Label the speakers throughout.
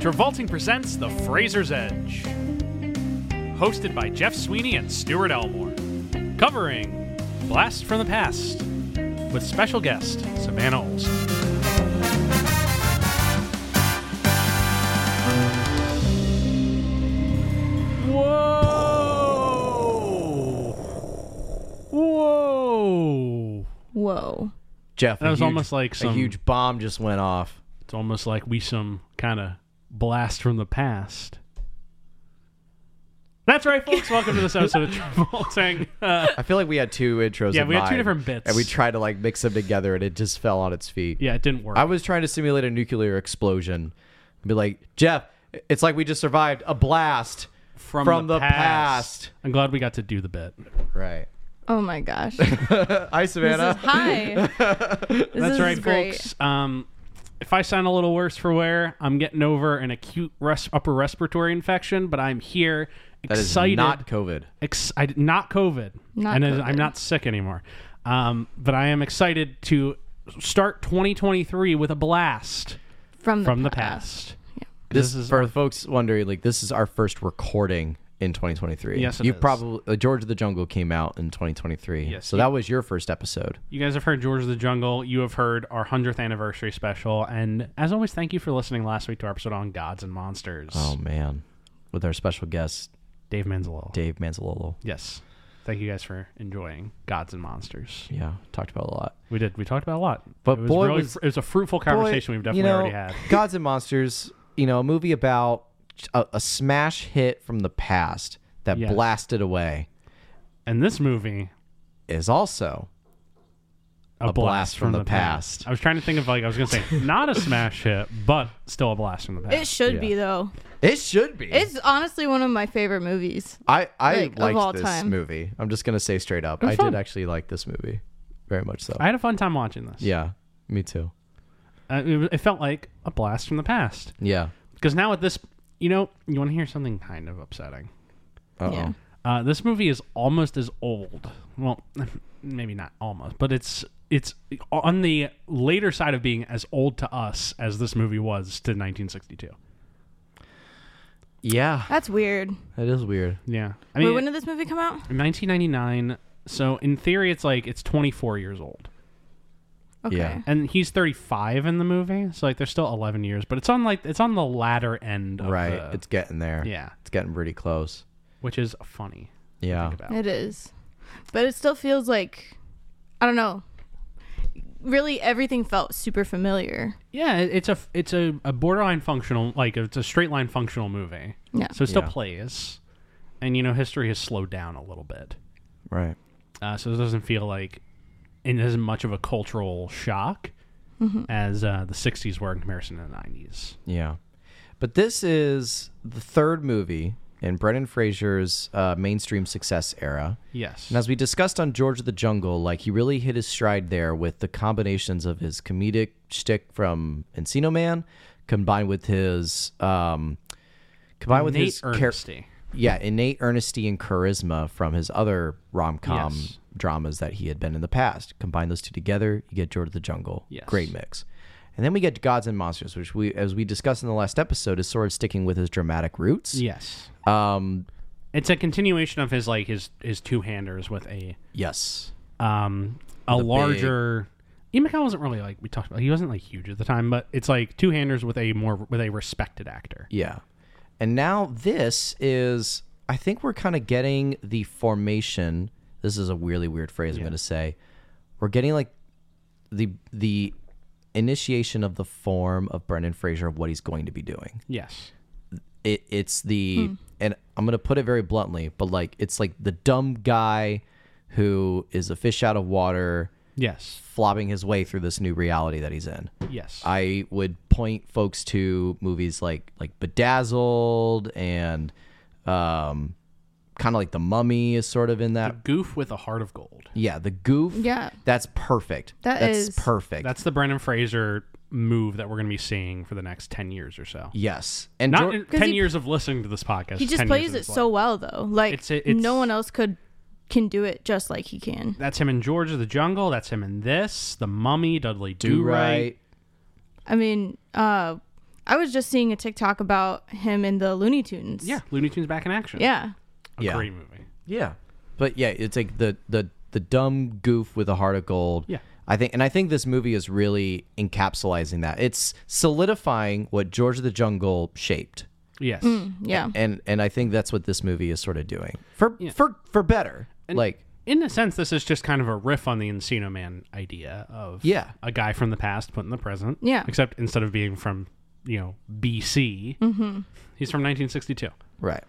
Speaker 1: Travolting presents The Fraser's Edge. Hosted by Jeff Sweeney and Stuart Elmore. Covering Blast from the Past with special guest Savannah Olson. Whoa! Whoa!
Speaker 2: Whoa.
Speaker 3: Jeff,
Speaker 1: That
Speaker 3: a
Speaker 1: was
Speaker 3: huge-
Speaker 1: almost like some-
Speaker 3: a huge bomb just went off.
Speaker 1: It's almost like we some kind of blast from the past. That's right, folks. Welcome to this episode of Travolting. Uh,
Speaker 3: I feel like we had two intros.
Speaker 1: Yeah,
Speaker 3: in
Speaker 1: we had two
Speaker 3: mind,
Speaker 1: different bits.
Speaker 3: and we tried to like mix them together, and it just fell on its feet.
Speaker 1: yeah, it didn't work.
Speaker 3: I was trying to simulate a nuclear explosion. I'd be like, Jeff, it's like we just survived a blast from, the, past.
Speaker 1: I'm glad we got to do the bit.
Speaker 3: Right.
Speaker 2: Oh my gosh. This is,
Speaker 3: Hi, Savannah.
Speaker 2: hi. This
Speaker 1: That's
Speaker 2: is
Speaker 1: right,
Speaker 2: great.
Speaker 1: folks. Um, if I sound a little worse for wear, I'm getting over an acute res- upper respiratory infection, but I'm here,
Speaker 3: That is
Speaker 1: excited.
Speaker 3: not COVID.
Speaker 1: ex- I, not COVID,
Speaker 2: Not
Speaker 1: and
Speaker 2: COVID.
Speaker 1: I'm not sick anymore. Um, but I am excited to start 2023 with a blast
Speaker 2: From the,
Speaker 1: from the
Speaker 2: past.
Speaker 1: past.
Speaker 3: This, is for folks wondering. Like, this is our first recording in 2023.
Speaker 1: Yes, it
Speaker 3: you
Speaker 1: is.
Speaker 3: probably uh, George of the Jungle came out in 2023.
Speaker 1: Yes,
Speaker 3: so
Speaker 1: you-
Speaker 3: that was your first episode.
Speaker 1: You guys have heard George of the Jungle. You have heard our 100th anniversary special. And as always, thank you for listening last week to our episode on gods and monsters.
Speaker 3: Oh man, with our special guest
Speaker 1: Dave Manzalil.
Speaker 3: Dave Manzalolo.
Speaker 1: Yes. Thank you guys for enjoying Gods and Monsters.
Speaker 3: Yeah, talked about a lot.
Speaker 1: We did. We talked about a lot.
Speaker 3: But
Speaker 1: it was
Speaker 3: boy,
Speaker 1: really,
Speaker 3: was-
Speaker 1: it was a fruitful conversation we've
Speaker 3: Boy,
Speaker 1: definitely
Speaker 3: you know,
Speaker 1: already had.
Speaker 3: Gods and Monsters, you know, a movie about a, a smash hit from the past that
Speaker 1: Yes.
Speaker 3: blasted away
Speaker 1: And this movie,
Speaker 3: is also
Speaker 1: a, blast, from, the, past. I was trying to think of like I was gonna say not a smash hit, but still a blast from the past.
Speaker 2: It should be though.
Speaker 3: it should be.
Speaker 2: It's honestly one of my favorite movies.
Speaker 3: I I
Speaker 2: like, of all
Speaker 3: liked this
Speaker 2: time.
Speaker 3: movie. I'm just gonna say straight up, I did actually like this movie very much. So
Speaker 1: I had a fun time watching this.
Speaker 3: yeah, me too.
Speaker 1: Uh, it, it felt like a blast from the past.
Speaker 3: Yeah.
Speaker 1: Because now at this, you know, you want to hear something kind of upsetting.
Speaker 3: Uh-oh.
Speaker 2: Yeah.
Speaker 1: Uh, this movie is almost as old. Well, maybe not almost, but it's it's on the later side of being as old to us as this movie was to 1962.
Speaker 3: Yeah,
Speaker 2: That's weird.
Speaker 3: that is weird.
Speaker 1: Yeah, I
Speaker 2: Wait,
Speaker 1: mean,
Speaker 2: when did this movie come out?
Speaker 1: 1999. So in theory, it's like it's 24 years old,
Speaker 2: Okay.
Speaker 3: Yeah.
Speaker 1: and he's 35 in the movie. So like they're still 11 years, but it's on like it's on the latter end. Of
Speaker 3: Right,
Speaker 1: the-
Speaker 3: it's getting there.
Speaker 1: yeah,
Speaker 3: it's getting pretty close.
Speaker 1: which is funny.
Speaker 3: Yeah,
Speaker 1: Think about.
Speaker 2: It is. But it still feels like I don't know. Really everything felt super familiar.
Speaker 1: Yeah, it- it's a f- it's a, a borderline functional like it's a straight line functional movie.
Speaker 2: Yeah.
Speaker 1: So it still
Speaker 3: Yeah.
Speaker 1: plays, and you know history has slowed down a little bit,
Speaker 3: right.
Speaker 1: uh, so it doesn't feel like it as much of a cultural shock
Speaker 3: Mm-hmm.
Speaker 1: as uh, the '60s were in comparison to the '90s.
Speaker 3: Yeah. But this is the third movie in Brendan Fraser's uh, mainstream success era.
Speaker 1: Yes.
Speaker 3: And as we discussed on George of the Jungle, like he really hit his stride there with the combinations of his comedic shtick from Encino Man, combined with his um, combined with
Speaker 1: Nate
Speaker 3: his char-
Speaker 1: Ernesty.
Speaker 3: yeah innate earnesty and charisma from his other rom com
Speaker 1: Yes.
Speaker 3: dramas that he had been in the past. Combine those two together, you get George of the Jungle.
Speaker 1: Yes.
Speaker 3: Great mix. And then we get Gods and Monsters, which we, as we discussed in the last episode, is sort of sticking with his dramatic roots.
Speaker 1: Yes.
Speaker 3: Um,
Speaker 1: It's a continuation of his like his his two handers with a
Speaker 3: yes.
Speaker 1: um a larger. Imakawa wasn't really like we talked about. He wasn't like huge at the time, but it's like two handers with a more with a respected actor.
Speaker 3: Yeah. And now this is, I think we're kind of getting the formation. This is a weirdly weird phrase I'm going to say. We're getting like the the initiation of the form of Brendan Fraser of what he's going to be doing.
Speaker 1: Yes.
Speaker 3: It it's the and I'm going to put it very bluntly, but like it's like the dumb guy who is a fish out of water
Speaker 1: Yes.
Speaker 3: flopping his way through this new reality that he's in.
Speaker 1: Yes.
Speaker 3: I would point folks to movies like like Bedazzled and um kind of like The Mummy is sort of in that.
Speaker 1: Goof with a heart of gold.
Speaker 3: yeah, The Goof.
Speaker 2: Yeah.
Speaker 3: That's perfect.
Speaker 2: That
Speaker 3: that's
Speaker 2: is-
Speaker 3: perfect.
Speaker 1: That's the Brendan Fraser move that we're going to be seeing for the next 10 years or so.
Speaker 3: yes. And
Speaker 1: Not
Speaker 3: Jor-
Speaker 1: in 10
Speaker 2: he-
Speaker 1: years of listening to this podcast.
Speaker 2: He
Speaker 1: 10
Speaker 2: just
Speaker 1: years
Speaker 2: plays
Speaker 1: of
Speaker 2: it
Speaker 1: his
Speaker 2: so
Speaker 1: life.
Speaker 2: well though. Like
Speaker 1: It's a- it's-
Speaker 2: no one else could can do it just like he can.
Speaker 1: That's him in George of the Jungle. That's him in this, The Mummy, Dudley Do,
Speaker 3: Do
Speaker 1: Right.
Speaker 3: Right.
Speaker 2: I mean, uh, I was just seeing a TikTok about him in the Looney Tunes.
Speaker 1: Yeah, Looney Tunes back in action.
Speaker 2: Yeah.
Speaker 1: a
Speaker 3: Yeah.
Speaker 1: great movie.
Speaker 3: Yeah, but yeah, it's like the the the dumb goof with a heart of gold.
Speaker 1: Yeah.
Speaker 3: I think, and I think this movie is really encapsulating that. It's solidifying what George of the Jungle shaped,
Speaker 1: Yes,
Speaker 2: Yeah.
Speaker 3: and and I think that's what this movie is sort of doing for for for better. like,
Speaker 1: in a sense, this is just kind of a riff on the Encino Man idea of
Speaker 3: Yeah.
Speaker 1: a guy from the past put in the present.
Speaker 2: Yeah.
Speaker 1: except instead of being from you know BC,
Speaker 2: Mm-hmm.
Speaker 1: he's from 1962.
Speaker 3: right?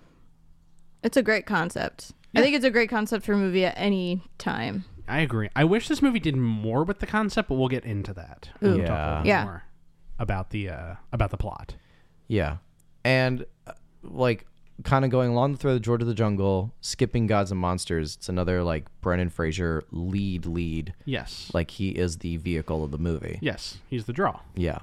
Speaker 2: It's a great concept. I think it's a great concept for a movie at any time.
Speaker 1: I agree. I wish this movie did more with the concept, but we'll get into that. when we talk a
Speaker 3: Yeah.
Speaker 1: little
Speaker 2: Yeah.
Speaker 1: more about the uh, about the plot.
Speaker 3: Yeah, and uh, like kind of going along the thread of George of the Jungle, skipping Gods and Monsters. It's another like Brennan Fraser lead lead.
Speaker 1: Yes,
Speaker 3: Like he is the vehicle of the movie.
Speaker 1: yes, he's the draw.
Speaker 3: Yeah,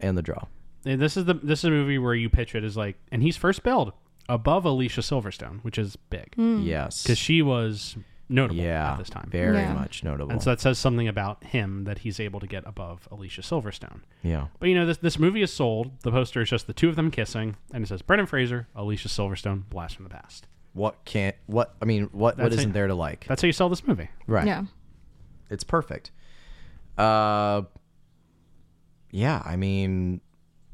Speaker 3: and the draw.
Speaker 1: And This is the this is a movie where you pitch it as like, and he's first billed above Alicia Silverstone, which is big
Speaker 3: Mm.
Speaker 1: because
Speaker 3: Yes,
Speaker 1: she was notable
Speaker 3: yeah,
Speaker 1: at this time.
Speaker 3: Very
Speaker 2: Yeah.
Speaker 3: much notable.
Speaker 1: And so that says something about him that he's able to get above Alicia Silverstone.
Speaker 3: yeah.
Speaker 1: But you know, this this movie is sold. The poster is just the two of them kissing, and it says Brendan Fraser, Alicia Silverstone, blast from the past.
Speaker 3: What can't what I mean, what what
Speaker 1: That's it.
Speaker 3: isn't there to like?
Speaker 1: That's how you sell this movie.
Speaker 3: Right.
Speaker 2: Yeah.
Speaker 3: It's perfect. Uh yeah, I mean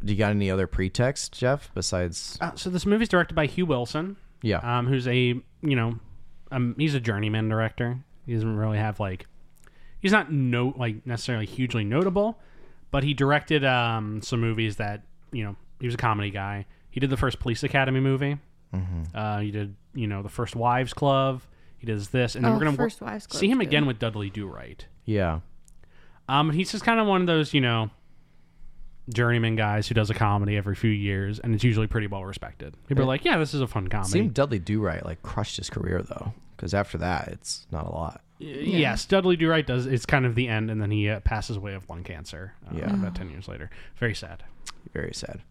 Speaker 3: do you got any other pretext, Jeff, besides
Speaker 1: Uh, so this movie's directed by Hugh Wilson.
Speaker 3: Yeah.
Speaker 1: Um, who's a you know, um, he's a journeyman director. He doesn't really have like, he's not no like necessarily hugely notable, but he directed um some movies that you know he was a comedy guy. He did the first Police Academy movie. Uh, he did you know the first Wives Club. He does this, and then
Speaker 2: Oh,
Speaker 1: we're gonna
Speaker 2: First Wives Club's
Speaker 1: see him
Speaker 2: good.
Speaker 1: again with Dudley Do Right.
Speaker 3: Yeah.
Speaker 1: Um, he's just kind of one of those you know. Journeyman guys who does a comedy every few years, and it's usually pretty well respected. People are like, "Yeah, this is a fun comedy."
Speaker 3: Seemed Dudley Do Right like crushed his career though, cuz after that it's not a lot.
Speaker 1: Yes, Dudley Do Right does. It's kind of the end, and then he uh, passes away of lung cancer. uh,
Speaker 3: Yeah.
Speaker 1: about ten years later. Very sad.
Speaker 3: Very sad.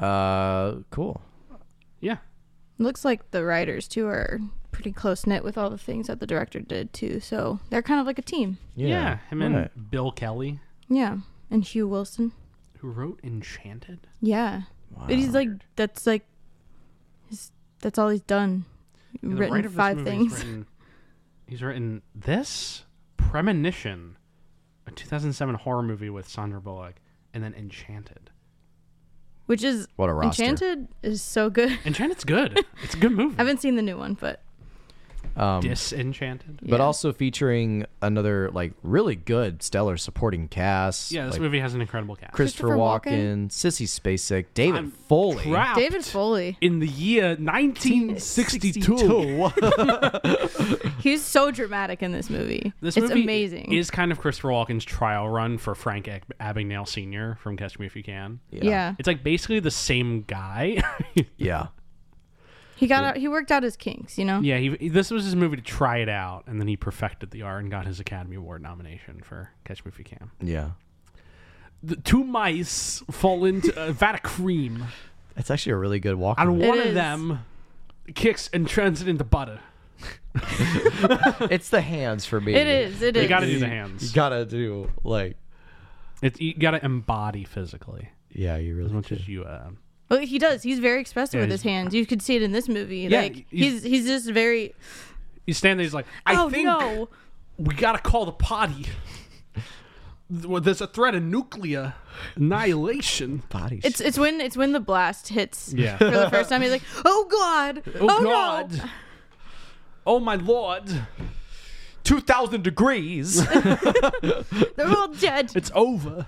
Speaker 3: Uh cool.
Speaker 1: Yeah,
Speaker 2: Looks like the writers too are pretty close knit with all the things that the director did too. So they're kind of like a team.
Speaker 1: yeah. him and
Speaker 3: Right.
Speaker 1: Bill Kelly,
Speaker 2: Yeah. And Hugh Wilson.
Speaker 1: who wrote Enchanted.
Speaker 2: Yeah. But he's like that's like his, that's all he's done.
Speaker 1: The
Speaker 2: written
Speaker 1: writer of this
Speaker 2: five
Speaker 1: movie has
Speaker 2: things.
Speaker 1: written- he's written this Premonition, a 2007 horror movie with Sandra Bullock, and then Enchanted.
Speaker 2: Which is
Speaker 3: What a roster.
Speaker 2: Enchanted is so good.
Speaker 1: Enchanted's good. it's a good movie.
Speaker 2: I haven't seen the new one, but
Speaker 3: Um
Speaker 1: Disenchanted.
Speaker 3: but
Speaker 2: yeah.
Speaker 3: also featuring another like really good stellar supporting cast.
Speaker 1: Yeah, this
Speaker 3: like,
Speaker 1: movie has an incredible cast.
Speaker 3: Christopher
Speaker 2: Christopher
Speaker 3: Walken, Sissy Spacek, David
Speaker 1: I'm
Speaker 3: Foley.
Speaker 1: Trapped
Speaker 2: David Foley.
Speaker 1: in the year 1962.
Speaker 2: He was so dramatic in this movie.
Speaker 1: This
Speaker 2: it's
Speaker 1: movie
Speaker 2: amazing.
Speaker 1: Is kind of Christopher Walken's trial run for Frank Ab- Abagnale Sr. from Catch Me If You Can.
Speaker 2: yeah.
Speaker 1: It's like basically the same guy.
Speaker 3: Yeah.
Speaker 2: He got out he worked out his kinks, you know?
Speaker 1: yeah, he, this was his movie to try it out, and then he perfected the art and got his Academy Award nomination for Catch Me If You Can.
Speaker 3: Yeah.
Speaker 1: The two mice fall into a vat of cream,
Speaker 3: That's actually a really good walk.
Speaker 1: and
Speaker 2: It
Speaker 1: one of
Speaker 2: is.
Speaker 1: them kicks and turns it into butter.
Speaker 3: It's the hands for me.
Speaker 2: It is, it
Speaker 1: You
Speaker 2: is.
Speaker 1: got to do the hands.
Speaker 3: gotta do like
Speaker 1: It's you got to embody physically
Speaker 3: yeah, you
Speaker 1: as
Speaker 3: really
Speaker 1: much as you. Uh,
Speaker 2: Well, he does. He's very expressive
Speaker 1: Yeah,
Speaker 2: with
Speaker 1: he's-
Speaker 2: his hands. You could see it in this movie.
Speaker 1: Yeah,
Speaker 2: like
Speaker 1: he's-
Speaker 2: he's he's just very.
Speaker 1: you stand there. He's like, I
Speaker 2: oh
Speaker 1: think
Speaker 2: no!
Speaker 1: we gotta call the potty. Th- well, There's a threat of nuclear annihilation.
Speaker 3: body.
Speaker 2: It's it's when it's when the blast hits.
Speaker 1: Yeah.
Speaker 2: For the first time, he's like, "Oh God! Oh,
Speaker 1: Oh,
Speaker 2: no.
Speaker 1: God! Oh my Lord!
Speaker 3: two thousand degrees.
Speaker 2: They're all dead."
Speaker 1: It's over.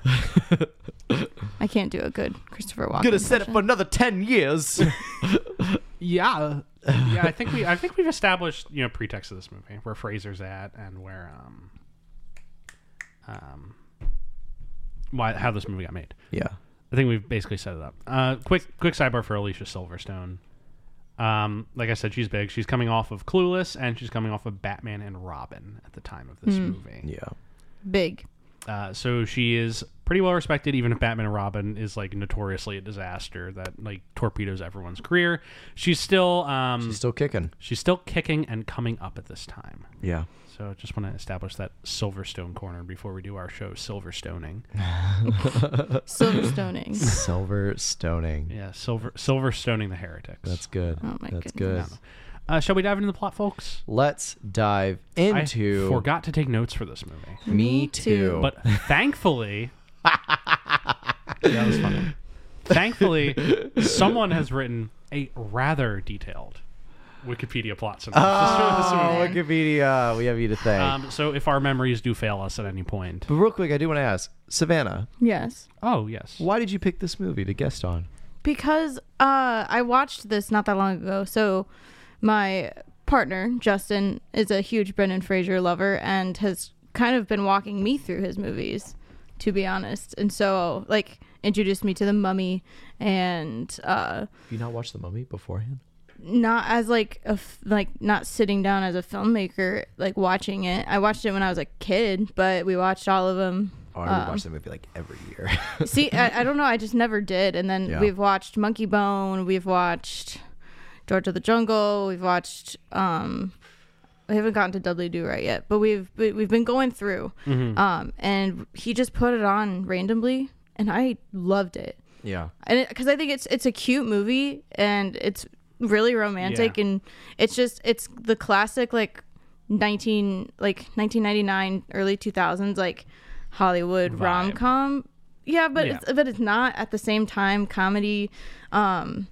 Speaker 2: I can't do a good Christopher Walken.
Speaker 3: Gonna set it for another ten years.
Speaker 1: Yeah, yeah. I think we, I think we've established, you know, pretext of this movie, where Fraser's at, and where, um, um, why how this movie got made.
Speaker 3: yeah.
Speaker 1: I think we've basically set it up. Uh, quick, quick sidebar for Alicia Silverstone. Um, like I said, she's big. She's coming off of Clueless, and she's coming off of Batman and Robin at the time of this movie.
Speaker 3: Yeah.
Speaker 2: big.
Speaker 1: Uh, so she is pretty well respected, even if Batman and Robin is like notoriously a disaster that like torpedoes everyone's career. She's still um,
Speaker 3: He's
Speaker 1: she's,
Speaker 3: still kicking.
Speaker 1: still kicking and coming up at this time.
Speaker 3: Yeah.
Speaker 1: So just want to establish that Silverstone corner before we do our show Silverstoning.
Speaker 2: Silverstoning.
Speaker 3: Silver stoning.
Speaker 1: Yeah, silver Silverstoning the heretics.
Speaker 3: That's good.
Speaker 2: Oh my
Speaker 3: That's
Speaker 2: goodness.
Speaker 3: good.
Speaker 1: uh, shall we dive into the plot, folks?
Speaker 3: Let's dive into Oh.
Speaker 1: I forgot to take notes for this movie,
Speaker 3: Me too.
Speaker 2: too.
Speaker 1: but thankfully, that was funny. Thankfully, someone has written a rather detailed Wikipedia plot synopsis for this movie.
Speaker 3: oh, Wikipedia, we have you to thank.
Speaker 1: Um, so if our memories do fail us at any point,
Speaker 3: but real quick, I do want to ask Savannah,
Speaker 2: Yes.
Speaker 1: oh yes,
Speaker 3: why did you pick this movie to guest on?
Speaker 2: Because uh, I watched this not that long ago. So my partner, Justin, is a huge Brendan Fraser lover and has kind of been walking me through his movies, to be honest. And so, like, introduced me to The Mummy and uh,
Speaker 3: Have you not watched The Mummy beforehand?
Speaker 2: not as like a f- like not sitting down as a filmmaker like watching it i watched it when i was a kid but we watched all of them
Speaker 3: Oh, I would watch that movie like every year.
Speaker 2: see I, I don't know i just never did and then
Speaker 3: Yeah.
Speaker 2: we've watched monkey bone we've watched george of the jungle we've watched um we haven't gotten to Dudley Do Right yet, but we've we- we've been going through, um, and he just put it on randomly, and I loved it
Speaker 3: yeah.
Speaker 2: and because I think it's it's a cute movie and it's really romantic
Speaker 1: Yeah.
Speaker 2: and it's just it's the classic like nineteen like nineteen ninety nine early two thousands like Hollywood
Speaker 1: Vibe.
Speaker 2: rom com. Yeah, but
Speaker 1: Yeah.
Speaker 2: it's but it's not at the same time comedy. Um,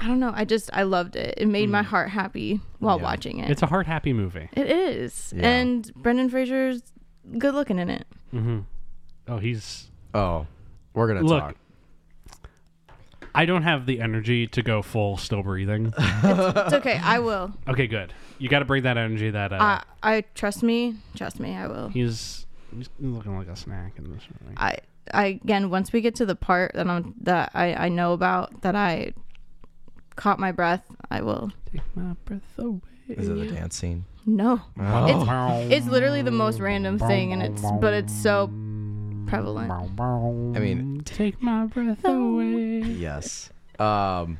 Speaker 2: I don't know. I just I loved it. It made my heart happy while
Speaker 3: Yeah.
Speaker 2: watching it.
Speaker 1: Mm. it's a heart happy movie.
Speaker 2: it is,
Speaker 3: Yeah.
Speaker 2: and Brendan Fraser's good looking in it.
Speaker 1: Oh, he's
Speaker 3: Oh, we're gonna
Speaker 1: Look.
Speaker 3: talk.
Speaker 1: I don't have the energy to go full still breathing.
Speaker 2: It's okay. I will.
Speaker 1: Okay, good. You got to bring that energy. That uh,
Speaker 2: I I trust me. Trust me. I will.
Speaker 1: he's he's looking like a snack in this movie.
Speaker 2: I I again once we get to the part that I'm that I I know about that I caught my breath, I will
Speaker 1: Take my breath away.
Speaker 3: Is it the dance scene?
Speaker 2: no.
Speaker 3: Oh.
Speaker 2: It's literally the most random thing and it's but it's so prevalent.
Speaker 3: I mean-
Speaker 1: take my breath
Speaker 2: Oh.
Speaker 1: away.
Speaker 3: Yes. Um,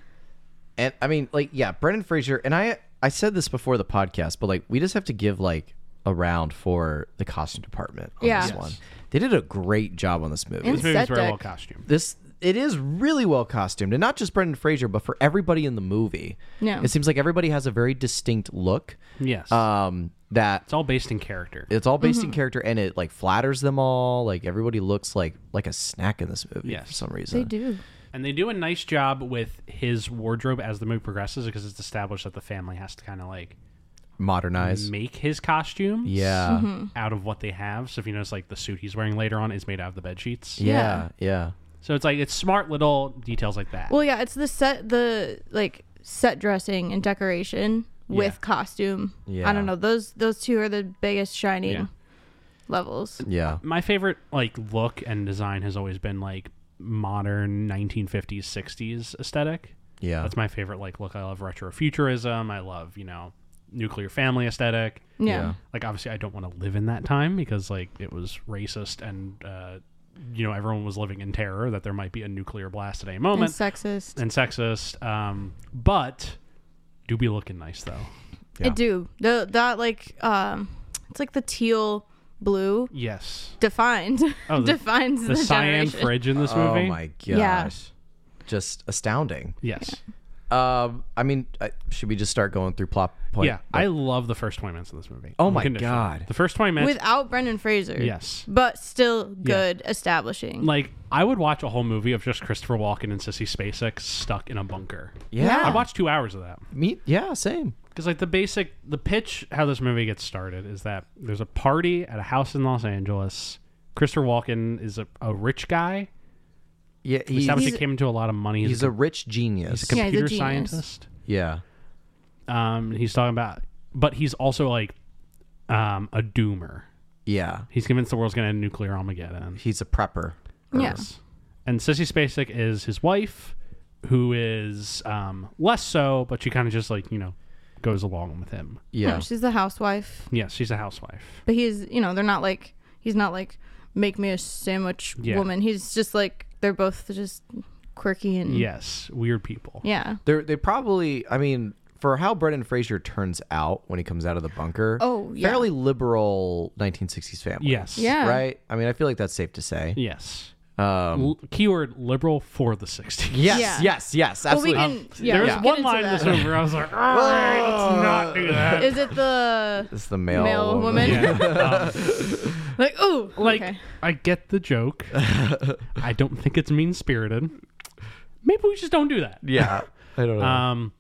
Speaker 3: and I mean, like, yeah, Brendan Fraser and I. I said this before the podcast, but like, we just have to give like a round for the costume department on
Speaker 2: Yeah.
Speaker 3: this one. They did a great job on this movie.
Speaker 2: And
Speaker 1: This movie's
Speaker 2: set
Speaker 1: very well
Speaker 2: deck.
Speaker 1: costumed.
Speaker 3: this it is really well costumed and not just brendan fraser but for everybody in the movie
Speaker 2: Yeah.
Speaker 3: it seems like everybody has a very distinct look
Speaker 1: Yes,
Speaker 3: um that
Speaker 1: it's all based in character.
Speaker 3: it's all based
Speaker 1: Mm-hmm.
Speaker 3: in character and it like flatters them all like everybody looks like like a snack in this movie
Speaker 1: Yes.
Speaker 3: for some reason
Speaker 2: They do.
Speaker 1: And they do a nice job with his wardrobe as the movie progresses because it's established that the family has to kind of like
Speaker 3: modernize
Speaker 1: make his costume
Speaker 3: yeah.
Speaker 1: out of what they have. So if you notice, like the suit he's wearing later on is made out of the bed sheets.
Speaker 3: yeah yeah
Speaker 1: So it's like it's smart little details like that.
Speaker 2: Well, yeah, it's the set the like set dressing and decoration with
Speaker 1: Yeah.
Speaker 2: costume.
Speaker 3: Yeah.
Speaker 2: I don't know. Those those two are the biggest shining
Speaker 1: Yeah.
Speaker 2: levels.
Speaker 3: yeah
Speaker 1: My favorite like look and design has always been like modern 1950s 60s aesthetic.
Speaker 3: yeah
Speaker 1: That's my favorite like look. I love retrofuturism. I love, you know, nuclear family aesthetic.
Speaker 2: Yeah.
Speaker 3: Yeah.
Speaker 1: Like obviously I don't want to live in that time because like it was racist and uh you know everyone was living in terror that there might be a nuclear blast at any
Speaker 2: And
Speaker 1: moment
Speaker 2: sexist.
Speaker 1: and sexist. Um but do be looking nice though.
Speaker 3: Yeah.
Speaker 2: It do. The that like um it's like the teal blue
Speaker 1: Yes.
Speaker 2: defined
Speaker 1: Oh, the-
Speaker 2: defines the,
Speaker 1: The, cyan
Speaker 2: generation.
Speaker 1: fridge in this
Speaker 3: oh
Speaker 1: movie.
Speaker 3: my gosh
Speaker 2: Yeah.
Speaker 3: just astounding
Speaker 1: Yes.
Speaker 3: um i mean I, should we just start going through plot point
Speaker 1: yeah, I love the first 20 minutes of this movie.
Speaker 3: Oh my
Speaker 1: Unconditionally.
Speaker 3: God.
Speaker 1: The first 20 minutes
Speaker 2: without Brendan Fraser.
Speaker 1: Yes.
Speaker 2: But still good establishing.
Speaker 1: like I would watch a whole movie of just Christopher Walken and Sissy Spacek stuck in a bunker.
Speaker 3: yeah
Speaker 1: I'd watch 2 hours of that.
Speaker 3: me yeah same
Speaker 1: Because like the basic, the pitch, how this movie gets started is that there's a party at a house in Los Angeles. Christopher Walken is a, a rich guy.
Speaker 3: yeah
Speaker 1: We
Speaker 3: he's,
Speaker 1: established
Speaker 2: He's-
Speaker 1: he came into a lot of money.
Speaker 3: he's a rich genius
Speaker 1: he's a
Speaker 2: Yeah, he's a
Speaker 1: computer
Speaker 2: genius.
Speaker 1: scientist.
Speaker 3: Yeah.
Speaker 1: Um, he's talking about, but he's also like um, a doomer.
Speaker 3: Yeah.
Speaker 1: He's convinced the world's gonna end nuclear Armageddon.
Speaker 3: He's a prepper.
Speaker 2: yeah.
Speaker 1: And Sissy Spacek is his wife, who is um, less so, but she kind of just like you know goes along with him.
Speaker 2: No, she's the housewife.
Speaker 1: Yes, she's a housewife.
Speaker 2: But he's you know, they're not like he's not like make me a sandwich
Speaker 1: Yeah.
Speaker 2: woman. He's just like they're both just quirky and
Speaker 1: Yes, weird people.
Speaker 2: yeah.
Speaker 3: They're they probably I mean, for how Brendan Fraser turns out when he comes out of the bunker.
Speaker 2: Oh, yeah.
Speaker 3: Fairly liberal nineteen sixties family.
Speaker 1: Yes.
Speaker 2: Yeah.
Speaker 3: Right? I mean, I feel like that's safe to say.
Speaker 1: Yes.
Speaker 3: Um
Speaker 1: L- keyword liberal for the 60s.
Speaker 3: Yes,
Speaker 2: Yeah.
Speaker 3: yes, yes,
Speaker 2: Well, we
Speaker 3: absolutely.
Speaker 2: can- yeah,
Speaker 1: there
Speaker 2: we
Speaker 1: was
Speaker 2: can get
Speaker 1: one
Speaker 2: into
Speaker 1: line in
Speaker 2: that.
Speaker 1: this movie where I was like, all right, let's not do that.
Speaker 2: Is it the
Speaker 3: It's the male,
Speaker 2: male, woman?
Speaker 1: Yeah.
Speaker 2: like oh,
Speaker 1: Um, Like,
Speaker 2: okay.
Speaker 1: I get the joke. I don't think it's mean spirited. Maybe we just don't do that.
Speaker 3: Yeah. I don't know.
Speaker 1: Um,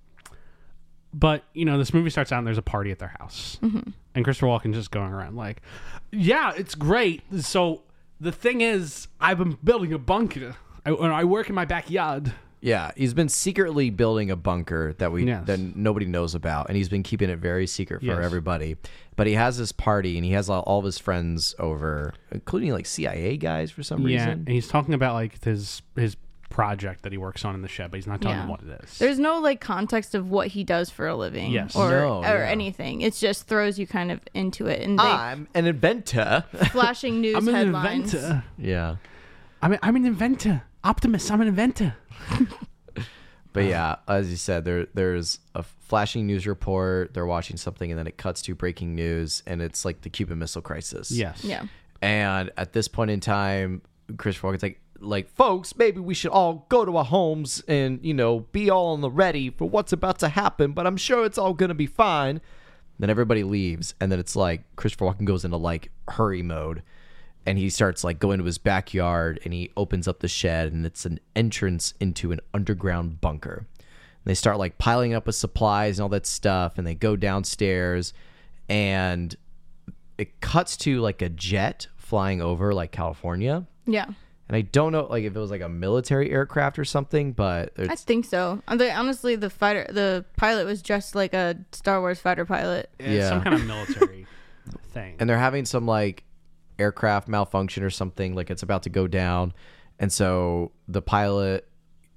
Speaker 1: but you know, this movie starts out and there's a party at their house,
Speaker 2: Mm-hmm.
Speaker 1: and Christopher Walken just going around like, "Yeah, it's great." So the thing is, I've been building a bunker. I, and I work in my backyard.
Speaker 3: yeah, he's been secretly building a bunker that we
Speaker 1: Yes.
Speaker 3: that nobody knows about, and he's been keeping it very secret for
Speaker 1: Yes.
Speaker 3: everybody. But he has this party, and he has all, all of his friends over, including like CIA guys for some
Speaker 1: Yeah,
Speaker 3: reason.
Speaker 1: and he's talking about like his his project that he works on in the shed, but he's not telling
Speaker 2: Yeah.
Speaker 1: them what it is.
Speaker 2: There's no like context of what he does for a living,
Speaker 1: Yes.
Speaker 2: or
Speaker 3: No,
Speaker 2: or
Speaker 3: yeah. Ah.
Speaker 2: anything. It just throws you kind of into it, and they
Speaker 3: I'm an inventor.
Speaker 2: flashing news
Speaker 1: I'm an
Speaker 2: headlines.
Speaker 1: inventor.
Speaker 3: yeah,
Speaker 1: I'm, a, I'm an inventor. Optimus, I'm an inventor.
Speaker 3: but yeah, as you said, there there's a flashing news report. They're watching something, and then it cuts to breaking news, and it's like the Cuban Missile Crisis.
Speaker 1: Yes.
Speaker 2: Yeah,
Speaker 3: And at this point in time, Chris Walken's like, like, folks, maybe we should all go to our homes and, you know, be all on the ready for what's about to happen, but I'm sure it's all gonna be fine. Then everybody leaves, and then it's like Christopher Walken goes into like hurry mode and he starts like going to his backyard and he opens up the shed and it's an entrance into an underground bunker. And they start like piling up with supplies and all that stuff, and they go downstairs and it cuts to like a jet flying over like California.
Speaker 2: yeah.
Speaker 3: And I don't know like if it was like a military aircraft or something, but
Speaker 2: I
Speaker 3: it's,
Speaker 2: think so. And they- honestly, the fighter, the pilot was dressed like a Star Wars fighter pilot.
Speaker 1: It's
Speaker 3: Yeah.
Speaker 1: Some kind of military thing.
Speaker 3: and they're having some like aircraft malfunction or something like it's about to go down. And so the pilot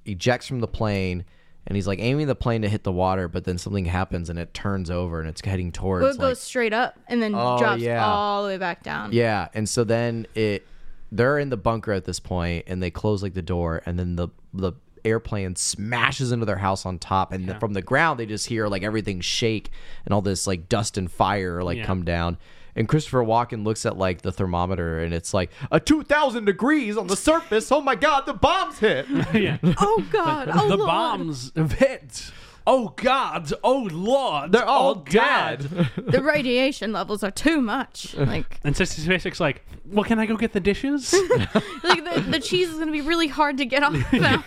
Speaker 3: ejects from the plane and he's like aiming the plane to hit the water, but then something happens and it turns over and it's heading towards
Speaker 2: Well, it
Speaker 3: like,
Speaker 2: goes straight up and then
Speaker 3: Oh,
Speaker 2: drops
Speaker 3: yeah.
Speaker 2: all the way back down.
Speaker 3: Yeah, and so then it they're in the bunker at this point and they close like the door and then the the airplane smashes into their house on top and from the ground they just hear like everything shake and all this like dust and fire like
Speaker 1: Yeah.
Speaker 3: come down. And Christopher Walken looks at like the thermometer and it's like a 2000 degrees on the surface. Oh my god, the bombs hit.
Speaker 1: yeah.
Speaker 2: Oh God! Oh
Speaker 1: the
Speaker 2: Lord.
Speaker 1: bombs have hit. Oh God! Oh Lord!
Speaker 3: They're all
Speaker 1: Oh, God.
Speaker 2: The radiation levels are too much. Like,
Speaker 1: And Sissy Spacek's like, "Well, can I go get the dishes?"
Speaker 2: like the, the cheese is gonna be really hard to get off now.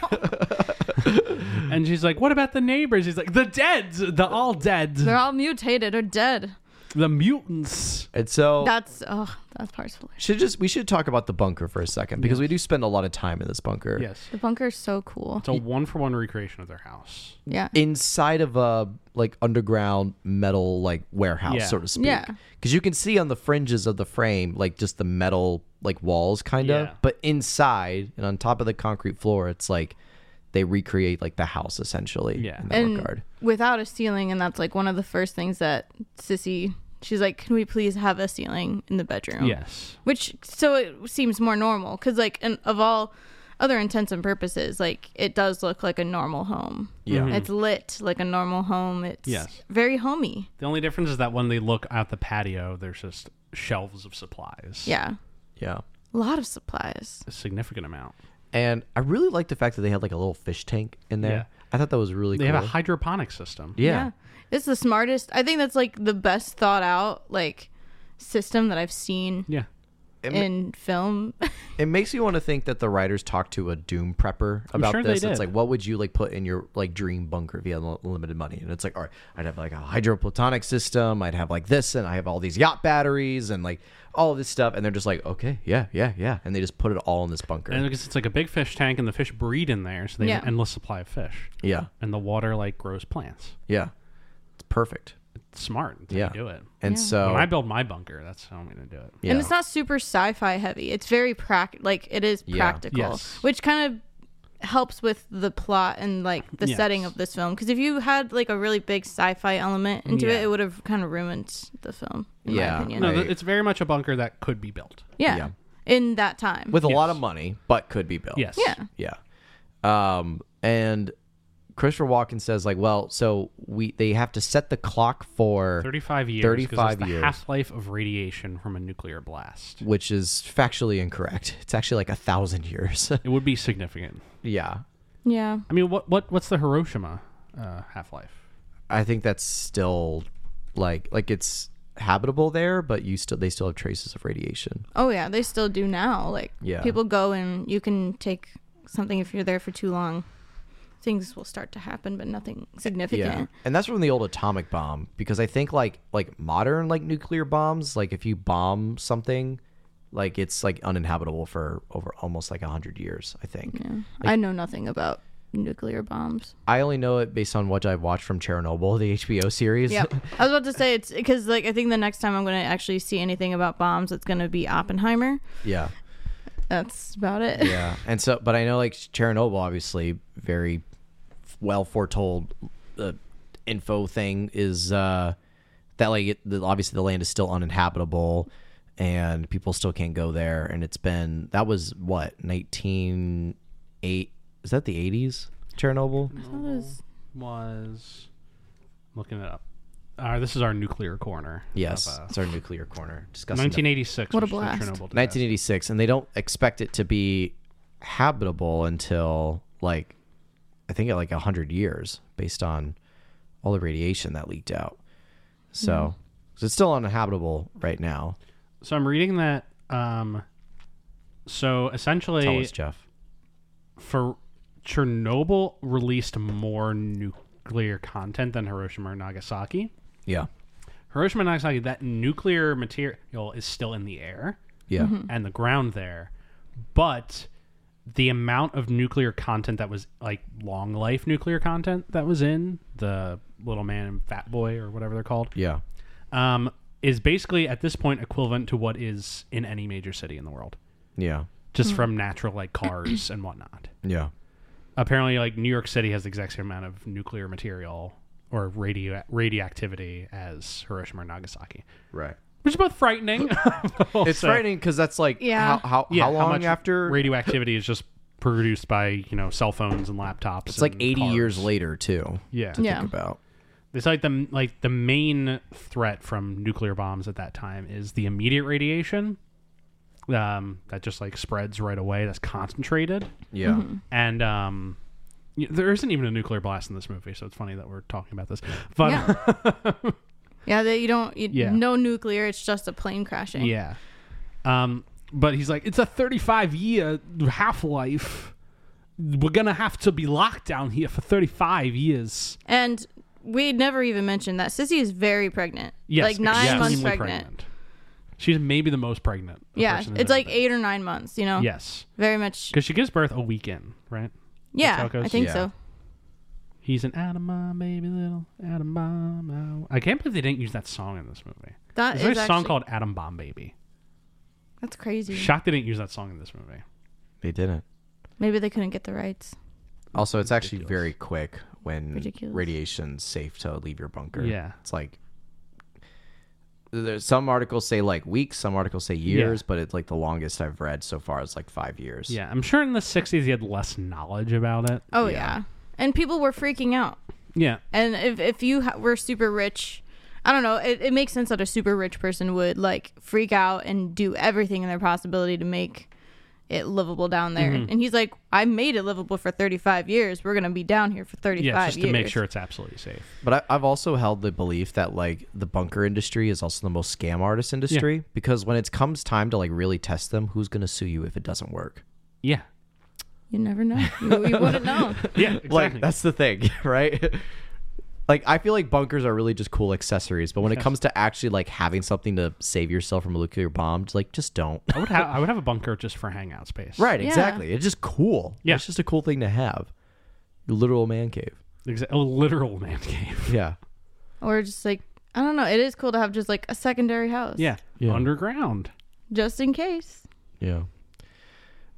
Speaker 1: and she's like, "What about the neighbors?" He's like, "The dead, the all dead,
Speaker 2: They're all mutated or dead.
Speaker 1: the mutants."
Speaker 3: And so
Speaker 2: That's oh, that part's hilarious.
Speaker 3: should just we should talk about the bunker for a second because we do spend a lot of time in this bunker.
Speaker 1: Yes,
Speaker 2: The bunker's so cool.
Speaker 1: it's a one-for-one recreation of their house.
Speaker 2: Yeah.
Speaker 3: inside of a like underground metal like warehouse,
Speaker 1: Yeah.
Speaker 3: so to speak.
Speaker 2: Yeah.
Speaker 3: Because you can see on the fringes of the frame like just the metal like walls kind of,
Speaker 1: Yeah.
Speaker 3: but inside and on top of the concrete floor, it's like they recreate like the house essentially.
Speaker 1: Yeah.
Speaker 3: In that
Speaker 2: and
Speaker 3: regard.
Speaker 2: without a ceiling, and that's like one of the first things that Sissy. She's like, "Can we please have a ceiling in the
Speaker 3: Oh.
Speaker 2: bedroom?"
Speaker 1: Yes,
Speaker 2: Which so it seems more normal because like and of all other intents and purposes, like it does look like a normal home.
Speaker 3: Yeah. Mhm.
Speaker 2: It's lit like a normal home. It's
Speaker 1: Yes.
Speaker 2: very homey.
Speaker 1: the only difference is that when they look out the patio, there's just shelves of supplies.
Speaker 2: Yeah.
Speaker 3: Yeah.
Speaker 2: A lot of supplies.
Speaker 1: a significant amount.
Speaker 3: And I really like the fact that they had like a little fish tank in there.
Speaker 1: Yeah.
Speaker 3: I thought that was really
Speaker 1: They
Speaker 3: cool.
Speaker 1: have a hydroponic system.
Speaker 3: yeah.
Speaker 2: It's the smartest. I think that's like the best thought out like system that I've seen
Speaker 1: Yeah.
Speaker 3: It, ma-
Speaker 2: in film.
Speaker 3: it makes me want to think that the writers talked to a doom prepper about
Speaker 1: sure they
Speaker 3: this. It's
Speaker 1: did.
Speaker 3: like, what would you like put in your like dream bunker if you had l- limited money? And it's like, all right, I'd have like a hydroplatonic system. I'd have like this, and I have all these yacht batteries and like all of this stuff. And they're just like, okay, yeah, yeah, yeah, and they just put it all in this bunker.
Speaker 1: And because it's like a big fish tank, and the fish breed in there, so they have
Speaker 2: Yeah.
Speaker 1: an endless supply of fish,
Speaker 3: yeah,
Speaker 1: and the water like grows plants.
Speaker 3: yeah, it's perfect.
Speaker 1: It's smart. That's how
Speaker 3: Yeah.
Speaker 1: you do it.
Speaker 3: And so
Speaker 1: When I build my bunker, that's how I'm going to do it.
Speaker 3: yeah,
Speaker 2: And it's not super sci-fi heavy. It's very prac like it is
Speaker 3: Yeah.
Speaker 2: practical,
Speaker 1: Yes.
Speaker 2: which kind of helps with the plot and like the
Speaker 1: Yes.
Speaker 2: setting of this film. Because if you had like a really big sci-fi element into
Speaker 1: Yeah.
Speaker 2: it, it would have kind of ruined the film. In
Speaker 3: Yeah.
Speaker 2: my opinion.
Speaker 3: No,
Speaker 1: No,
Speaker 3: Right. Oh.
Speaker 1: th- it's very much a bunker that could be built.
Speaker 2: yeah.
Speaker 3: Yeah.
Speaker 2: in that time.
Speaker 3: with a lot of money, but could be built.
Speaker 1: Yes.
Speaker 2: yeah.
Speaker 3: Yeah. Um, and Christopher Walken says, like, well, so we they have to set the clock for
Speaker 1: 35 years.
Speaker 3: 35 years.
Speaker 1: Half life of radiation from a nuclear blast.
Speaker 3: which is factually incorrect. It's actually like a thousand years.
Speaker 1: It would be significant.
Speaker 3: yeah.
Speaker 2: Yeah.
Speaker 1: I mean, what what what's the Hiroshima uh, half life?
Speaker 3: I think that's still like like it's habitable there, but you still they still have traces of radiation.
Speaker 2: Oh yeah, they still do now. Like
Speaker 3: Yeah.
Speaker 2: people go and you can take something if you're there for too long. Things will start to happen, but nothing significant.
Speaker 3: And that's from the old atomic bomb because I think like like modern like nuclear bombs, like if you bomb something, like it's like uninhabitable for over almost like a hundred years, I think.
Speaker 2: Mm-hmm. I know nothing about nuclear bombs.
Speaker 3: I only know it based on what I've watched from Chernobyl, the HBO series.
Speaker 2: Yep. I was about to say it's because like I think the next time I'm going to actually see anything about bombs, it's going to be Oppenheimer.
Speaker 3: yeah.
Speaker 2: That's about it.
Speaker 3: Yeah. And so, but I know like Chernobyl, obviously, very well foretold uh, info thing is uh, that like it, the, obviously the land is still uninhabitable and people still can't go there. And it's been, that was what, 198? Is that the 80s? Chernobyl?
Speaker 2: Mm-hmm. was-
Speaker 1: was I'm looking it up. Uh, this is our nuclear corner.
Speaker 3: Yes.
Speaker 1: of, uh,
Speaker 3: it's our nuclear corner. Discussing the
Speaker 1: 1986.
Speaker 2: What a
Speaker 1: which is the
Speaker 2: blast.
Speaker 1: Chernobyl disaster.
Speaker 3: 1986 and they don't expect it to be habitable until like i think like 100 years based on all the radiation that leaked out so, so it's still uninhabitable right now
Speaker 1: So I'm reading that. Um, so
Speaker 3: tell
Speaker 1: essentially,
Speaker 3: us jeff
Speaker 1: for Chernobyl released more nuclear content than Hiroshima or Nagasaki.
Speaker 3: yeah
Speaker 1: Hiroshima and Nagasaki, that nuclear material is still in the air
Speaker 3: yeah
Speaker 1: and the ground there, but the amount of nuclear content that was like long life nuclear content that was in the little man and fat boy or whatever they're called
Speaker 3: yeah
Speaker 1: um, is basically at this point equivalent to what is in any major city in the world,
Speaker 3: yeah
Speaker 1: just from natural like cars and whatnot.
Speaker 3: yeah
Speaker 1: Apparently, like New York City has the exact same amount of nuclear material or radio radioactivity as Hiroshima or Nagasaki,
Speaker 3: right
Speaker 1: which is both frightening.
Speaker 3: it's
Speaker 1: Also-
Speaker 3: frightening because that's like
Speaker 2: Yeah.
Speaker 3: how how,
Speaker 1: yeah,
Speaker 3: how long
Speaker 1: much
Speaker 3: after
Speaker 1: radioactivity is just produced by you know cell phones and laptops?
Speaker 3: it's like 80 years later too
Speaker 1: Yeah,
Speaker 2: Yeah.
Speaker 3: think about
Speaker 1: it's like the like the main threat from nuclear bombs at that time is the immediate radiation, um, that just like spreads right away. That's concentrated,
Speaker 3: yeah
Speaker 1: and um, y- there isn't even a nuclear blast in this movie, so it's funny that we're talking about this. But yeah,
Speaker 2: Yeah, that you don't you,
Speaker 1: Yeah.
Speaker 2: no nuclear, it's just a plane crashing.
Speaker 1: um, but he's like, it's a thirty-five year half life. We're gonna have to be locked down here for thirty-five years.
Speaker 2: And we never even mentioned that Sissy is very pregnant.
Speaker 1: Yes,
Speaker 2: like 9
Speaker 1: extremely
Speaker 2: months pregnant.
Speaker 1: She's maybe the most pregnant. a
Speaker 2: Yeah,
Speaker 1: person has
Speaker 2: it's
Speaker 1: ever
Speaker 2: like
Speaker 1: been.
Speaker 2: 8 or 9 months, you know.
Speaker 1: Yes,
Speaker 2: Very much
Speaker 1: because she gives birth a weekend, right? how
Speaker 2: Yeah,
Speaker 1: it goes?
Speaker 2: I think
Speaker 3: Yeah.
Speaker 2: so.
Speaker 1: He's an out of my baby little out of my mouth. I can't believe they didn't use that song in this movie.
Speaker 2: That
Speaker 1: There's
Speaker 2: is
Speaker 1: a song
Speaker 2: actually-
Speaker 1: called "Atom Bomb Baby."
Speaker 2: That's crazy.
Speaker 1: Shocked they didn't use that song in this movie.
Speaker 3: they didn't
Speaker 2: Maybe they couldn't get the rights.
Speaker 3: Also, it's actually very quick when
Speaker 2: Ridiculous.
Speaker 3: radiation's safe to leave your bunker.
Speaker 1: Yeah.
Speaker 3: It's like there's some articles say like weeks, some articles say years, but it's like the longest I've read so far is like five years.
Speaker 1: Yeah, I'm sure in the '60s he had less knowledge about it.
Speaker 2: Oh yeah. And people were freaking out.
Speaker 1: Yeah,
Speaker 2: And if if you ha- were super rich, I don't know, it, it makes sense that a super rich person would like freak out and do everything in their possibility to make it livable down there.
Speaker 1: Mm-hmm.
Speaker 2: And he's like, I made it livable for 35 years. We're going to be down here for 35
Speaker 1: yeah, just
Speaker 2: years.
Speaker 1: to make sure it's absolutely safe.
Speaker 3: But I, I've also held the belief that like the bunker industry is also the most scam artist industry because when it comes time to like really test them, who's gonna sue you if it doesn't work?
Speaker 1: Yeah,
Speaker 2: You never know. You, you wouldn't know.
Speaker 1: yeah,
Speaker 3: Like that's the thing, right? like I feel like bunkers are really just cool accessories, but when it comes to actually like having something to save yourself from a nuclear bomb, it's like just don't.
Speaker 1: I would have I would have a bunker just for hangout space.
Speaker 3: right,
Speaker 2: Yeah.
Speaker 3: exactly. It's just cool.
Speaker 1: Yeah.
Speaker 3: It's just a cool thing to have. Your literal man cave.
Speaker 1: Exa- a literal man cave.
Speaker 3: Yeah.
Speaker 2: Or just like, I don't know. It is cool to have just like a secondary house.
Speaker 1: Yeah,
Speaker 3: Yeah.
Speaker 1: underground.
Speaker 2: Just in case.
Speaker 3: Yeah.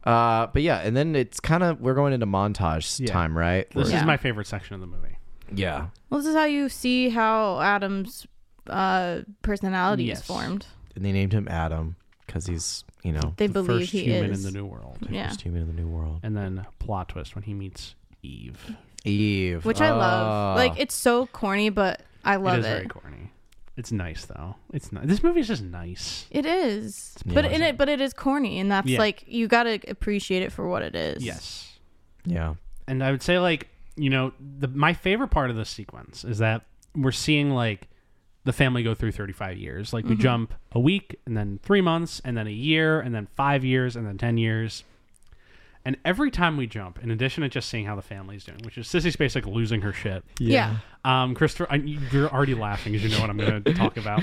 Speaker 3: Uh, but yeah, and then it's kind of we're going into montage
Speaker 1: Yeah.
Speaker 3: time, right?
Speaker 1: This
Speaker 2: Yeah.
Speaker 1: is my favorite section of the movie.
Speaker 3: yeah,
Speaker 2: Well, this is how you see how Adam's uh, personality
Speaker 1: Yes.
Speaker 2: is formed.
Speaker 3: and they named him Adam. because he's you know
Speaker 2: They
Speaker 1: the
Speaker 2: believe
Speaker 1: first
Speaker 2: he
Speaker 1: human
Speaker 2: is.
Speaker 1: in the new world.
Speaker 2: yeah.
Speaker 3: first human in the new world.
Speaker 1: And then plot twist when he meets Eve.
Speaker 3: Eve,
Speaker 2: Which I love. Like it's so corny, but I
Speaker 1: Ah.
Speaker 2: love
Speaker 1: it is
Speaker 2: it.
Speaker 1: very corny. It's nice though. It's ni- this movie is just nice.
Speaker 2: It is, but in it, but it is corny, and that's
Speaker 1: Yeah.
Speaker 2: like you gotta appreciate it for what it is.
Speaker 1: Yes.
Speaker 3: Oh. yeah,
Speaker 1: and I would say like you know the my favorite part of this sequence is that we're seeing like the family go through 35 years. Like we jump a week and then 3 months and then a year and then 5 years and then 10 years. And every time we jump, in addition to just seeing how the family's doing, which is Sissy Spacek losing her shit,
Speaker 2: Yeah.
Speaker 1: um, Christopher, I, you're already laughing because you know what I'm going to talk about.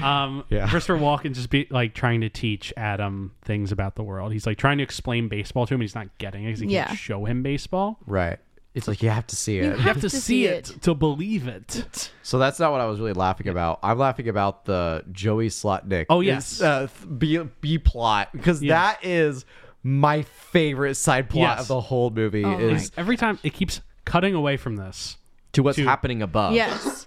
Speaker 1: Um,
Speaker 3: Yeah.
Speaker 1: Christopher Walken just be like trying to teach Adam things about the world. He's like trying to explain baseball to him. And he's not getting it because he
Speaker 2: Yeah.
Speaker 1: can't show him baseball.
Speaker 3: right. It's like you have to see it.
Speaker 1: You have to, see it, to believe it.
Speaker 3: So that's not what I was really laughing about. I'm laughing about the Joey Slotnick.
Speaker 1: Oh, yes.
Speaker 3: uh, th- B B plot because that is my favorite side plot
Speaker 1: Yes.
Speaker 3: of the whole movie
Speaker 2: Oh my
Speaker 3: is
Speaker 1: Every time it keeps cutting away from this.
Speaker 3: to what's
Speaker 1: to-
Speaker 3: happening above.
Speaker 2: Yes.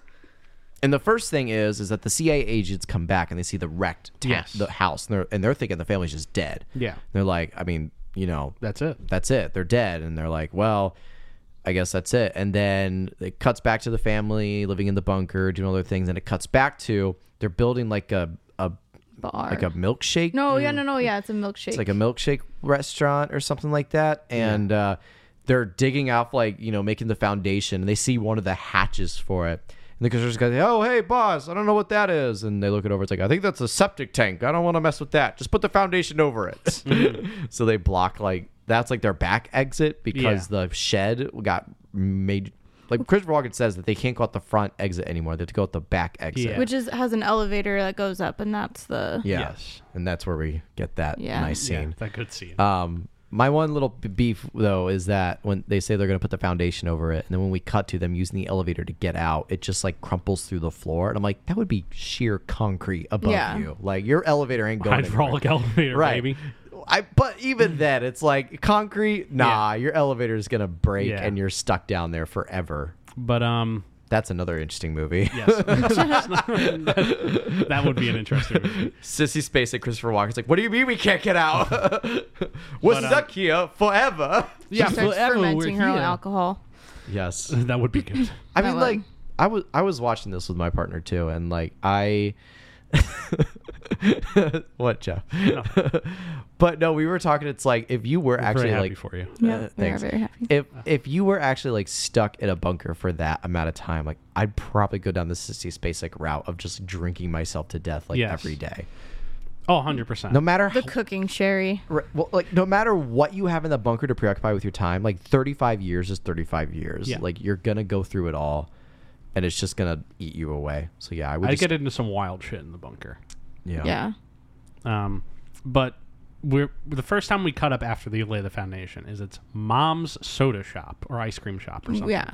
Speaker 3: And the first thing is is that the CIA agents come back and they see the wrecked ta-
Speaker 1: Yes.
Speaker 3: the house and they're and they're thinking the family's just dead.
Speaker 1: Yeah.
Speaker 3: They're like, I mean, you know,
Speaker 1: That's it.
Speaker 3: that's it. They're dead. And they're like, well, I guess that's it. And then it cuts back to the family living in the bunker, doing all their things. And it cuts back to they're building like a, a
Speaker 2: Bar.
Speaker 3: like a milkshake.
Speaker 2: no, yeah, no, no,
Speaker 1: mm.
Speaker 2: yeah. It's a milkshake.
Speaker 3: It's like a milkshake restaurant or something like that. And uh, they're digging off, like, you know, making the foundation. And they see one of the hatches for it. And the construction guy's like, oh, hey, boss, I don't know what that is. And they look it over. It's like, I think that's a septic tank. I don't want to mess with that. Just put the foundation over it. so they block, like, that's like their back exit because the shed got made. Like Christopher Walken says that they can't go out the front exit anymore. They have to go out the back exit.
Speaker 1: Yeah.
Speaker 2: which is has an elevator that goes up, and that's the
Speaker 3: Yeah.
Speaker 1: Yes.
Speaker 3: And that's where we get that
Speaker 2: Yeah.
Speaker 3: nice
Speaker 1: Yeah,
Speaker 3: scene.
Speaker 1: that good scene.
Speaker 3: Um, my one little b- beef though is that when they say they're going to put the foundation over it, and then when we cut to them using the elevator to get out, it just like crumples through the floor, and I'm like, that would be sheer concrete above
Speaker 2: Yeah.
Speaker 3: you. Like your elevator ain't going
Speaker 1: Hydraulic elevator,
Speaker 3: anywhere. right?
Speaker 1: baby.
Speaker 3: I but even
Speaker 1: Mm.
Speaker 3: then, it's like concrete. Nah, your elevator is going to break,
Speaker 1: Yeah.
Speaker 3: and you're stuck down there forever.
Speaker 1: But um,
Speaker 3: That's another interesting movie.
Speaker 1: yes, that would be an interesting. Movie.
Speaker 3: Sissy Space and Christopher Walken's like, what do you mean we can't get out? We're
Speaker 1: But, um,
Speaker 3: stuck here forever.
Speaker 1: Yeah,
Speaker 2: she starts
Speaker 1: forever we're
Speaker 2: fermenting her own
Speaker 1: here.
Speaker 2: alcohol.
Speaker 3: Yes.
Speaker 1: That would be good.
Speaker 3: I
Speaker 2: That
Speaker 3: mean,
Speaker 2: one.
Speaker 3: like I was I was watching this with my partner too, and like I, what Jeff? but no, we were talking. It's like if you were actually
Speaker 1: Very happy
Speaker 3: like, Uh,
Speaker 1: for you.
Speaker 2: Yeah, we are
Speaker 3: thanks.
Speaker 2: very happy.
Speaker 3: if if you were actually like stuck in a bunker for that amount of time, like I'd probably go down the sissy space like route of just drinking myself to death like
Speaker 1: Yes.
Speaker 3: every day,
Speaker 1: Oh, 100 percent.
Speaker 3: no matter
Speaker 2: The
Speaker 3: how,
Speaker 2: cooking sherry.
Speaker 3: Right. Well, like no matter what you have in the bunker to preoccupy with your time, like 35 years is 35 years.
Speaker 1: Yeah.
Speaker 3: Like you're gonna go through it all, and it's just gonna eat you away. So yeah, I would
Speaker 1: I
Speaker 3: just,
Speaker 1: get into some wild shit in the bunker.
Speaker 3: Yeah.
Speaker 2: Yeah.
Speaker 1: Um, but we're the first time we cut up after they lay the foundation is it's mom's soda shop or ice cream shop or something.
Speaker 2: Yeah.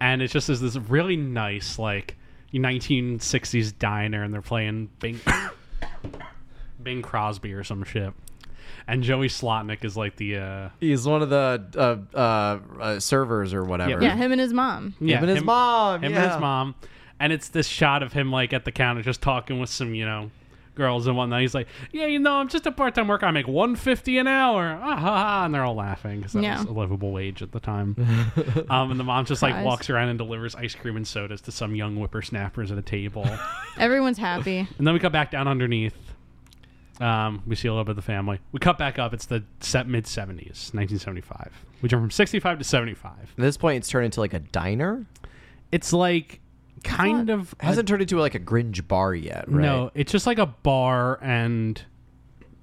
Speaker 1: and it's just is this really nice like 1960s diner and they're playing bing bing crosby or some shit and joey slotnick is like the uh
Speaker 3: He's one of the uh, uh, uh, servers or whatever.
Speaker 2: Yeah. Him and his mom.
Speaker 1: yeah,
Speaker 3: and his mom,
Speaker 1: him and
Speaker 3: yeah.
Speaker 1: his mom and it's this shot of him like at the counter just talking with some you know girls and whatnot he's like yeah you know i'm just a part-time worker i make 150 an hour ah, ha, ha. and they're all laughing because that
Speaker 2: Yeah.
Speaker 1: was a livable wage at the time um and the mom just like
Speaker 2: Surprise.
Speaker 1: walks around and delivers ice cream and sodas to some young whippersnappers at a table
Speaker 2: Everyone's happy.
Speaker 1: And then we cut back down underneath. Um, we see a little bit of the family. We cut back up. It's the set mid seventies, nineteen seventy five. We jump from sixty five to seventy five.
Speaker 3: At this point, it's turned into like a diner.
Speaker 1: It's like kind of
Speaker 3: It hasn't turned into like a Gringe bar yet, right?
Speaker 1: no. It's just like a bar and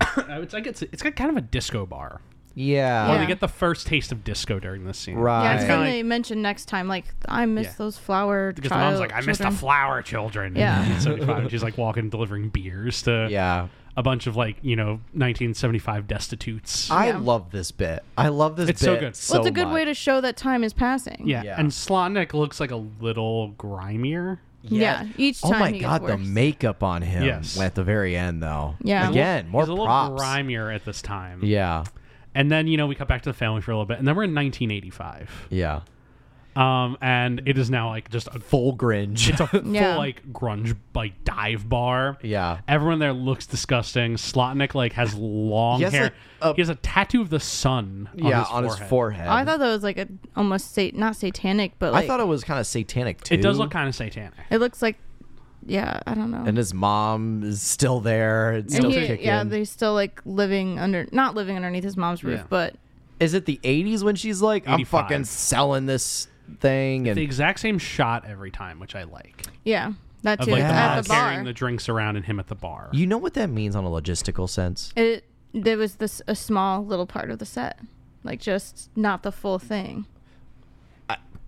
Speaker 1: I would like it's it's got kind of a disco bar.
Speaker 3: Yeah.
Speaker 1: We
Speaker 2: Yeah.
Speaker 1: get the first taste of disco during this scene.
Speaker 3: Right.
Speaker 2: Yeah, it's
Speaker 1: kinda
Speaker 2: something
Speaker 1: like-
Speaker 2: they mention next time. Like I miss
Speaker 1: Yeah.
Speaker 2: those flower.
Speaker 1: Because the mom's
Speaker 2: child-
Speaker 1: like, I missed the
Speaker 2: children."
Speaker 1: flower children. in
Speaker 2: Yeah.
Speaker 1: 1975. And she's like walking, and delivering beers to
Speaker 3: Yeah.
Speaker 1: a bunch of like, you know, 1975 destitutes.
Speaker 3: I
Speaker 2: Yeah.
Speaker 3: love this bit. I love this.
Speaker 1: It's
Speaker 3: bit
Speaker 1: so good. Well, it's
Speaker 2: Well, it's a good way
Speaker 3: much.
Speaker 2: to show that time is passing.
Speaker 1: Yeah.
Speaker 3: Yeah.
Speaker 1: and Slotnick looks like a little grimier.
Speaker 2: Yeah. Each time.
Speaker 3: Oh my
Speaker 2: he gets
Speaker 3: god, the
Speaker 2: worse.
Speaker 3: makeup on him
Speaker 1: Yes.
Speaker 3: at the very end though.
Speaker 2: Yeah.
Speaker 3: Again, more
Speaker 1: He's a little
Speaker 3: props.
Speaker 1: grimier at this time.
Speaker 3: Yeah.
Speaker 1: And then, you know, we cut back to the family for a little bit, and then we're in 1985.
Speaker 3: Yeah.
Speaker 1: Um, and it is now like just a
Speaker 3: Full gringe.
Speaker 1: it's a full
Speaker 2: Yeah.
Speaker 1: like grunge like dive bar.
Speaker 3: Yeah.
Speaker 1: Everyone there looks disgusting. Slotnick like has long
Speaker 3: He has,
Speaker 1: hair.
Speaker 3: like, a-
Speaker 1: he has a tattoo of the sun. On
Speaker 3: yeah,
Speaker 1: his
Speaker 3: on
Speaker 1: forehead.
Speaker 3: his forehead.
Speaker 2: I thought that was like a almost sat- not satanic, but like
Speaker 3: I thought it was kind of satanic too.
Speaker 1: It does look kind of satanic.
Speaker 2: it looks like yeah, I don't know.
Speaker 3: And his mom is still there. It's
Speaker 2: And
Speaker 3: still
Speaker 2: he-
Speaker 3: kicking.
Speaker 2: yeah, they're still like living under not living underneath his mom's roof,
Speaker 1: Yeah.
Speaker 2: but
Speaker 3: is it the 80s when she's like, I'm
Speaker 1: 85.
Speaker 3: fucking selling this thing? And
Speaker 1: The exact same shot every time, which I like.
Speaker 2: yeah, that
Speaker 1: Of
Speaker 2: too
Speaker 1: like the
Speaker 2: at
Speaker 1: mom
Speaker 2: the
Speaker 1: carrying
Speaker 2: bar.
Speaker 1: the drinks around and him at the bar.
Speaker 3: you know what that means on a logistical sense?
Speaker 2: it there was this a small little part of the set, like just not the full thing.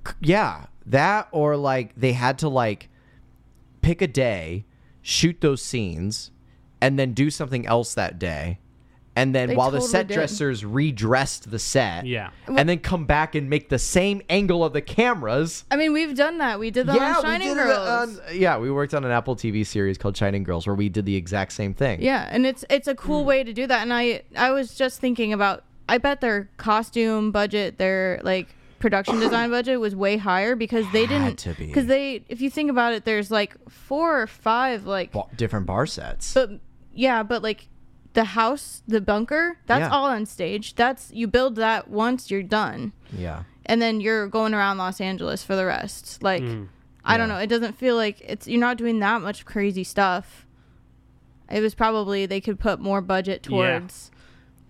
Speaker 3: C- Yeah. That or like they had to like pick a day, shoot those scenes, and then do something else that day. And then
Speaker 2: They
Speaker 3: while the
Speaker 2: totally
Speaker 3: set
Speaker 2: did.
Speaker 3: dressers redressed the set.
Speaker 1: Yeah.
Speaker 3: And then come back and make the same angle of the cameras.
Speaker 2: I mean, we've done that. We did that on Shining
Speaker 3: we did it
Speaker 2: Girls.
Speaker 3: on- yeah, we worked on an Apple TV series called Shining Girls where we did the exact same thing.
Speaker 2: Yeah, and it's it's a
Speaker 3: Hmm.
Speaker 2: cool way to do that. And I I was just thinking about I bet their costume budget, their like production design budget was way higher because they
Speaker 3: Had
Speaker 2: didn't
Speaker 3: to be.
Speaker 2: because they if you think about it, there's like four or five like
Speaker 3: Ba- different bar sets.
Speaker 2: but yeah, but like the house, the bunker, that's
Speaker 3: Yeah.
Speaker 2: all on stage. That's you build that once you're done,
Speaker 3: yeah.
Speaker 2: and then you're going around Los Angeles for the rest. Like I don't know, it doesn't feel like it's you're not doing that much crazy stuff. It was probably they could put more budget towards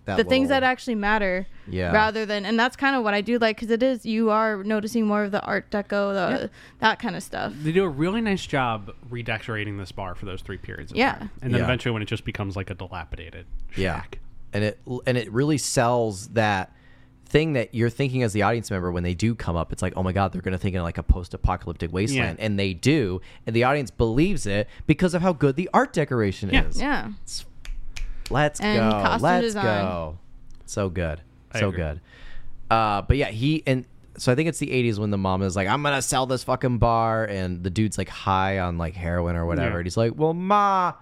Speaker 3: That
Speaker 2: the things that
Speaker 3: little-
Speaker 2: actually matter
Speaker 3: Yeah.
Speaker 2: rather than and that's kind of what i do like because it is you are noticing more of the art deco the that kind of stuff
Speaker 1: They do a really nice job redecorating this bar for those three periods. Of
Speaker 2: Yeah.
Speaker 1: time. And then
Speaker 3: Yeah.
Speaker 1: eventually when it just becomes like a dilapidated
Speaker 3: yeah.
Speaker 1: shack.
Speaker 3: And it and it really sells that thing that you're thinking as the audience member when they do come up. It's like, oh my god, they're gonna think in like a post-apocalyptic wasteland,
Speaker 1: Yeah.
Speaker 3: and they do, and the audience believes it because of how good the art decoration
Speaker 1: Yeah.
Speaker 3: is.
Speaker 2: yeah
Speaker 3: Let's
Speaker 2: And
Speaker 3: go.
Speaker 2: costume
Speaker 3: Let's
Speaker 2: design.
Speaker 3: go. So good.
Speaker 1: I
Speaker 3: so
Speaker 1: agree.
Speaker 3: good. Uh, but yeah, he and so I think it's the 80s when the mom is like, I'm gonna sell this fucking bar, and the dude's like high on like heroin or whatever,
Speaker 1: Yeah.
Speaker 3: and he's like, Well, ma,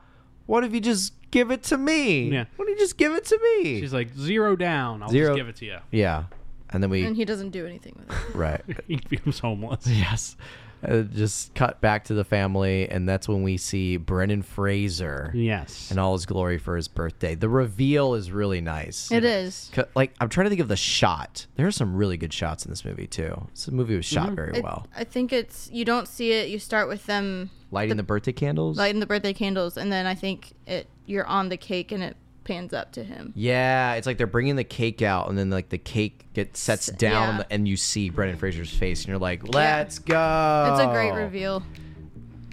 Speaker 3: what if you just give it to me?
Speaker 1: Yeah.
Speaker 3: What if you just give it to me?
Speaker 1: She's like, zero down. I'll
Speaker 3: Zero-
Speaker 1: just give it to you.
Speaker 3: yeah. And then we
Speaker 2: and he doesn't do anything with it
Speaker 3: right.
Speaker 1: He becomes homeless.
Speaker 3: yes. Uh, just cut back to the family, and that's when we see Brennan Fraser
Speaker 1: Yes.
Speaker 3: in all his glory for his birthday. The reveal is really nice.
Speaker 2: it is
Speaker 3: 'Cause, like I'm trying to think of the shot. There are some really good shots in this movie too. This movie was shot very
Speaker 2: It-
Speaker 3: Oh, well.
Speaker 2: i think it's you don't see it you start with them
Speaker 3: Lighting the, birthday candles.
Speaker 2: lighting the birthday candles and then i think it you're on the cake and it pans up to him
Speaker 3: yeah, it's like they're bringing the cake out, and then like the cake gets sets down,
Speaker 2: yeah.
Speaker 3: and you see Brendan Fraser's face, and you're like, "Let's go!"
Speaker 2: it's a great reveal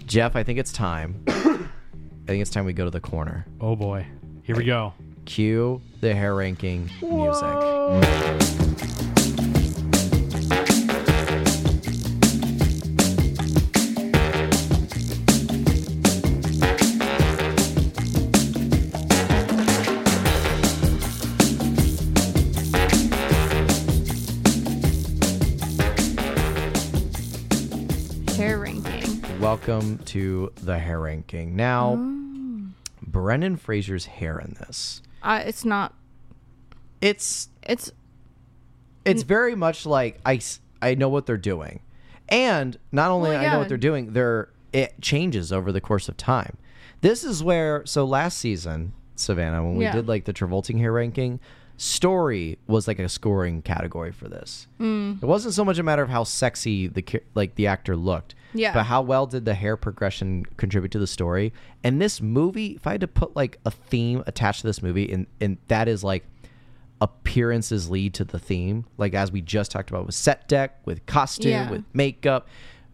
Speaker 3: Jeff, I think it's time. I think it's time we go to the corner.
Speaker 1: Oh boy. Here we go.
Speaker 3: Cue the hair ranking music.
Speaker 2: hair ranking
Speaker 3: Welcome to the hair ranking. Now, Brendan Fraser's hair in this.
Speaker 2: I, it's not
Speaker 3: It's
Speaker 2: it's
Speaker 3: it's
Speaker 2: Mm.
Speaker 3: very much like I, s- I know what they're doing and not only
Speaker 2: Well,
Speaker 3: i know
Speaker 2: yeah.
Speaker 3: what they're doing they're it changes over the course of time this is where so last season savannah when we
Speaker 2: Yeah.
Speaker 3: did like the travolting hair ranking story was like a scoring category for this
Speaker 2: Mm.
Speaker 3: it wasn't so much a matter of how sexy the ca- like the actor looked
Speaker 2: Yeah.
Speaker 3: but how well did the hair progression contribute to the story and this movie if i had to put like a theme attached to this movie and and that is like appearances lead to the theme. Like as we just talked about with set deck, with costume,
Speaker 2: Yeah.
Speaker 3: with makeup,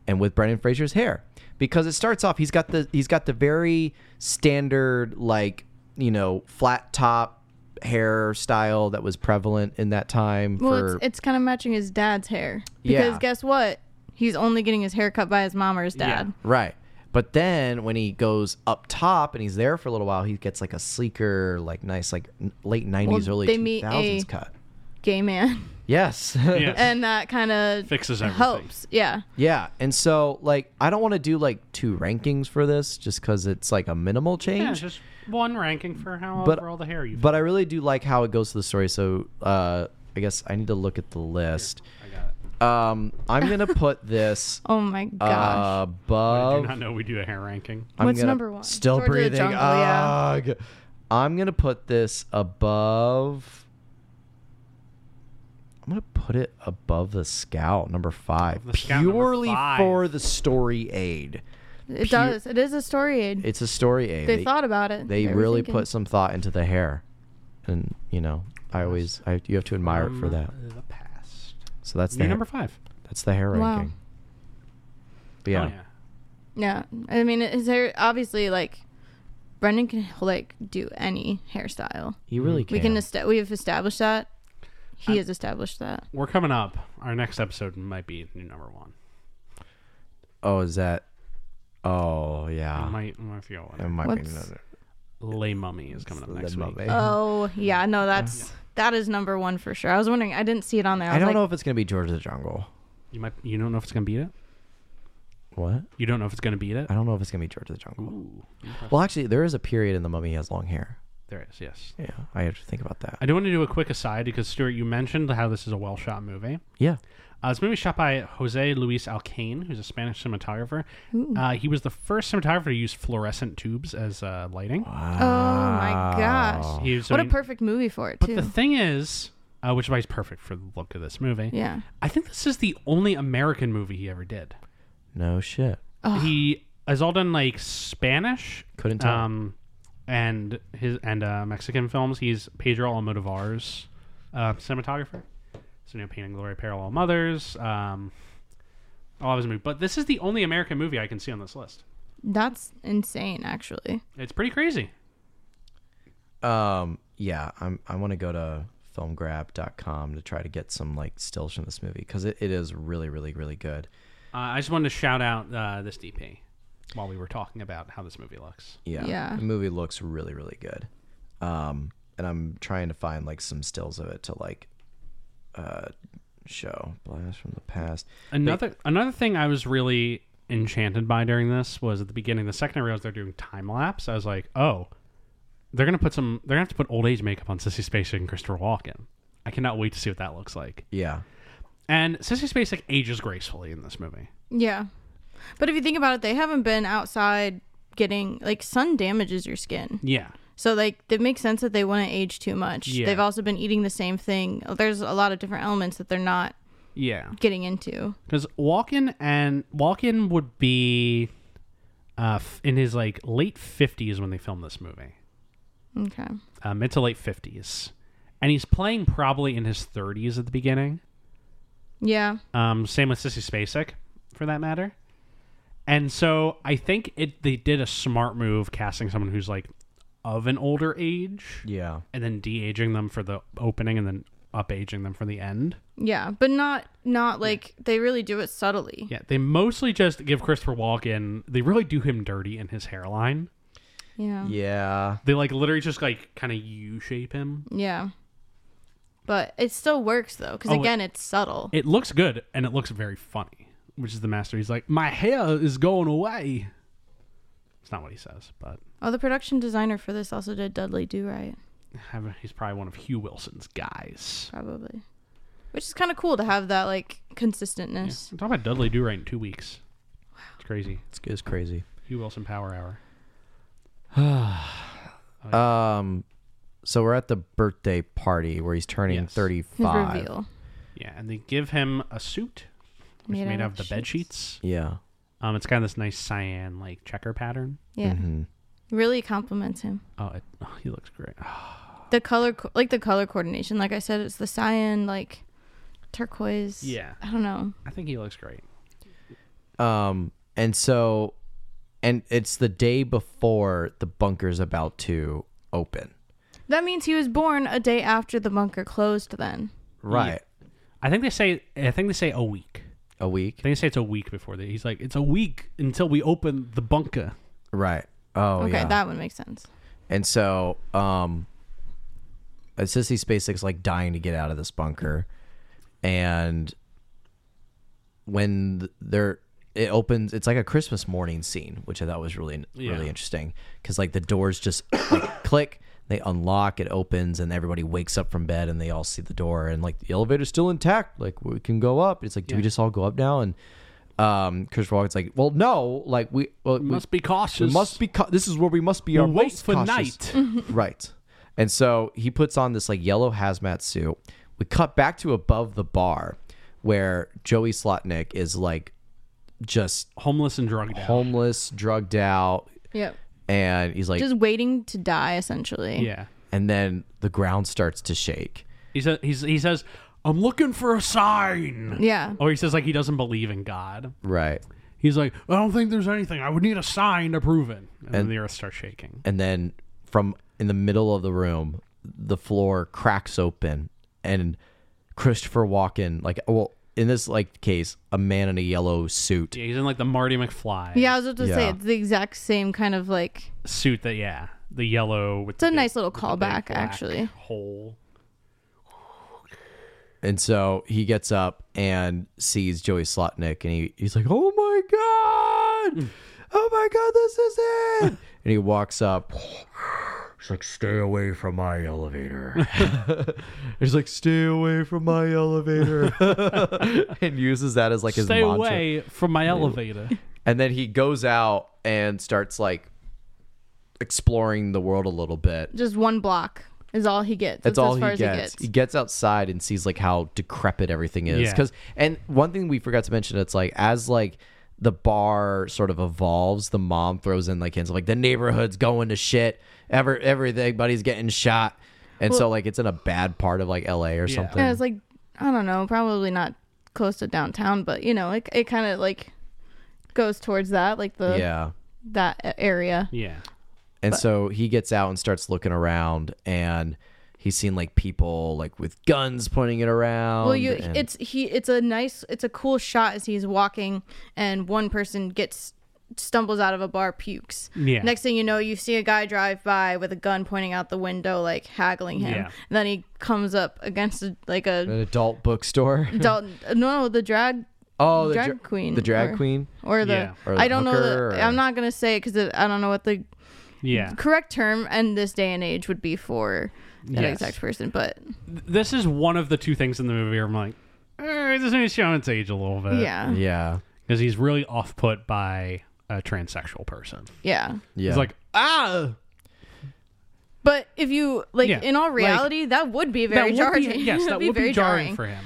Speaker 3: and with Brendan Fraser's hair. Because it starts off, he's got the he's got the very standard like you know flat top hairstyle that was prevalent in that time
Speaker 2: Well,
Speaker 3: for
Speaker 2: it's, it's kind of matching his dad's hair.
Speaker 3: Yeah.
Speaker 2: Because guess what? He's only getting his hair cut by his mom or his dad.
Speaker 3: right. But then when he goes up top and he's there for a little while, he gets like a sleeker, like nice, like n- late nineties, early
Speaker 2: they
Speaker 3: two
Speaker 2: meet
Speaker 3: thousands
Speaker 2: a-
Speaker 3: cut.
Speaker 2: Gay man.
Speaker 3: Yes.
Speaker 1: Yeah.
Speaker 2: and that kind of
Speaker 1: Fixes everything.
Speaker 2: Helps. Yeah.
Speaker 3: Yeah, and so like I don't want to do like two rankings for this just because it's like a minimal
Speaker 1: Yeah,
Speaker 3: change.
Speaker 1: just one ranking for how
Speaker 3: But-
Speaker 1: over all the hair you
Speaker 3: but I really do like how it goes to the story. So uh, I guess I need to look at the list.
Speaker 1: I got it.
Speaker 3: Um, I'm gonna put this
Speaker 2: Oh my gosh.
Speaker 3: uh,
Speaker 1: I do
Speaker 3: above.
Speaker 1: not know we do a hair ranking.
Speaker 3: I'm
Speaker 2: What's
Speaker 3: gonna-
Speaker 2: number one?
Speaker 3: Still
Speaker 2: Georgia the
Speaker 3: breathing.
Speaker 2: Jungle, yeah.
Speaker 3: Ugh. I'm gonna put this above. I'm gonna put it above the Scout number five,
Speaker 1: The Scout number
Speaker 3: purely
Speaker 1: five.
Speaker 3: for the story aid.
Speaker 2: it does. It is a story aid.
Speaker 3: It's a story aid.
Speaker 2: they, thought about it.
Speaker 3: They
Speaker 2: were
Speaker 3: really
Speaker 2: thinking.
Speaker 3: put some thought into the hair, and you know, I always I, you have to admire it for
Speaker 1: From
Speaker 3: that.
Speaker 1: Um, The past.
Speaker 3: So that's the
Speaker 1: You're
Speaker 3: hair-
Speaker 1: number five.
Speaker 3: that's the hair
Speaker 2: Wow.
Speaker 3: ranking. But
Speaker 1: Oh,
Speaker 3: yeah,
Speaker 1: yeah.
Speaker 2: Yeah, I mean, his hair obviously like Brendan can like do any hairstyle.
Speaker 3: you really can.
Speaker 2: We can est- we have established that. He
Speaker 1: I'm-
Speaker 2: has established that.
Speaker 1: We're coming up. Our next episode might be new number one.
Speaker 3: oh, is that? Oh yeah.
Speaker 1: I might, I might feel
Speaker 3: It
Speaker 1: it.
Speaker 3: might be
Speaker 2: What's-
Speaker 3: another.
Speaker 1: Lay Mummy is coming up
Speaker 3: Le
Speaker 1: next week.
Speaker 3: Um, Mummy.
Speaker 2: Oh yeah, no, that's that is number one for sure. I was wondering, I didn't see it on there. I,
Speaker 3: I
Speaker 2: was
Speaker 3: don't
Speaker 2: like,
Speaker 3: know if it's gonna be George of the Jungle.
Speaker 1: You might. You don't know if it's gonna beat it.
Speaker 3: What?
Speaker 1: You don't know if it's gonna beat it.
Speaker 3: I don't know if it's gonna be George of the Jungle.
Speaker 1: Ooh, impressive.
Speaker 3: Well, actually, there is a period in the Mummy he has long hair.
Speaker 1: there is. Yes.
Speaker 3: Yeah, I have to think about that.
Speaker 1: I do want to do a quick aside because Stuart, you mentioned how this is a well shot movie.
Speaker 3: Yeah.
Speaker 1: Uh, this movie shot by Jose Luis Alcaine, who's a Spanish cinematographer. Uh, he was the first cinematographer to use fluorescent tubes as uh, lighting.
Speaker 2: Oh my gosh,
Speaker 1: He was-
Speaker 2: what
Speaker 1: I
Speaker 2: a
Speaker 1: mean-
Speaker 2: perfect movie for it
Speaker 1: But
Speaker 2: too.
Speaker 1: the thing is, uh, which is why he's perfect for the look of this movie.
Speaker 2: yeah,
Speaker 1: I think this is the only American movie he ever did.
Speaker 3: No shit.
Speaker 1: He has all done like Spanish,
Speaker 3: Couldn't tell.
Speaker 1: um, and his and uh, Mexican films. He's Pedro Almodovar's uh, cinematographer. So you know, Pain and Glory, Parallel Mothers, um, all of his movies. But this is the only American movie I can see on this list.
Speaker 2: that's insane. Actually,
Speaker 1: It's pretty crazy.
Speaker 3: Um, yeah, I'm. I want to go to filmgrab.com to try to get some like stills from this movie because it, it is really, really, really good.
Speaker 1: Uh, I just wanted to shout out uh, this DP while we were talking about how this movie looks.
Speaker 3: Yeah,
Speaker 2: Yeah.
Speaker 3: the movie looks really, really good. Um, and I'm trying to find like some stills of it to like, uh, show blast from the past.
Speaker 1: Another another thing I was really enchanted by during this was at the beginning. The second I realized they're doing time lapse, I was like, oh, they're gonna put some. They're gonna have to put old age makeup on Sissy Spacek and Christopher Walken. I cannot wait to see what that looks like.
Speaker 3: Yeah,
Speaker 1: And Sissy Spacek ages gracefully in this movie.
Speaker 2: yeah, but if you think about it, they haven't been outside getting like sun damages your skin.
Speaker 1: Yeah,
Speaker 2: So like it makes sense that they wouldn't age too much.
Speaker 1: Yeah.
Speaker 2: They've also been eating the same thing. There's a lot of different elements that they're not
Speaker 1: yeah.
Speaker 2: getting into.
Speaker 1: Because Walken and Walken would be uh, f- in his like late fifties when they filmed this movie.
Speaker 2: Okay.
Speaker 1: uh, mid to late 50s. And he's playing probably in his 30s at the beginning.
Speaker 2: Yeah.
Speaker 1: Um, same with Sissy Spacek, for that matter. And so I think it they did a smart move casting someone who's like of an older age
Speaker 3: yeah.
Speaker 1: and then de aging them for the opening and then up aging them for the end.
Speaker 2: Yeah, but not not like they really do it subtly.
Speaker 1: Yeah, they mostly just give Christopher Walken, they really do him dirty in his hairline.
Speaker 2: Yeah. Yeah.
Speaker 3: Yeah.
Speaker 1: They like literally just like kind of U shape him.
Speaker 2: But it still works though cuz
Speaker 1: Oh, it-
Speaker 2: again it's subtle.
Speaker 1: It looks good and it looks very funny, which is the master. He's like, my hair is going away. It's not what he says, but
Speaker 2: oh, the production designer for this also did Dudley Do Right,
Speaker 1: have- he's probably one of Hugh Wilson's guys.
Speaker 2: probably. Which is kind of cool to have that like
Speaker 1: Yeah.
Speaker 2: consistentness.
Speaker 1: I'm talking about Dudley Do Right in two weeks. It's crazy.
Speaker 3: It's, it's crazy.
Speaker 1: Hugh Wilson Power Hour.
Speaker 3: Um, so we're at the birthday party where he's turning
Speaker 1: Yes.
Speaker 2: His
Speaker 3: 35.
Speaker 2: reveal.
Speaker 1: Yeah, and they give him a suit, which is
Speaker 2: Made
Speaker 1: made
Speaker 2: out
Speaker 1: out of
Speaker 2: of
Speaker 1: the bed
Speaker 2: sheets.
Speaker 1: sheets.
Speaker 3: Yeah.
Speaker 1: Um, it's got this nice cyan like checker pattern.
Speaker 2: Yeah.
Speaker 1: Mm-hmm.
Speaker 2: Really compliments him.
Speaker 1: Oh, it, oh he looks great.
Speaker 2: the color co- like the color coordination like i said it's the cyan like turquoise
Speaker 1: Yeah.
Speaker 2: i don't know
Speaker 1: I think he looks great.
Speaker 3: Um, and so, and it's the day before the bunker's about to open.
Speaker 2: that means he was born a day after the bunker closed then
Speaker 3: Right.
Speaker 1: I think they say. I think they say a week.
Speaker 3: A week.
Speaker 1: I think they say it's a week before that. He's like, it's a week until we open the bunker.
Speaker 3: Right. Oh,
Speaker 2: okay
Speaker 3: yeah.
Speaker 2: that would make sense
Speaker 3: and so, um, uh, Sissy SpaceX like dying to get out of this bunker, and when th- they're it opens, it's like a Christmas morning scene, which I thought was really really interesting because like the doors just like, click, They unlock, it opens, and everybody wakes up from bed and they all see the door and like the elevator's still intact. Like we can go up. It's like, do we
Speaker 1: Yeah.
Speaker 3: just all go up now? And um, Chris Walken's like, well, no, like we well, we-
Speaker 1: Must be
Speaker 3: we
Speaker 1: cautious.
Speaker 3: must be. cau- this is where we must be.
Speaker 1: We'll
Speaker 3: our
Speaker 1: wait
Speaker 3: most
Speaker 1: for
Speaker 3: cautious.
Speaker 1: night.
Speaker 3: right. And so he puts on this like yellow hazmat suit. We cut back to above the bar, where Joey Slotnick is like just
Speaker 1: homeless and drugged out.
Speaker 3: homeless, drugged out,
Speaker 2: Yep.
Speaker 3: and he's like,
Speaker 2: Just waiting to die, essentially.
Speaker 1: Yeah.
Speaker 3: and then the ground starts to shake.
Speaker 1: He says he's, he says I'm looking for a sign.
Speaker 2: Yeah.
Speaker 1: Or he says like he doesn't believe in God.
Speaker 3: Right.
Speaker 1: He's like, I don't think there's anything. I would need a sign to prove it. And, then the earth starts shaking.
Speaker 3: And then from in the middle of the room, the floor cracks open, and Christopher Walken, like, well, in this like case, a man in a yellow suit.
Speaker 1: Yeah, he's in like the Marty McFly
Speaker 2: Yeah, I was about to say
Speaker 3: Yeah.
Speaker 2: it's the exact same kind of like
Speaker 1: suit that yeah, the yellow with
Speaker 2: it's a nice little callback actually.
Speaker 1: hole.
Speaker 3: And so he gets up and sees Joey Slotnick, and he, he's like, "Oh my god, oh my god, this is it!" and he walks up.
Speaker 4: It's like, stay away from my elevator.
Speaker 3: He's like, "Stay away from my elevator," and uses that as like his
Speaker 1: Stay
Speaker 3: mantra.
Speaker 1: away from my elevator.
Speaker 3: And then he goes out and starts like exploring the world a little bit.
Speaker 2: Just one block is all he gets.
Speaker 3: That's
Speaker 2: as
Speaker 3: all
Speaker 2: far
Speaker 3: he
Speaker 2: as
Speaker 3: gets.
Speaker 2: he
Speaker 3: He
Speaker 2: gets.
Speaker 3: gets outside and sees like how decrepit everything is.
Speaker 1: Yeah.
Speaker 3: Because and one thing we forgot to mention, it's like as like the bar sort of evolves, the mom throws in like hints like the neighborhood's going to shit. Ever everything, buddy's getting shot, and so like it's in a bad part of like L.A. or something.
Speaker 2: Yeah, it's like I don't know, probably not close to downtown, but you know, it it kind of like goes towards that, like the
Speaker 3: yeah.
Speaker 2: that a- area.
Speaker 1: Yeah.
Speaker 3: And so he gets out and starts looking around, and he's seen like people like with guns pointing it around.
Speaker 2: Well, you
Speaker 3: and-
Speaker 2: it's he it's a nice it's a cool shot as he's walking and one person gets stumbles out of a bar pukes.
Speaker 1: Yeah.
Speaker 2: Next thing you know, you see a guy drive by with a gun pointing out the window like haggling him.
Speaker 1: Yeah.
Speaker 2: And then he comes up against a, like
Speaker 3: an
Speaker 2: a
Speaker 3: adult bookstore.
Speaker 1: Hmm.
Speaker 2: adult no, the drag
Speaker 3: oh, the
Speaker 2: drag
Speaker 3: dra-
Speaker 2: queen
Speaker 3: the drag
Speaker 2: or-
Speaker 3: queen.
Speaker 2: or the
Speaker 1: Yeah.
Speaker 3: Or
Speaker 2: I don't know
Speaker 3: hooker
Speaker 2: the,
Speaker 3: or-
Speaker 2: I'm not going to say it cuz I don't know what the
Speaker 1: Yeah.
Speaker 2: correct term and this day and age would be for that
Speaker 1: Yes.
Speaker 2: exact person, but
Speaker 1: This is one of the two things in the movie where I'm like, eh, this movie's showing its age a little bit.
Speaker 2: yeah.
Speaker 3: Yeah.
Speaker 1: Because he's really off put by a transsexual person.
Speaker 2: Yeah.
Speaker 3: Yeah.
Speaker 1: He's like, ah,
Speaker 2: But if you like,
Speaker 1: Yeah,
Speaker 2: in all
Speaker 1: like-
Speaker 2: reality, that would be very
Speaker 1: that
Speaker 2: jarring.
Speaker 1: Would be, yes,
Speaker 2: It'd
Speaker 1: that would be jarring for him.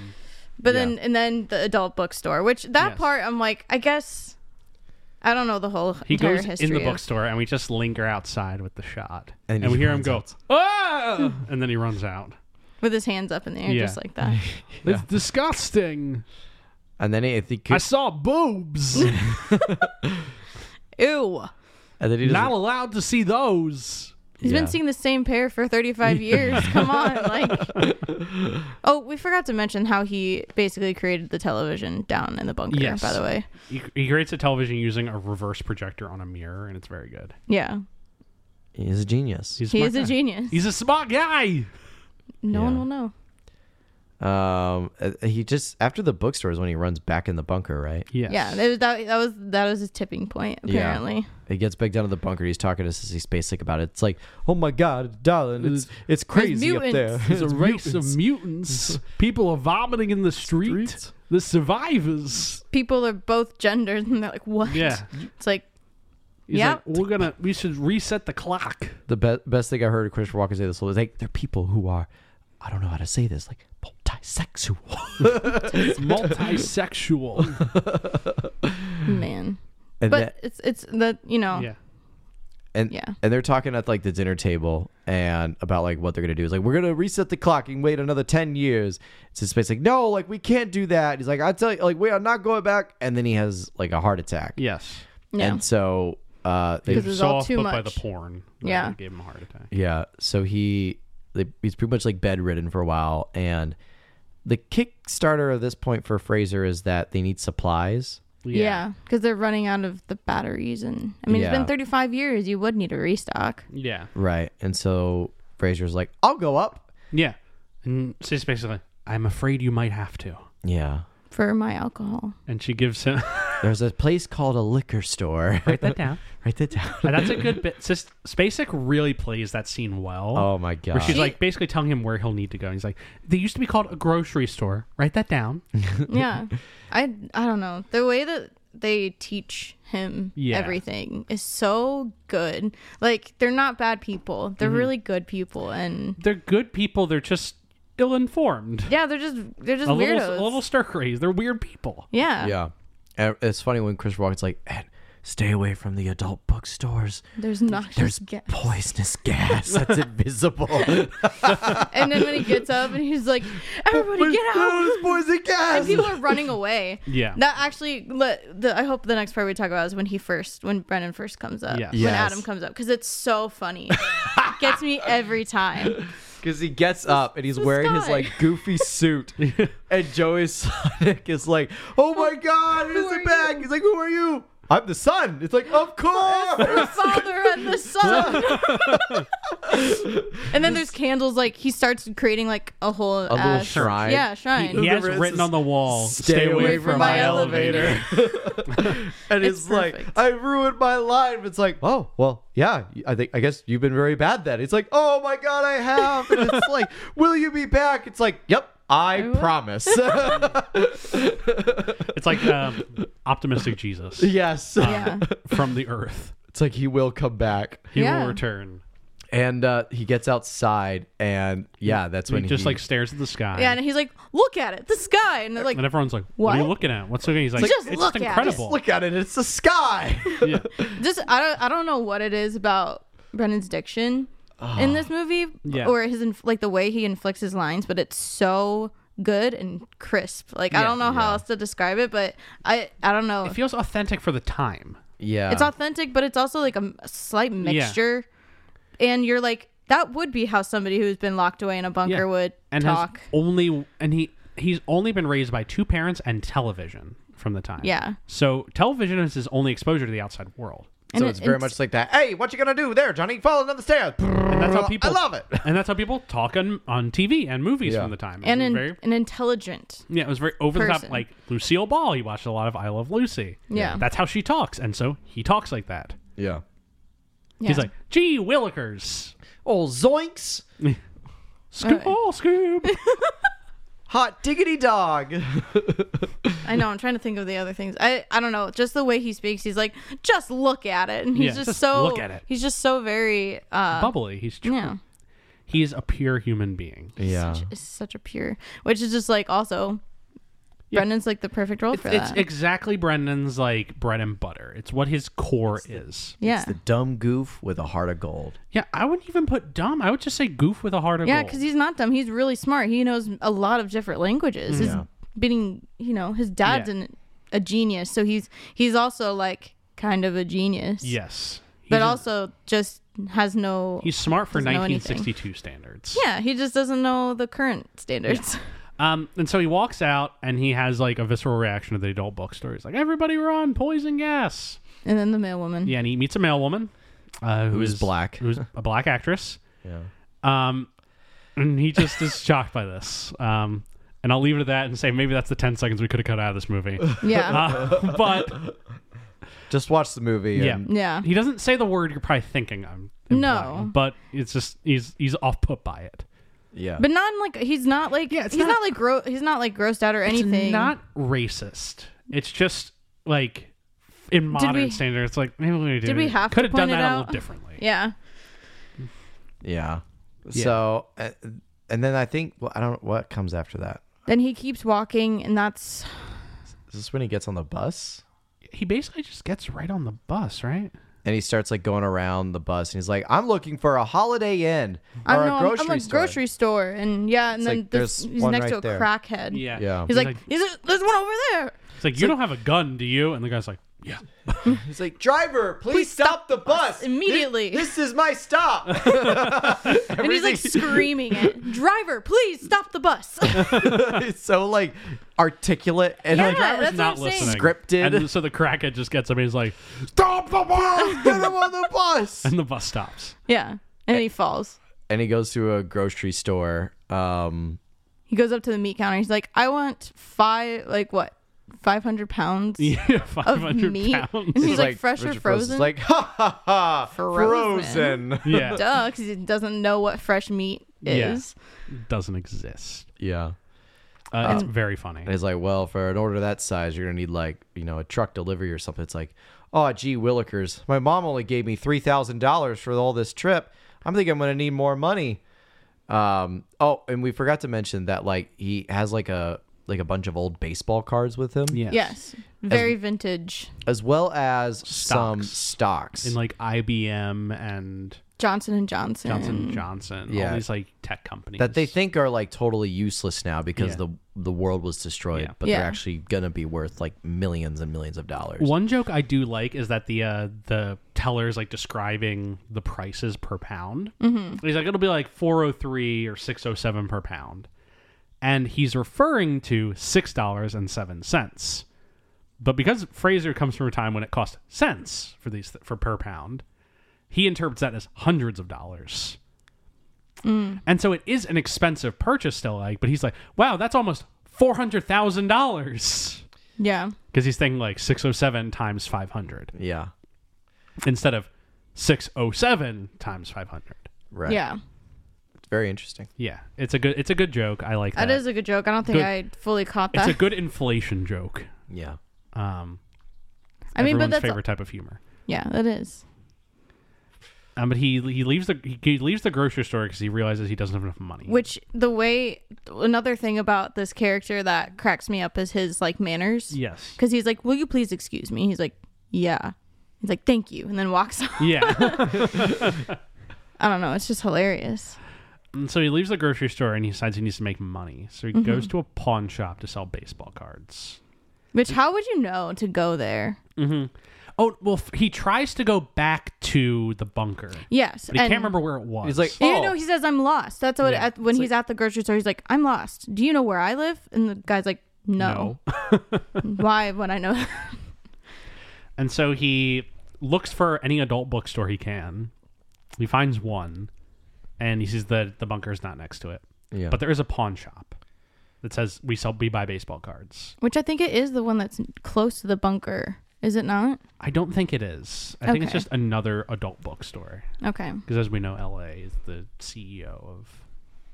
Speaker 2: But then, and then the adult bookstore, which that
Speaker 1: Yes.
Speaker 2: part, I'm like, I guess, I don't know the whole
Speaker 1: He
Speaker 2: entire
Speaker 1: goes
Speaker 2: history.
Speaker 1: in the
Speaker 2: of-
Speaker 1: bookstore, and we just linger outside with the shot,
Speaker 3: And
Speaker 1: and,
Speaker 3: he
Speaker 1: we hear him
Speaker 3: runs
Speaker 1: go,
Speaker 3: out.
Speaker 1: "Ah!" and then he runs out.
Speaker 2: with his hands up in the air,
Speaker 1: Yeah.
Speaker 2: just like that.
Speaker 1: It's disgusting.
Speaker 3: and then he, I think,
Speaker 1: I saw boobs.
Speaker 2: Ew.
Speaker 3: and then he
Speaker 1: Not
Speaker 3: doesn't-
Speaker 1: allowed to see those.
Speaker 2: He's
Speaker 3: Yeah.
Speaker 2: been seeing the same pair for 35 years. Come on, like. Oh, we forgot to mention how he basically created the television down in the bunker.
Speaker 1: Yes.
Speaker 2: By the way,
Speaker 1: He, he creates a television using a reverse projector on a mirror, and it's very good.
Speaker 2: yeah,
Speaker 3: He's a genius.
Speaker 1: He's
Speaker 2: he
Speaker 1: smart
Speaker 2: is a
Speaker 1: guy.
Speaker 2: genius.
Speaker 1: He's a smart guy.
Speaker 2: no
Speaker 3: Yeah.
Speaker 2: one will know.
Speaker 3: Um, uh, he just after the bookstore is when he runs back in the bunker, right?
Speaker 1: Yes.
Speaker 2: Yeah, that was, that, that was that was his tipping point apparently.
Speaker 3: He gets back down to the bunker. He's talking to Sissy Spacek about it. It's like, oh my god, darling, it's it's crazy up
Speaker 2: mutants.
Speaker 3: there.
Speaker 1: There's a
Speaker 3: It's
Speaker 1: race
Speaker 3: mutants.
Speaker 1: of mutants. People are vomiting in the street.
Speaker 3: Street.
Speaker 1: The survivors.
Speaker 2: people are both genders and they're like what
Speaker 1: Yeah.
Speaker 2: it's like
Speaker 1: He's
Speaker 2: Yep.
Speaker 1: like, we're gonna. We should reset the clock.
Speaker 3: The be- best thing I heard of Christopher Walken say this whole is like, they're people who are, I don't know how to say this, like multisexual.
Speaker 1: It's multisexual.
Speaker 2: man
Speaker 3: And
Speaker 2: but
Speaker 3: that-
Speaker 2: it's it's that you know
Speaker 1: yeah.
Speaker 3: and
Speaker 2: Yeah.
Speaker 3: and they're talking at like the dinner table and about like what they're gonna do is like we're gonna reset the clock and wait another 10 years so space like no like we can't do that he's like i tell you like we are not going back and then he has like a heart attack
Speaker 1: Yes.
Speaker 2: no
Speaker 3: and so uh they,
Speaker 2: Because
Speaker 1: He was
Speaker 2: it's all
Speaker 1: off
Speaker 2: too
Speaker 1: put by the
Speaker 2: much.
Speaker 1: porn. that
Speaker 2: Yeah.
Speaker 1: Gave him a heart attack.
Speaker 3: yeah so he they, he's pretty much like bedridden for a while and the kickstarter of this point for fraser is that they need supplies
Speaker 2: yeah because they're running out of the batteries and i mean it's
Speaker 3: Yeah.
Speaker 2: been 35 years you would need a restock
Speaker 1: Yeah.
Speaker 3: right and so fraser's like i'll go up
Speaker 1: Yeah. And she's basically, I'm afraid you might have to.
Speaker 3: yeah
Speaker 2: for my alcohol
Speaker 1: And she gives him
Speaker 3: There's a place called a liquor store.
Speaker 5: Write that down.
Speaker 3: Write that down.
Speaker 1: And that's a good bit. Sis- Spacek really plays that scene well.
Speaker 3: Oh my
Speaker 1: Where she's
Speaker 3: gosh.
Speaker 1: like basically telling him where he'll need to go. And he's like, they used to be called a grocery store. Write that down.
Speaker 2: yeah. I I don't know. The way that they teach him
Speaker 1: Yeah.
Speaker 2: everything is so good. Like they're not bad people. They're
Speaker 1: Mm-hmm.
Speaker 2: really good people and
Speaker 1: They're good people. They're just ill informed.
Speaker 2: yeah, they're just they're just
Speaker 1: A
Speaker 2: weirdos.
Speaker 1: little, a little stir crazy. They're weird people.
Speaker 2: yeah.
Speaker 3: yeah. And It's funny when Chris Rock's like, "And stay away from the adult bookstores.
Speaker 2: There's noxious
Speaker 3: There's
Speaker 2: ga-
Speaker 3: poisonous gas that's invisible.
Speaker 2: And then when he gets up and he's like, "Everybody get out!"
Speaker 3: There's poison gas.
Speaker 2: And people are running away.
Speaker 1: Yeah.
Speaker 2: That actually, let, the, I hope the next part we talk about is when he first, when Brennan first comes up,
Speaker 1: Yes.
Speaker 2: when
Speaker 3: Yes.
Speaker 2: Adam comes up, because it's so funny. It Gets me every time.
Speaker 3: Because he gets up and he's wearing his
Speaker 2: guy.
Speaker 3: like goofy suit, and Joey Sonic is like, "Oh my God,
Speaker 2: Who are
Speaker 3: Mr. Bag!" He's like, "Who are you?" I'm the son. It's like, of course.
Speaker 2: The father and the son. and then there's candles. Like he starts creating like a whole a
Speaker 3: little shrine.
Speaker 2: Yeah,
Speaker 1: He,
Speaker 2: shrine.
Speaker 1: he has
Speaker 3: Remember, it's
Speaker 1: written
Speaker 3: this,
Speaker 1: on the wall,
Speaker 3: "Stay away from my elevator." and
Speaker 2: It's
Speaker 3: it's,
Speaker 2: perfect.
Speaker 3: like, I ruined my life. It's like, oh well, yeah. I think I guess you've been very bad then. It's like, oh my God, I have. And it's like, will you be back? It's like, yep. I promise.
Speaker 1: It's like um, optimistic Jesus
Speaker 3: yes.
Speaker 2: Yeah.
Speaker 1: from the earth.
Speaker 3: It's like he will come back.
Speaker 1: He
Speaker 2: Yeah.
Speaker 1: will return.
Speaker 3: and uh, he gets outside, and yeah, that's
Speaker 1: He
Speaker 3: when
Speaker 1: just
Speaker 3: he,
Speaker 1: like stares at the sky.
Speaker 2: Yeah, and he's like, "Look at it, the sky," and they're like,
Speaker 1: and everyone's like, "What, are you
Speaker 2: What?
Speaker 1: looking at? What's looking?" He's like,
Speaker 2: Just
Speaker 1: "It's
Speaker 2: look
Speaker 1: just
Speaker 2: at it.
Speaker 1: incredible."
Speaker 3: look at it. It's the sky.
Speaker 2: just I don't I don't know what it is about Brennan's diction
Speaker 3: Ah.
Speaker 2: in this movie
Speaker 1: Yeah.
Speaker 2: or his inf- like the way he inflicts his lines, but it's so good and crisp. Like I
Speaker 1: Yeah.
Speaker 2: don't know how else to describe it, but I I don't know.
Speaker 1: It feels authentic for the time.
Speaker 3: yeah,
Speaker 2: it's authentic, but it's also like a, m- a slight mixture, and you're like that would be how somebody who's been locked away in a bunker would
Speaker 1: and has
Speaker 2: talk.
Speaker 1: only and he he's only been raised by two parents and television from the time.
Speaker 2: Yeah.
Speaker 1: So television is his only exposure to the outside world.
Speaker 2: And
Speaker 3: so
Speaker 2: it-
Speaker 3: it's very much like that. Hey, what you gonna do there, Johnny? Fall down the stairs.
Speaker 1: And that's how people
Speaker 3: I love it.
Speaker 1: And that's how people talk on on TV and movies
Speaker 3: Yeah.
Speaker 1: from the time. It
Speaker 2: and
Speaker 1: was
Speaker 2: an,
Speaker 1: very,
Speaker 2: an intelligent.
Speaker 1: yeah, it was very over the top.
Speaker 2: person.
Speaker 1: Like Lucille Ball, he watched a lot of I Love Lucy.
Speaker 2: Yeah.
Speaker 1: That's how she talks, and so he talks like that.
Speaker 3: Yeah.
Speaker 2: Yeah.
Speaker 1: He's like, "Gee, Willikers,
Speaker 3: Oh zoinks!
Speaker 1: Scoop, oh, Scoop."
Speaker 3: Hot diggity dog.
Speaker 2: I know. I'm trying to think of the other things. I I don't know. Just the way he speaks, he's like, just look at it, and he's
Speaker 1: Yeah,
Speaker 2: just,
Speaker 1: just
Speaker 2: so
Speaker 1: look at it.
Speaker 2: He's just so very. uh
Speaker 1: Bubbly. He's tr-
Speaker 2: Yeah,
Speaker 1: he's a pure human being.
Speaker 3: Yeah.
Speaker 2: Such- it's such a pure, which is just like also. Brendan's like the perfect role for
Speaker 1: It's
Speaker 2: that.
Speaker 1: exactly Brendan's like bread and butter. It's what his core is.
Speaker 2: yeah,
Speaker 3: It's the dumb goof with a heart of gold.
Speaker 1: Yeah, I wouldn't even put dumb. I would just say goof with a heart of
Speaker 2: yeah,
Speaker 1: gold.
Speaker 2: because he's not dumb. He's really smart. He knows a lot of different languages. His being, you know, his dad's
Speaker 1: Yeah.
Speaker 2: an, a genius, so he's he's also like kind of a genius.
Speaker 1: yes, he's
Speaker 2: but
Speaker 1: a-
Speaker 2: also just has no.
Speaker 1: he's smart for
Speaker 2: doesn't know anything.
Speaker 1: 1962 standards.
Speaker 2: yeah, he just doesn't know the current standards.
Speaker 1: Um, and so he walks out and he has like a visceral reaction to the adult bookstore. He's like, "Everybody run! Poison gas!"
Speaker 2: And then the male woman.
Speaker 1: Yeah, and he meets a male woman uh,
Speaker 3: Who is black.
Speaker 1: who's a black actress.
Speaker 3: Yeah.
Speaker 1: Um, and he just is shocked by this. Um, and I'll leave it at that and say maybe that's the 10 seconds we could have cut out of this movie.
Speaker 2: Yeah.
Speaker 1: Uh, but
Speaker 3: Just watch the movie.
Speaker 1: yeah,
Speaker 3: And
Speaker 2: yeah.
Speaker 1: He doesn't say the word you're probably thinking. I'm
Speaker 2: No.
Speaker 1: implying, but it's just he's he's off put by it.
Speaker 3: yeah.
Speaker 2: But not in, like he's not like
Speaker 1: Yeah, it's
Speaker 2: he's not,
Speaker 1: not-
Speaker 2: like gro- he's not like grossed out or anything.
Speaker 1: It's not racist. It's just like in modern
Speaker 2: we-
Speaker 1: standards, it's like maybe we did.
Speaker 2: we have to
Speaker 1: could have done
Speaker 2: point it
Speaker 1: that a
Speaker 2: out?
Speaker 1: little differently?
Speaker 2: Yeah.
Speaker 3: yeah. So, uh, and then I think well, I don't what comes after that.
Speaker 2: Then he keeps walking, and that's
Speaker 3: Is this when he gets on the bus?
Speaker 1: He basically just gets right on the bus, right?
Speaker 3: and he starts like going around the bus and he's like i'm looking for a holiday inn or
Speaker 2: I'm,
Speaker 3: a
Speaker 2: no,
Speaker 3: grocery
Speaker 2: I'm, I'm a
Speaker 3: store
Speaker 2: grocery store, and yeah, and
Speaker 3: It's
Speaker 2: then
Speaker 3: like
Speaker 2: this,
Speaker 3: there's
Speaker 2: he's
Speaker 3: one
Speaker 2: next
Speaker 3: right
Speaker 2: to a
Speaker 3: there.
Speaker 2: crackhead.
Speaker 1: Yeah.
Speaker 3: Yeah.
Speaker 2: He's like, he's like there's one over there.
Speaker 1: it's like you don't have a gun, do you? And the guy's like, yeah.
Speaker 3: he's like driver please, stop, the bus
Speaker 2: immediately."
Speaker 3: this, this is my stop
Speaker 2: And he's like screaming it. Driver, please stop the bus.
Speaker 3: it's so like articulate and
Speaker 2: Yeah,
Speaker 3: like
Speaker 2: that's what
Speaker 1: not
Speaker 2: I'm saying.
Speaker 1: listening.
Speaker 3: Scripted.
Speaker 1: And so the crackhead just gets up and he's like,
Speaker 3: stop the bus get him on the bus
Speaker 1: and the bus stops.
Speaker 2: yeah. And he falls.
Speaker 3: and he goes to a grocery store um
Speaker 2: He goes up to the meat counter. He's like, I want five, like what? 500 pounds
Speaker 1: Yeah,
Speaker 2: of
Speaker 1: 500
Speaker 2: meat.
Speaker 1: pounds.
Speaker 2: And he's like, fresh or
Speaker 3: Richard Prose is
Speaker 2: frozen?
Speaker 3: Like ha ha ha,
Speaker 2: Frozen.
Speaker 3: frozen.
Speaker 1: yeah,
Speaker 2: Duh, because he doesn't know what fresh meat
Speaker 1: Yeah.
Speaker 2: is.
Speaker 1: doesn't exist.
Speaker 3: yeah.
Speaker 1: Uh, it's very funny.
Speaker 3: And it's like, well, for an order that size, you're gonna need like, you know, a truck delivery or something. It's like, oh, gee, Willikers, my mom only gave me three thousand dollars for all this trip. I'm thinking I'm gonna need more money. Um, oh, and we forgot to mention that like he has like a like a bunch of old baseball cards with him,
Speaker 1: Yes.
Speaker 2: Yes. Very vintage.
Speaker 3: as well as some
Speaker 1: Stocks.
Speaker 3: stocks.
Speaker 1: In like IBM and
Speaker 2: Johnson and Johnson.
Speaker 1: Johnson and Johnson, all
Speaker 3: Yeah.
Speaker 1: these like tech companies
Speaker 3: that they think are like totally useless now because
Speaker 1: Yeah.
Speaker 3: the the world was destroyed,
Speaker 1: Yeah.
Speaker 3: but
Speaker 2: Yeah.
Speaker 3: they're actually gonna be worth like millions and millions of dollars.
Speaker 1: One joke I do like is that the uh, the teller's like describing the prices per pound. Mm-hmm. He's like, it'll be like four oh three or six oh seven per pound, and he's referring to six dollars and seven cents. But because Fraser comes from a time when it cost cents for these for per pound, he interprets that as hundreds of dollars. And so it is an expensive purchase still, like. But he's like, wow, that's almost four hundred thousand dollars
Speaker 2: Yeah.
Speaker 1: because he's thinking like 607 times 500
Speaker 3: Yeah.
Speaker 1: instead of 607 times 500
Speaker 3: Right.
Speaker 2: Yeah.
Speaker 3: It's very interesting.
Speaker 1: yeah it's a good it's a good joke i like that
Speaker 2: That is a good joke. I don't think
Speaker 1: Good.
Speaker 2: I fully caught
Speaker 1: it's
Speaker 2: that.
Speaker 1: a good inflation joke
Speaker 3: Yeah.
Speaker 1: um
Speaker 2: I mean, but
Speaker 1: everyone's
Speaker 2: that's
Speaker 1: favorite type of humor
Speaker 2: yeah, that is.
Speaker 1: um, but he he leaves the he, he leaves the grocery store because he realizes he doesn't have enough money
Speaker 2: Which the way another thing about this character that cracks me up is his like manners.
Speaker 1: yes
Speaker 2: Because he's like, "Will you please excuse me?" He's like, "Yeah." He's like, "Thank you," and then walks off.
Speaker 1: yeah
Speaker 2: I don't know. It's just hilarious.
Speaker 1: And so he leaves the grocery store and he decides he needs to make money so he
Speaker 2: Mm-hmm.
Speaker 1: goes to a pawn shop to sell baseball cards
Speaker 2: Which how would you know to go there?
Speaker 1: oh well f- he tries to go back to the bunker
Speaker 2: Yes,
Speaker 1: but he
Speaker 2: and-
Speaker 1: can't remember where it was
Speaker 3: He's like,
Speaker 2: Yeah,
Speaker 3: oh,
Speaker 2: no, he says I'm lost. That's what
Speaker 1: Yeah.
Speaker 2: at, when he's at the grocery store. He's like, "I'm lost. Do you know where I live?" And the guy's like, "No." Why would I know? that?"
Speaker 1: And so he looks for any adult bookstore he can. He finds one, and he sees that the bunker's not next to it.
Speaker 3: Yeah.
Speaker 1: But there is a pawn shop that says we sell we buy baseball cards.
Speaker 2: Which I think it is the one that's close to the bunker. Is it not?
Speaker 1: I don't think it is. I think it's
Speaker 2: Okay.
Speaker 1: just another adult bookstore
Speaker 2: Okay.
Speaker 1: because, as we know, L.A. is the CEO of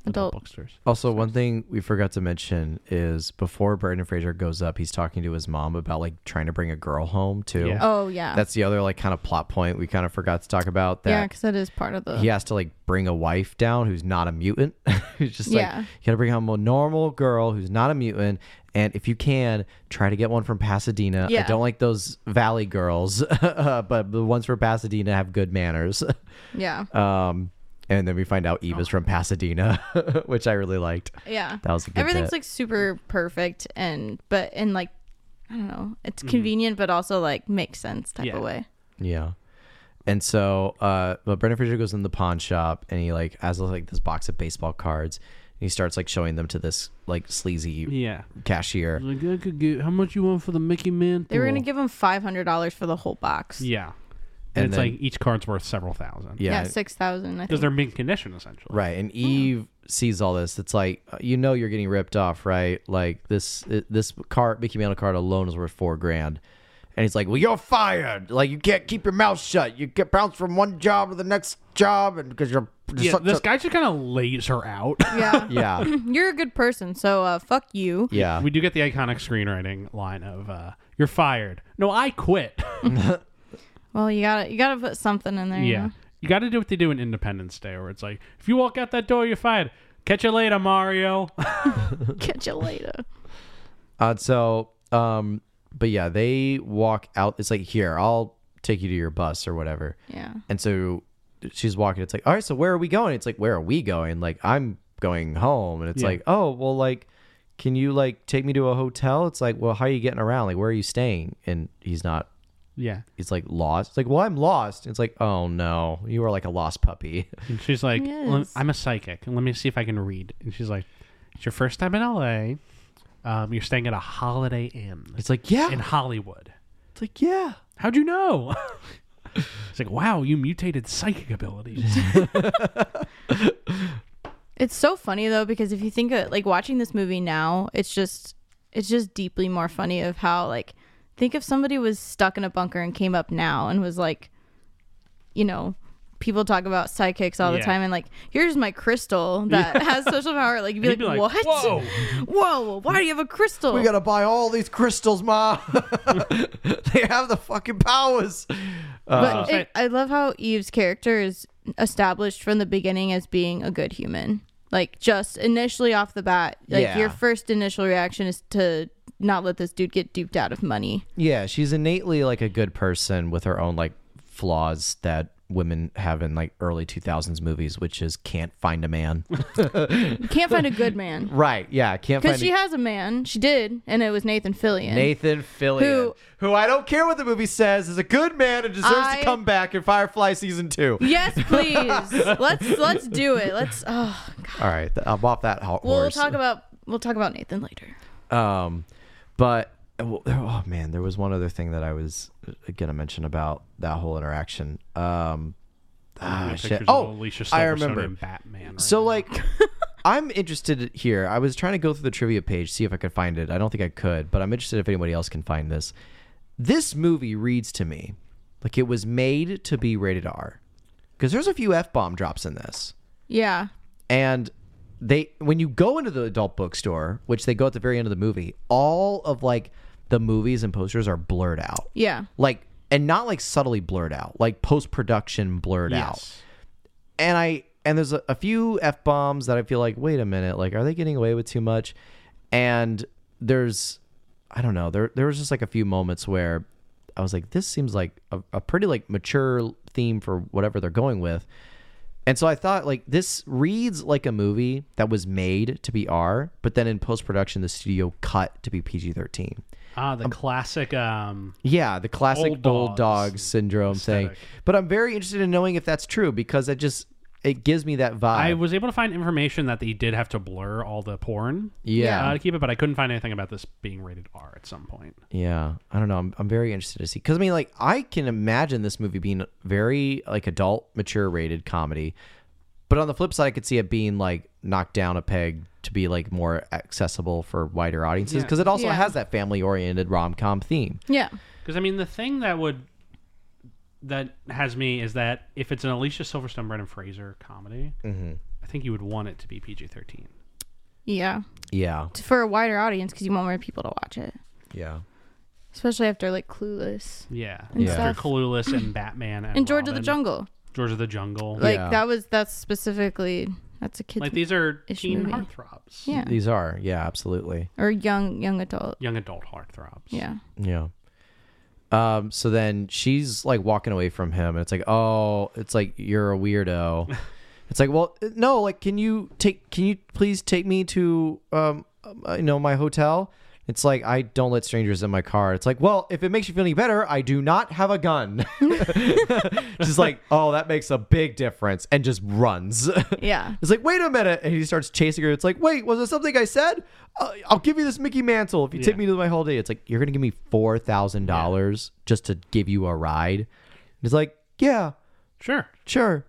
Speaker 1: adult,
Speaker 2: Adult.
Speaker 1: bookstores.
Speaker 3: Also, one thing we forgot to mention is before Brendan Fraser goes up, he's talking to his mom about like trying to bring a girl home too.
Speaker 1: Yeah.
Speaker 2: Oh yeah.
Speaker 3: That's the other like kind of plot point we kind of forgot to talk about
Speaker 2: yeah, uh,
Speaker 3: that
Speaker 2: because that is part of the.
Speaker 3: he has to like bring a wife down who's not a mutant. He's just
Speaker 2: Yeah.
Speaker 3: like you got to bring home a normal girl who's not a mutant, and if you can, try to get one from Pasadena. I
Speaker 2: Yeah.
Speaker 3: don't like those Valley girls, uh, but the ones from Pasadena have good manners.
Speaker 2: Yeah.
Speaker 3: Um, and then we find out Eva's from Pasadena, which I really liked.
Speaker 2: Yeah.
Speaker 3: That was a good
Speaker 2: Everything's
Speaker 3: bit.
Speaker 2: like super perfect and but and like I don't know. It's convenient but also like makes sense type
Speaker 1: Yeah.
Speaker 2: of way.
Speaker 3: Yeah. And so, uh, but Brendan Fraser goes in the pawn shop and he like has like this box of baseball cards and he starts like showing them to this like sleazy
Speaker 1: Yeah.
Speaker 3: cashier.
Speaker 1: Like I could get how much you want for the Mickey Man?
Speaker 2: They were gonna give him five hundred dollars for the whole box.
Speaker 1: Yeah. And,
Speaker 3: And
Speaker 1: it's
Speaker 3: then-
Speaker 1: like each card's worth several thousand.
Speaker 2: Yeah,
Speaker 3: Yeah.
Speaker 2: six thousand. I
Speaker 1: Because
Speaker 2: think.
Speaker 1: they're mint condition essentially.
Speaker 3: Right. And Eve sees all this. It's like, uh, you know, you're getting ripped off, right? Like this, it- this card, Mickey Mantle card alone is worth four grand. And he's like, well, you're fired. Like you can't keep your mouth shut. You get bounced from one job to the next job. And because you're
Speaker 1: Yeah,
Speaker 3: such
Speaker 1: this
Speaker 3: a-"
Speaker 1: guy just kind of lays her out.
Speaker 2: yeah.
Speaker 3: yeah.
Speaker 2: You're a good person, so uh fuck you.
Speaker 3: Yeah.
Speaker 1: we do get the iconic screenwriting line of uh, "You're fired." No, I quit.
Speaker 3: Uh-huh.
Speaker 2: Well you gotta you gotta put something in there. you
Speaker 1: yeah,
Speaker 2: know?
Speaker 1: you got to do what they do in Independence Day, where it's like, if you walk out that door, you're fired. Catch you later, Mario.
Speaker 2: Catch you later.
Speaker 3: Uh, so, um, but yeah, they walk out. It's like, here, I'll take you to your bus or whatever.
Speaker 2: Yeah.
Speaker 3: And so she's walking. It's like, all right, so where are we going? It's like, where are we going? Like, I'm going home. And it's
Speaker 1: Yeah.
Speaker 3: like, oh, well, like, can you like take me to a hotel? It's like, well, how are you getting around? Like, where are you staying? And he's not.
Speaker 1: yeah,
Speaker 3: He's like lost. It's like, well, I'm lost. It's like, oh no, you are like a lost puppy.
Speaker 1: and she's like, "Lem-
Speaker 2: Yes.
Speaker 1: "I'm a psychic. Let me see if I can read." And she's like, "It's your first time in L.A. Um, you're staying at a Holiday Inn
Speaker 3: It's like, yeah.
Speaker 1: in Hollywood.
Speaker 3: It's like, yeah.
Speaker 1: How'd you know?" It's like, wow, you mutated psychic abilities.
Speaker 2: It's so funny though because if you think of like watching this movie now, it's just it's just deeply more funny of how like think if somebody was stuck in a bunker and came up now and was like you know people talk about psychics all
Speaker 1: Yeah.
Speaker 2: the time and like here's my crystal that has social power like you'd be,
Speaker 1: You'd
Speaker 2: like,
Speaker 1: be like,
Speaker 2: what
Speaker 1: "Whoa."
Speaker 2: whoa why do you have a crystal
Speaker 3: We gotta buy all these crystals, Ma. they have the fucking powers.
Speaker 2: but
Speaker 1: Uh,
Speaker 2: it, I love how Eve's character is established from the beginning as being a good human. Like just initially off the bat, like
Speaker 3: Yeah.
Speaker 2: your first initial reaction is to not let this dude get duped out of money.
Speaker 3: Yeah, she's innately like a good person with her own like flaws that women have in like early 2000s movies, which is can't find a man.
Speaker 2: You can't find a good man
Speaker 3: right. Yeah, can't find
Speaker 2: because
Speaker 3: a
Speaker 2: she has a man. She did, and it was Nathan Fillion.
Speaker 3: Nathan Fillion, who,
Speaker 2: Who-
Speaker 3: I don't care what the movie says, is a good man and deserves
Speaker 2: I-
Speaker 3: to come back in Firefly season two.
Speaker 2: Yes, please. let's let's do it. Let's. Oh, God.
Speaker 3: All right, th- I'm off that ho-
Speaker 2: we'll
Speaker 3: horse.
Speaker 2: talk about we'll talk about Nathan later.
Speaker 3: Um, but oh oh, man, there was one other thing that I was uh, gonna mention about that whole interaction. Um, ah,
Speaker 1: Pictures
Speaker 3: shit.
Speaker 1: of
Speaker 3: oh,
Speaker 1: Alicia
Speaker 3: I
Speaker 1: Silverstone
Speaker 3: remember.
Speaker 1: and Batman. right
Speaker 3: So
Speaker 1: now.
Speaker 3: like, I'm interested here. I was trying to go through the trivia page, see if I could find it. I don't think I could, but I'm interested if anybody else can find this. This movie reads to me like it was made to be rated R, because there's a few f bomb drops in this
Speaker 2: Yeah.
Speaker 3: and they when you go into the adult bookstore which they go at the very end of the movie all of like the movies and posters are blurred out
Speaker 2: Yeah.
Speaker 3: like and not like subtly blurred out like post-production blurred out
Speaker 1: yes.
Speaker 3: and i and there's a, a few f-bombs that i feel like wait a minute like are they getting away with too much and there's i don't know there there was just like a few moments where i was like this seems like a, a pretty like mature theme for whatever they're going with and so I thought like this reads like a movie that was made to be R, but then in post production the studio cut to be PG thirteen.
Speaker 1: ah, the classic. Um,
Speaker 3: Yeah, the classic old,
Speaker 1: Old
Speaker 3: dog
Speaker 1: dogs
Speaker 3: syndrome thing.
Speaker 1: aesthetic.
Speaker 3: But I'm very interested in knowing if that's true because it just it gives me that vibe.
Speaker 1: I was able to find information that they did have to blur all the porn.
Speaker 3: Yeah.
Speaker 1: Uh, to keep it, but I couldn't find anything about this being rated R at some point.
Speaker 3: yeah, I don't know. I'm, I'm very interested to see because I mean like I can imagine this movie being very like adult, mature rated comedy, but on the flip side I could see it being like knocked down a peg to be like more accessible for wider audiences because it also
Speaker 2: Yeah.
Speaker 3: has that family oriented rom com theme.
Speaker 2: Yeah.
Speaker 1: Because I mean, the thing that would that has me is that if it's an Alicia Silverstone, Brendan Fraser comedy,
Speaker 3: Mm-hmm.
Speaker 1: I think you would want it to be PG thirteen.
Speaker 2: Yeah.
Speaker 3: Yeah.
Speaker 2: For a wider audience, because you want more people to watch it.
Speaker 3: Yeah.
Speaker 2: especially after like Clueless
Speaker 1: Yeah,
Speaker 2: And
Speaker 1: After
Speaker 2: stuff.
Speaker 1: Clueless and Batman and,
Speaker 2: and George of the
Speaker 1: Robin.
Speaker 2: Jungle.
Speaker 1: George of the Jungle. Like,
Speaker 2: Like
Speaker 3: Yeah.
Speaker 2: that was that's specifically that's a kid
Speaker 1: these are
Speaker 2: Ish
Speaker 1: teen
Speaker 2: movie.
Speaker 1: heartthrobs.
Speaker 2: yeah
Speaker 3: These are, yeah, absolutely.
Speaker 2: or young young adult
Speaker 1: Young adult heartthrobs.
Speaker 2: yeah
Speaker 3: Yeah. Um, so then she's like walking away from him and it's like, Oh, it's like you're a weirdo. it's like, Well, no, like can you take can you please take me to um uh, you know, my hotel? It's like I don't let strangers in my car. It's like, well, if it makes you feel any better, I do not have a gun. just like, oh, that makes a big difference, and just runs.
Speaker 2: yeah
Speaker 3: It's like, wait a minute. And he starts chasing her. It's like, wait, was there something I said? Uh, I'll give you this Mickey Mantle if you take
Speaker 1: Yeah.
Speaker 3: me to my holiday. It's like, you're going to give me $4,000 just to give you a ride. And he's like, yeah,
Speaker 1: Sure.
Speaker 3: sure.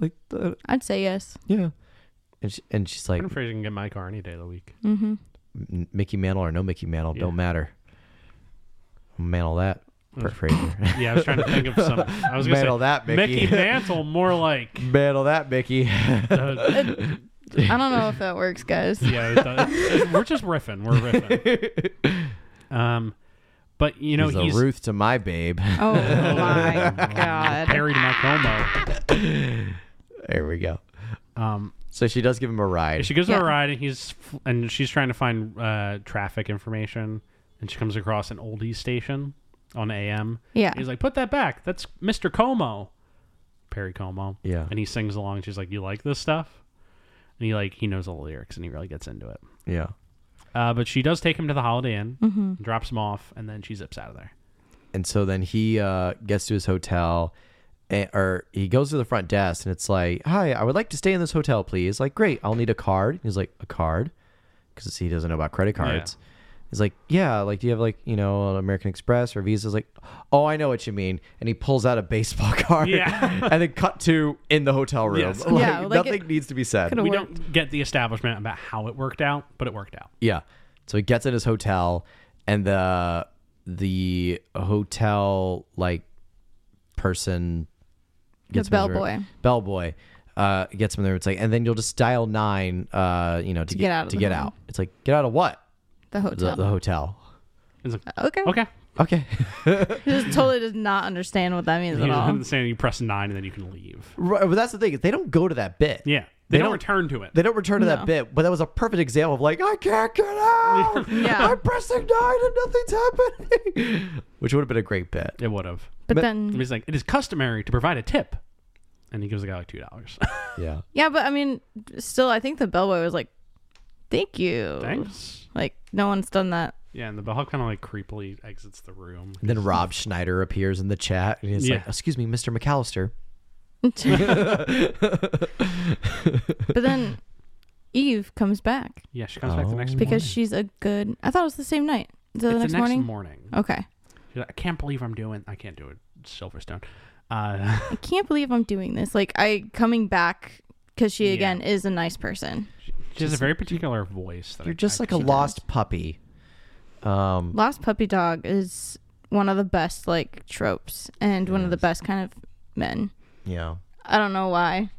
Speaker 3: Like, uh,
Speaker 2: I'd say yes
Speaker 3: yeah. And, she, and she's like,
Speaker 1: Brendan Fraser can get my car any day of the week.
Speaker 3: "M- Mickey Mantle or no Mickey Mantle,
Speaker 1: Yeah.
Speaker 3: don't matter. Mantle that. Bert Fraser.
Speaker 1: Yeah, I was trying to think of some. I was gonna
Speaker 3: Metal
Speaker 1: say
Speaker 3: that, Mickey.
Speaker 1: Mantle, more like.
Speaker 3: Mantle that, Mickey.
Speaker 1: the-
Speaker 2: I don't know if that works guys
Speaker 1: yeah, the- we're just riffing. We're riffing. Um, but you know
Speaker 3: he's,
Speaker 1: he's,
Speaker 3: a Ruth to my babe.
Speaker 2: oh my god
Speaker 1: Harry Macomo.
Speaker 3: there we go.
Speaker 1: Um,
Speaker 3: So she does give him a ride.
Speaker 1: she gives him
Speaker 2: Yeah.
Speaker 1: a ride, and he's f- and she's trying to find uh, traffic information, and she comes across an oldies station on AM.
Speaker 2: Yeah.
Speaker 1: he's like, "Put that back. That's Mr. Como, Perry Como."
Speaker 3: Yeah.
Speaker 1: and he sings along. She's like, "You like this stuff?" And he like he knows all the lyrics, and he really gets into it.
Speaker 3: yeah.
Speaker 1: Uh, but she does take him to the Holiday Inn, drops him off, and then she zips out of there.
Speaker 3: And so then he uh, gets to his hotel, and, or he goes to the front desk, and it's like, "Hi, I would like to stay in this hotel, please." Like, great, I'll need a card. He's like, "A card," because he doesn't know about credit cards. He's like, "Yeah, like, do you have like, you know, an American Express or Visa's?" Like, "Oh, I know what you mean." And he pulls out a baseball card,
Speaker 1: Yeah.
Speaker 3: and then cut to in the hotel room.
Speaker 1: Yes.
Speaker 3: Like,
Speaker 2: Yeah, like it
Speaker 3: nothing needs to be said.
Speaker 2: could've
Speaker 1: we
Speaker 2: worked.
Speaker 1: don't get the establishment about how it worked out, but it worked out.
Speaker 3: Yeah. So he gets at his hotel, and the the hotel like person gets him his room-
Speaker 2: bellboy.
Speaker 3: Bellboy uh, gets him there. It's like, and then you'll just dial nine, uh, you know, to, get,
Speaker 2: get out of
Speaker 3: to
Speaker 2: the
Speaker 3: get
Speaker 2: room.
Speaker 3: out. It's like get out of what
Speaker 2: The
Speaker 3: the,
Speaker 2: hotel.
Speaker 3: the hotel.
Speaker 1: It's like,
Speaker 2: okay.
Speaker 1: okay.
Speaker 3: Okay,
Speaker 2: He just totally does not understand what that means
Speaker 1: You
Speaker 2: at all.
Speaker 1: know, saying you press nine and then you can leave.
Speaker 3: right, but that's the thing. is They don't go to that bit.
Speaker 1: Yeah. They,
Speaker 3: They
Speaker 1: don't,
Speaker 3: don't-
Speaker 1: return to it.
Speaker 3: They don't return to that
Speaker 2: No.
Speaker 3: bit, but that was a perfect example of like, I can't get out.
Speaker 2: Yeah.
Speaker 3: I'm pressing nine and nothing's happening. Which would have been a great bit.
Speaker 1: it would have.
Speaker 2: But
Speaker 3: but-
Speaker 1: And
Speaker 2: then,
Speaker 1: he's like, it is customary to provide a tip. And he gives the guy like $2.
Speaker 3: Yeah.
Speaker 2: yeah, but I mean, still, I think the bellboy was like, "Thank you."
Speaker 1: Thanks.
Speaker 2: Like, no one's done that.
Speaker 1: Yeah. And the bellhop kind of like creepily exits the room.
Speaker 3: And then Rob Schneider appears in the chat and he's
Speaker 1: Yeah.
Speaker 3: like, Excuse me, Mr. McAllister.
Speaker 2: but then, Eve comes back
Speaker 1: Yeah. She comes back the next
Speaker 3: Oh.
Speaker 1: morning.
Speaker 2: because she's a good. I thought it was the same night. Is that the
Speaker 1: It's
Speaker 2: next
Speaker 1: the next
Speaker 2: morning? Oh.
Speaker 1: morning.
Speaker 2: Okay.
Speaker 1: She's like, I can't believe I'm doing. I can't do it. Silverstone. Uh,
Speaker 2: I can't believe I'm doing this. Like, I coming back because she
Speaker 1: Yeah.
Speaker 2: again is a nice person.
Speaker 1: she has a very particular voice. That I-
Speaker 3: You're just
Speaker 1: I
Speaker 3: like a
Speaker 1: can't-
Speaker 3: lost puppy. Um
Speaker 2: Lost Puppy Dog is one of the best like tropes and one of the best kind of men.
Speaker 3: Yeah.
Speaker 2: I don't know why.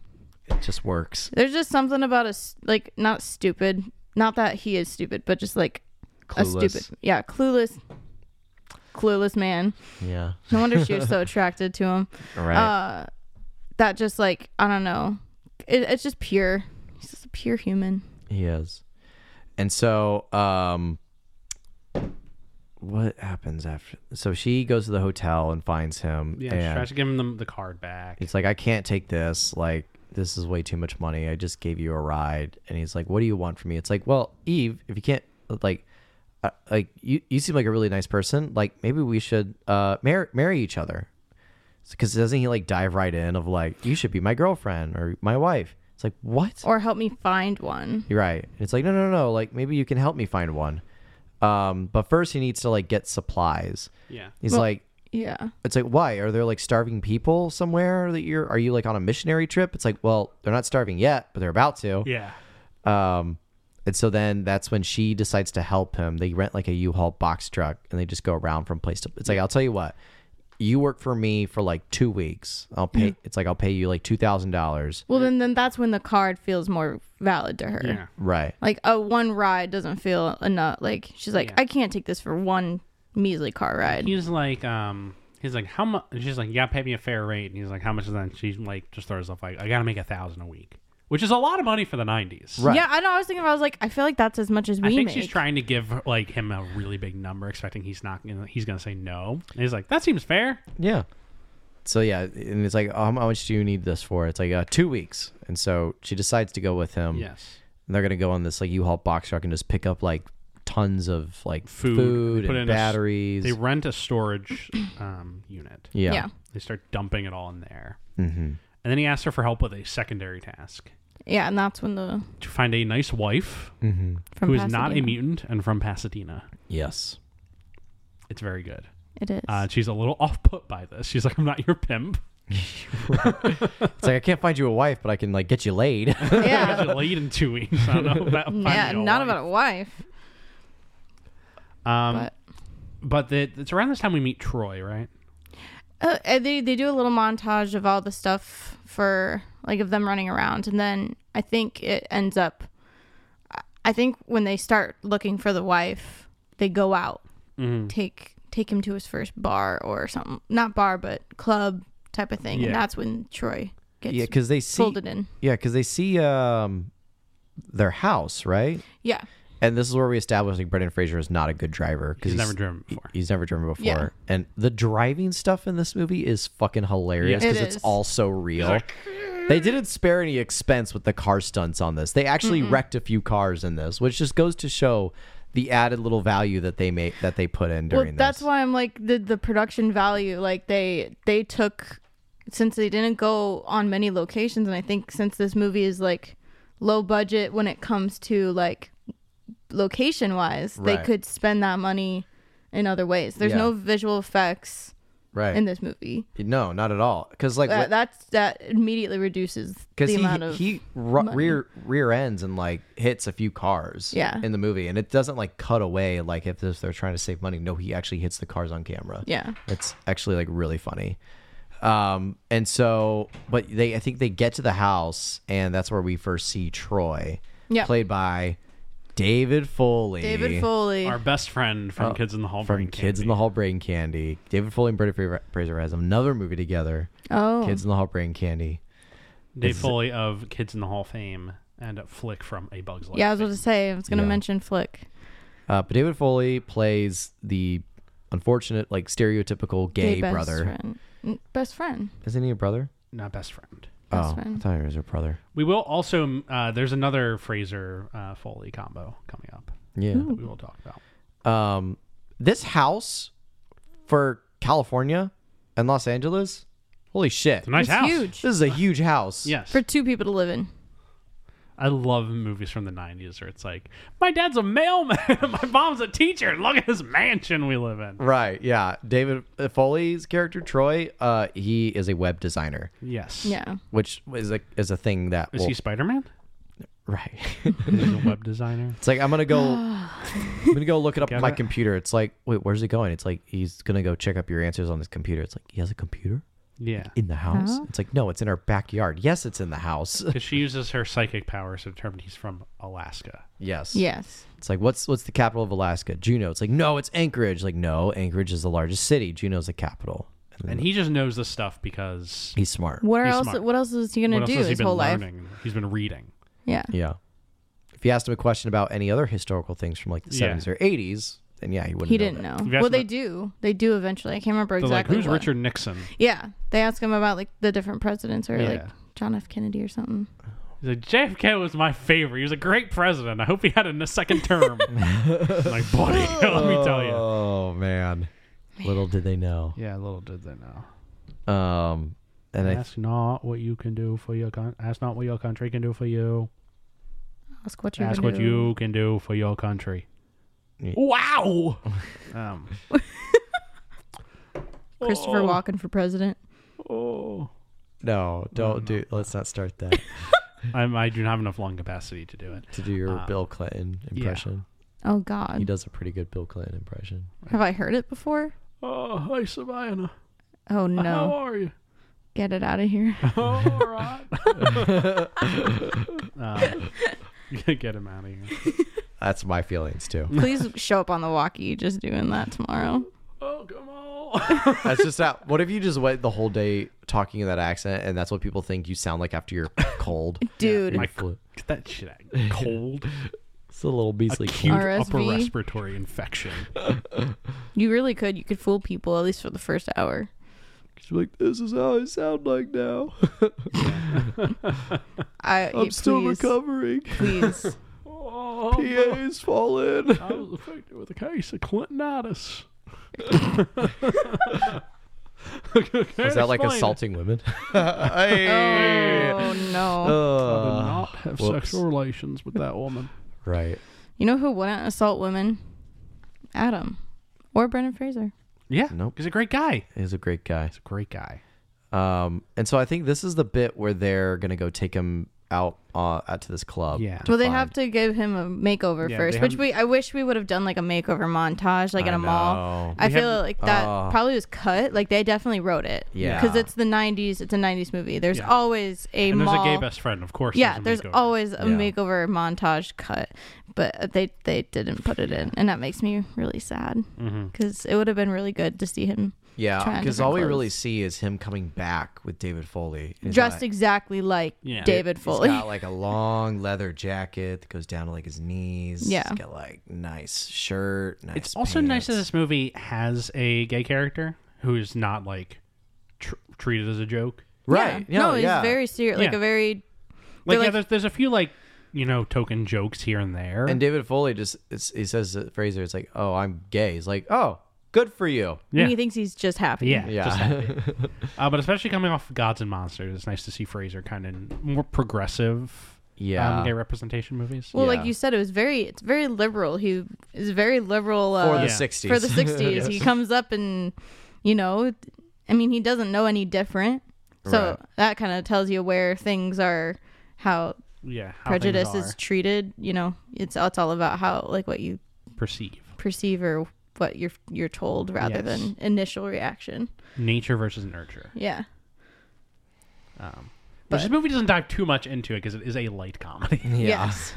Speaker 3: It just works.
Speaker 2: There's just something about us like not stupid. Not that he is stupid, but just like a
Speaker 3: Clueless.
Speaker 2: stupid, yeah, clueless, clueless man.
Speaker 3: Yeah.
Speaker 2: No wonder she was so attracted to him.
Speaker 3: All right.
Speaker 2: Uh, that just like I don't know. It, it's just pure. He's just a pure human.
Speaker 3: He is. And so, um, what happens after? So she goes to the hotel and finds him.
Speaker 1: Yeah. She
Speaker 3: and
Speaker 1: tries to give him the, the card back.
Speaker 3: he's like, I can't take this. Like, this is way too much money. I just gave you a ride. And he's like, What do you want from me? It's like, Well, Eve, if you can't, like, uh, like you, you seem like a really nice person. Like, maybe we should uh, marry marry each other. Because doesn't he like dive right in of like, You should be my girlfriend or my wife? It's like, What?
Speaker 2: Or help me find one.
Speaker 3: You're right. It's like, no, no, no. Like, maybe you can help me find one. Um, but first he needs to like get supplies.
Speaker 1: yeah.
Speaker 3: He's like,
Speaker 2: Yeah.
Speaker 3: it's like, why are there like starving people somewhere that you're? Are you like on a missionary trip? It's like, well, they're not starving yet, but they're about to.
Speaker 1: Yeah.
Speaker 3: Um, and so then that's when she decides to help him. They rent like a U-Haul box truck and they just go around from place to. It's like, I'll tell you what, you work for me for like two weeks. I'll pay. It's like I'll pay you like two thousand dollars.
Speaker 2: Well, then, then that's when the card feels more valid to her.
Speaker 1: Yeah.
Speaker 3: Right.
Speaker 2: Like a one ride doesn't feel enough. Like she's like,
Speaker 1: Yeah.
Speaker 2: I can't take this for one measly car ride.
Speaker 1: He's like, um, he's like, how much? She's like, yeah, pay me a fair rate. And he's like, how much is that? And she like just throws off like, I gotta make a thousand a week, which is a lot of money for the nineties.
Speaker 3: Right.
Speaker 2: Yeah, I know. I was thinking. I was like, I feel like that's as much as we
Speaker 1: I think
Speaker 2: make.
Speaker 1: she's trying to give like him a really big number, expecting he's not gonna he's gonna say no. And he's like, that seems fair.
Speaker 3: Yeah. So yeah, and it's like, oh, how much do you need this for? It's like uh, two weeks, and so she decides to go with him.
Speaker 1: Yes.
Speaker 3: and they're gonna go on this like U-Haul box truck and just pick up like tons of like
Speaker 1: Food.
Speaker 3: food,
Speaker 1: They put it in
Speaker 3: and
Speaker 1: a s-
Speaker 3: batteries.
Speaker 1: They rent a storage um, unit.
Speaker 3: yeah.
Speaker 2: yeah.
Speaker 1: They start dumping it all in there. Mm-hmm. And then he asks her for help with a secondary task
Speaker 2: Yeah, and that's when the
Speaker 1: to find a nice wife
Speaker 2: from
Speaker 1: who is not a
Speaker 2: Pasadena.
Speaker 1: mutant and from Pasadena.
Speaker 3: Yes.
Speaker 1: It's very good.
Speaker 2: It is.
Speaker 1: Uh, she's a little off put by this. She's like, I'm not your pimp.
Speaker 3: It's like I can't find you a wife, but I can like get you laid.
Speaker 1: She's
Speaker 2: yeah,
Speaker 1: late in two weeks. I don't know about
Speaker 2: yeah. Not about a wife,
Speaker 1: Um,
Speaker 2: but
Speaker 1: but the, it's around this time we meet Troy, right?
Speaker 2: uh, and they they do a little montage of all the stuff for like of them running around, and then I think it ends up. I- I think when they start looking for the wife, they go out,
Speaker 3: Mm-hmm. Hmm.
Speaker 2: take take him to his first bar or something, not bar but club type of thing,
Speaker 1: Yeah.
Speaker 2: and that's when Troy gets
Speaker 3: yeah, because they see.
Speaker 2: folded in.
Speaker 3: Yeah, because they see um their house right,
Speaker 2: Yeah,
Speaker 3: and this is where we establish like Brendan Fraser is not a good driver because
Speaker 1: He's never driven before.
Speaker 3: He's never driven before,
Speaker 2: Yeah.
Speaker 3: and the driving stuff in this movie is fucking hilarious
Speaker 1: Yeah.
Speaker 2: It
Speaker 3: because it's
Speaker 2: is.
Speaker 3: all so real. they didn't spare any expense with the car stunts on this. They actually wrecked a few cars in this, which just goes to show the added little value that they made that they put in during
Speaker 2: well, that's
Speaker 3: this.
Speaker 2: why I'm like the the production value. Like they they took since they didn't go on many locations, and I think since this movie is like low budget when it comes to like location wise, they
Speaker 3: Right.
Speaker 2: could spend that money in other ways. There's
Speaker 3: Yeah.
Speaker 2: no visual effects.
Speaker 3: Right.
Speaker 2: in this movie.
Speaker 3: no, not at all. Because like
Speaker 2: That,
Speaker 3: what-
Speaker 2: that's that immediately reduces the
Speaker 3: because he
Speaker 2: amount of
Speaker 3: he ru- rear rear ends and like hits a few cars
Speaker 2: Yeah.
Speaker 3: in the movie and it doesn't like cut away like if this- they're trying to save money no he actually hits the cars on camera
Speaker 2: Yeah.
Speaker 3: it's actually like really funny um and so but they i think they get to the house and that's where we first see troy
Speaker 2: Yeah.
Speaker 3: played by david foley
Speaker 2: David Foley.
Speaker 1: Our best friend from Kids in the Hall.
Speaker 3: Oh, from
Speaker 1: Brain
Speaker 3: Kids in
Speaker 1: Candy.
Speaker 3: the Hall Brain Candy. David Foley and Brady Fra- Fraser has another movie together.
Speaker 2: oh,
Speaker 3: Kids in the Hall Brain Candy.
Speaker 1: Dave Foley of Kids in the Hall fame and a flick from A Bug's Life.
Speaker 2: yeah. I was going to say I was going to
Speaker 3: Yeah.
Speaker 2: mention Flick.
Speaker 3: Uh, but David Foley plays the unfortunate, like stereotypical gay,
Speaker 2: best
Speaker 3: brother.
Speaker 2: friend. N- Best friend.
Speaker 3: Isn't he a brother?
Speaker 1: not best friend.
Speaker 2: Best
Speaker 3: oh, I
Speaker 2: friend.
Speaker 3: thought he was a brother.
Speaker 1: We will also. um, Uh, there's another Fraser uh, Foley combo coming up
Speaker 3: Yeah.
Speaker 1: that we will talk about.
Speaker 3: Um, this house for California and Los Angeles. Holy shit!
Speaker 1: It's a nice
Speaker 2: It's
Speaker 1: house.
Speaker 2: huge.
Speaker 3: This is a huge house.
Speaker 1: Yes.
Speaker 2: For two people to live in.
Speaker 1: I love movies from the 90s where it's like, my dad's a mailman, my mom's a teacher, look at this mansion we live in.
Speaker 3: Right. Yeah. David Foley's character Troy. Uh, he is a web designer,
Speaker 1: Yes.
Speaker 2: Yeah.
Speaker 3: which is a is a thing that
Speaker 1: Is
Speaker 3: will-
Speaker 1: he Spider Man?
Speaker 3: right.
Speaker 1: He's a web designer.
Speaker 3: It's like I'm gonna go. I'm gonna go look it up on
Speaker 1: Get
Speaker 3: my
Speaker 1: it?
Speaker 3: computer. It's like, wait, where's he going? It's like he's gonna go check up your answers on his computer. It's like he has a computer
Speaker 1: Yeah.
Speaker 3: in the house.
Speaker 2: Huh?
Speaker 3: It's like no, it's in our backyard. Yes, it's in the house.
Speaker 1: Because she uses her psychic powers to determine he's from Alaska.
Speaker 3: yes.
Speaker 2: Yes.
Speaker 3: It's like what's what's the capital of Alaska? Juneau. It's like no, it's Anchorage. Like no, Anchorage is the largest city. Juneau's the capital. And
Speaker 1: And he just knows this stuff because
Speaker 3: he's smart.
Speaker 2: What
Speaker 1: Mm. He's
Speaker 2: else?
Speaker 1: smart.
Speaker 2: What else is he gonna
Speaker 1: what
Speaker 2: do
Speaker 1: else has he
Speaker 2: his
Speaker 1: been
Speaker 2: whole life?
Speaker 1: learning? He's been reading.
Speaker 2: Yeah.
Speaker 3: Yeah. If you asked him a question about any other historical things from like the
Speaker 1: Yeah.
Speaker 3: 70s or 80s, then yeah, he wouldn't.
Speaker 2: He
Speaker 3: know
Speaker 2: didn't
Speaker 3: that.
Speaker 2: know.
Speaker 1: You've asked
Speaker 2: Well,
Speaker 1: him
Speaker 2: they
Speaker 1: that-
Speaker 2: do. They do eventually. I can't remember
Speaker 1: They're
Speaker 2: exactly.
Speaker 1: like, who's
Speaker 2: what.
Speaker 1: Richard Nixon?
Speaker 2: Yeah, they ask him about like the different presidents or like
Speaker 1: Yeah.
Speaker 2: John F. Kennedy or something.
Speaker 1: He's like, JFK was my favorite. He was a great president. I hope he had a second term. I'm like, buddy, let me tell you.
Speaker 3: Oh man. Little did they know.
Speaker 1: Yeah, little did they know.
Speaker 3: Um, and I
Speaker 1: Ask not what you can do for your country. Ask not what your country can do for you.
Speaker 2: Ask what you.
Speaker 1: Ask
Speaker 2: gonna
Speaker 1: what
Speaker 2: do.
Speaker 1: you can do for your country. Wow. Um,
Speaker 2: Christopher Walken for president.
Speaker 1: oh,
Speaker 3: No, don't do. Let's not start that.
Speaker 1: I'm, I do not have enough lung capacity to do it.
Speaker 3: to do
Speaker 1: Uh,
Speaker 3: your Bill Clinton impression,
Speaker 2: Oh
Speaker 3: he
Speaker 2: God,
Speaker 3: does a pretty good Bill Clinton impression.
Speaker 2: have I heard it before?
Speaker 1: Oh, hi, Savannah.
Speaker 2: Oh no,
Speaker 1: are you?
Speaker 2: get it out of here.
Speaker 1: all right. Um, get him out of here.
Speaker 3: That's my feelings too.
Speaker 2: Please show up on the walkie just doing that tomorrow.
Speaker 1: Oh, come on.
Speaker 3: That's just that. What if you just went the whole day talking in that accent, and that's what people think you sound like after you're cold?
Speaker 2: Dude,
Speaker 1: My-
Speaker 3: flu-
Speaker 1: Get that shit out. Cold,
Speaker 3: It's a little beastly.
Speaker 1: acute
Speaker 3: cold.
Speaker 1: upper
Speaker 2: RSV.
Speaker 1: respiratory infection.
Speaker 2: you really could. You could fool people at least for the first hour.
Speaker 3: She's like, "This is how I sound like now.
Speaker 2: I
Speaker 3: I'm still
Speaker 2: please,
Speaker 3: recovering.
Speaker 2: Please,
Speaker 1: Oh,
Speaker 3: PA's fallen."
Speaker 1: I was affected with a case of Clintonitis.
Speaker 3: Was that like assaulting women? Hey.
Speaker 2: oh no.
Speaker 1: I did
Speaker 3: Uh,
Speaker 1: not have
Speaker 3: whoops.
Speaker 1: sexual relations with that woman.
Speaker 3: right.
Speaker 2: You know who wouldn't assault women? Adam or Brendan Fraser.
Speaker 1: Yeah,
Speaker 3: Nope.
Speaker 1: He's a great guy.
Speaker 3: He's a great guy.
Speaker 1: He's a great guy.
Speaker 3: Um, and so I think this is the bit where they're gonna go take him out uh, out to this club.
Speaker 1: Yeah.
Speaker 2: Well, they have to give him a makeover
Speaker 1: Yeah,
Speaker 2: first,
Speaker 1: they
Speaker 2: which
Speaker 1: haven't-
Speaker 2: we I wish we would have done like a makeover montage, like in
Speaker 3: I
Speaker 2: a
Speaker 3: know.
Speaker 2: mall. I
Speaker 1: We uh,
Speaker 2: feel
Speaker 1: haven't-
Speaker 2: like that
Speaker 3: Oh.
Speaker 2: probably was cut. Like they definitely wrote it,
Speaker 3: Yeah.
Speaker 2: because it's the '90s. It's a '90s movie. There's
Speaker 1: Yeah.
Speaker 2: always a
Speaker 1: And there's
Speaker 2: mall.
Speaker 1: a gay best friend, of course.
Speaker 2: yeah,
Speaker 1: a
Speaker 2: there's
Speaker 1: makeover.
Speaker 2: always a
Speaker 3: Yeah.
Speaker 2: makeover montage cut, but they they didn't put it in, and that makes me really sad
Speaker 1: Mm-hmm.
Speaker 2: because it would have been really good to see him
Speaker 3: Yeah,
Speaker 2: trying
Speaker 3: because
Speaker 2: different
Speaker 3: all we really
Speaker 2: clothes.
Speaker 3: see is him coming back with David Foley. He's
Speaker 2: dressed
Speaker 3: like,
Speaker 2: exactly like
Speaker 1: Yeah.
Speaker 2: David Foley.
Speaker 3: He's got like a long leather jacket that goes down to like his knees.
Speaker 2: Yeah.
Speaker 3: He's got like nice shirt. Nice
Speaker 1: It's also nice that
Speaker 3: pants.
Speaker 1: this movie has a gay character who is not like tr- treated as a joke.
Speaker 3: right?
Speaker 2: Yeah. No, he's very serious, like
Speaker 1: Yeah.
Speaker 2: a very
Speaker 1: Like,
Speaker 2: They're
Speaker 1: yeah,
Speaker 2: like-
Speaker 1: there's, there's a few like you know token jokes here and there.
Speaker 3: And David Foley just it's, he says to Fraser, "It's like, oh, I'm gay." He's like, "Oh, good for you."
Speaker 1: Yeah.
Speaker 2: he thinks he's just happy.
Speaker 1: yeah, just
Speaker 3: Yeah,
Speaker 1: that. uh, but especially coming off Gods and Monsters, it's nice to see Fraser kind of more progressive.
Speaker 3: Yeah.
Speaker 1: um, gay representation movies.
Speaker 2: Well,
Speaker 3: Yeah.
Speaker 2: like you said, it was very it's very liberal. He is very liberal
Speaker 3: for
Speaker 2: uh,
Speaker 3: the
Speaker 1: Yeah.
Speaker 3: '60s.
Speaker 2: for the '60s. He comes up and you know I mean, he doesn't know any different. So that kind of tells you where things are, how
Speaker 1: yeah, how things
Speaker 2: prejudice is
Speaker 1: are
Speaker 2: treated. You know, it's it's all about how like what you
Speaker 1: perceive
Speaker 2: perceive or what you're you're told rather
Speaker 1: Yes.
Speaker 2: than initial reaction.
Speaker 1: nature versus nurture.
Speaker 2: Yeah.
Speaker 1: Um,
Speaker 2: But-
Speaker 1: which this movie doesn't dive too much into it because it is a light comedy.
Speaker 3: Yeah.
Speaker 2: Yes.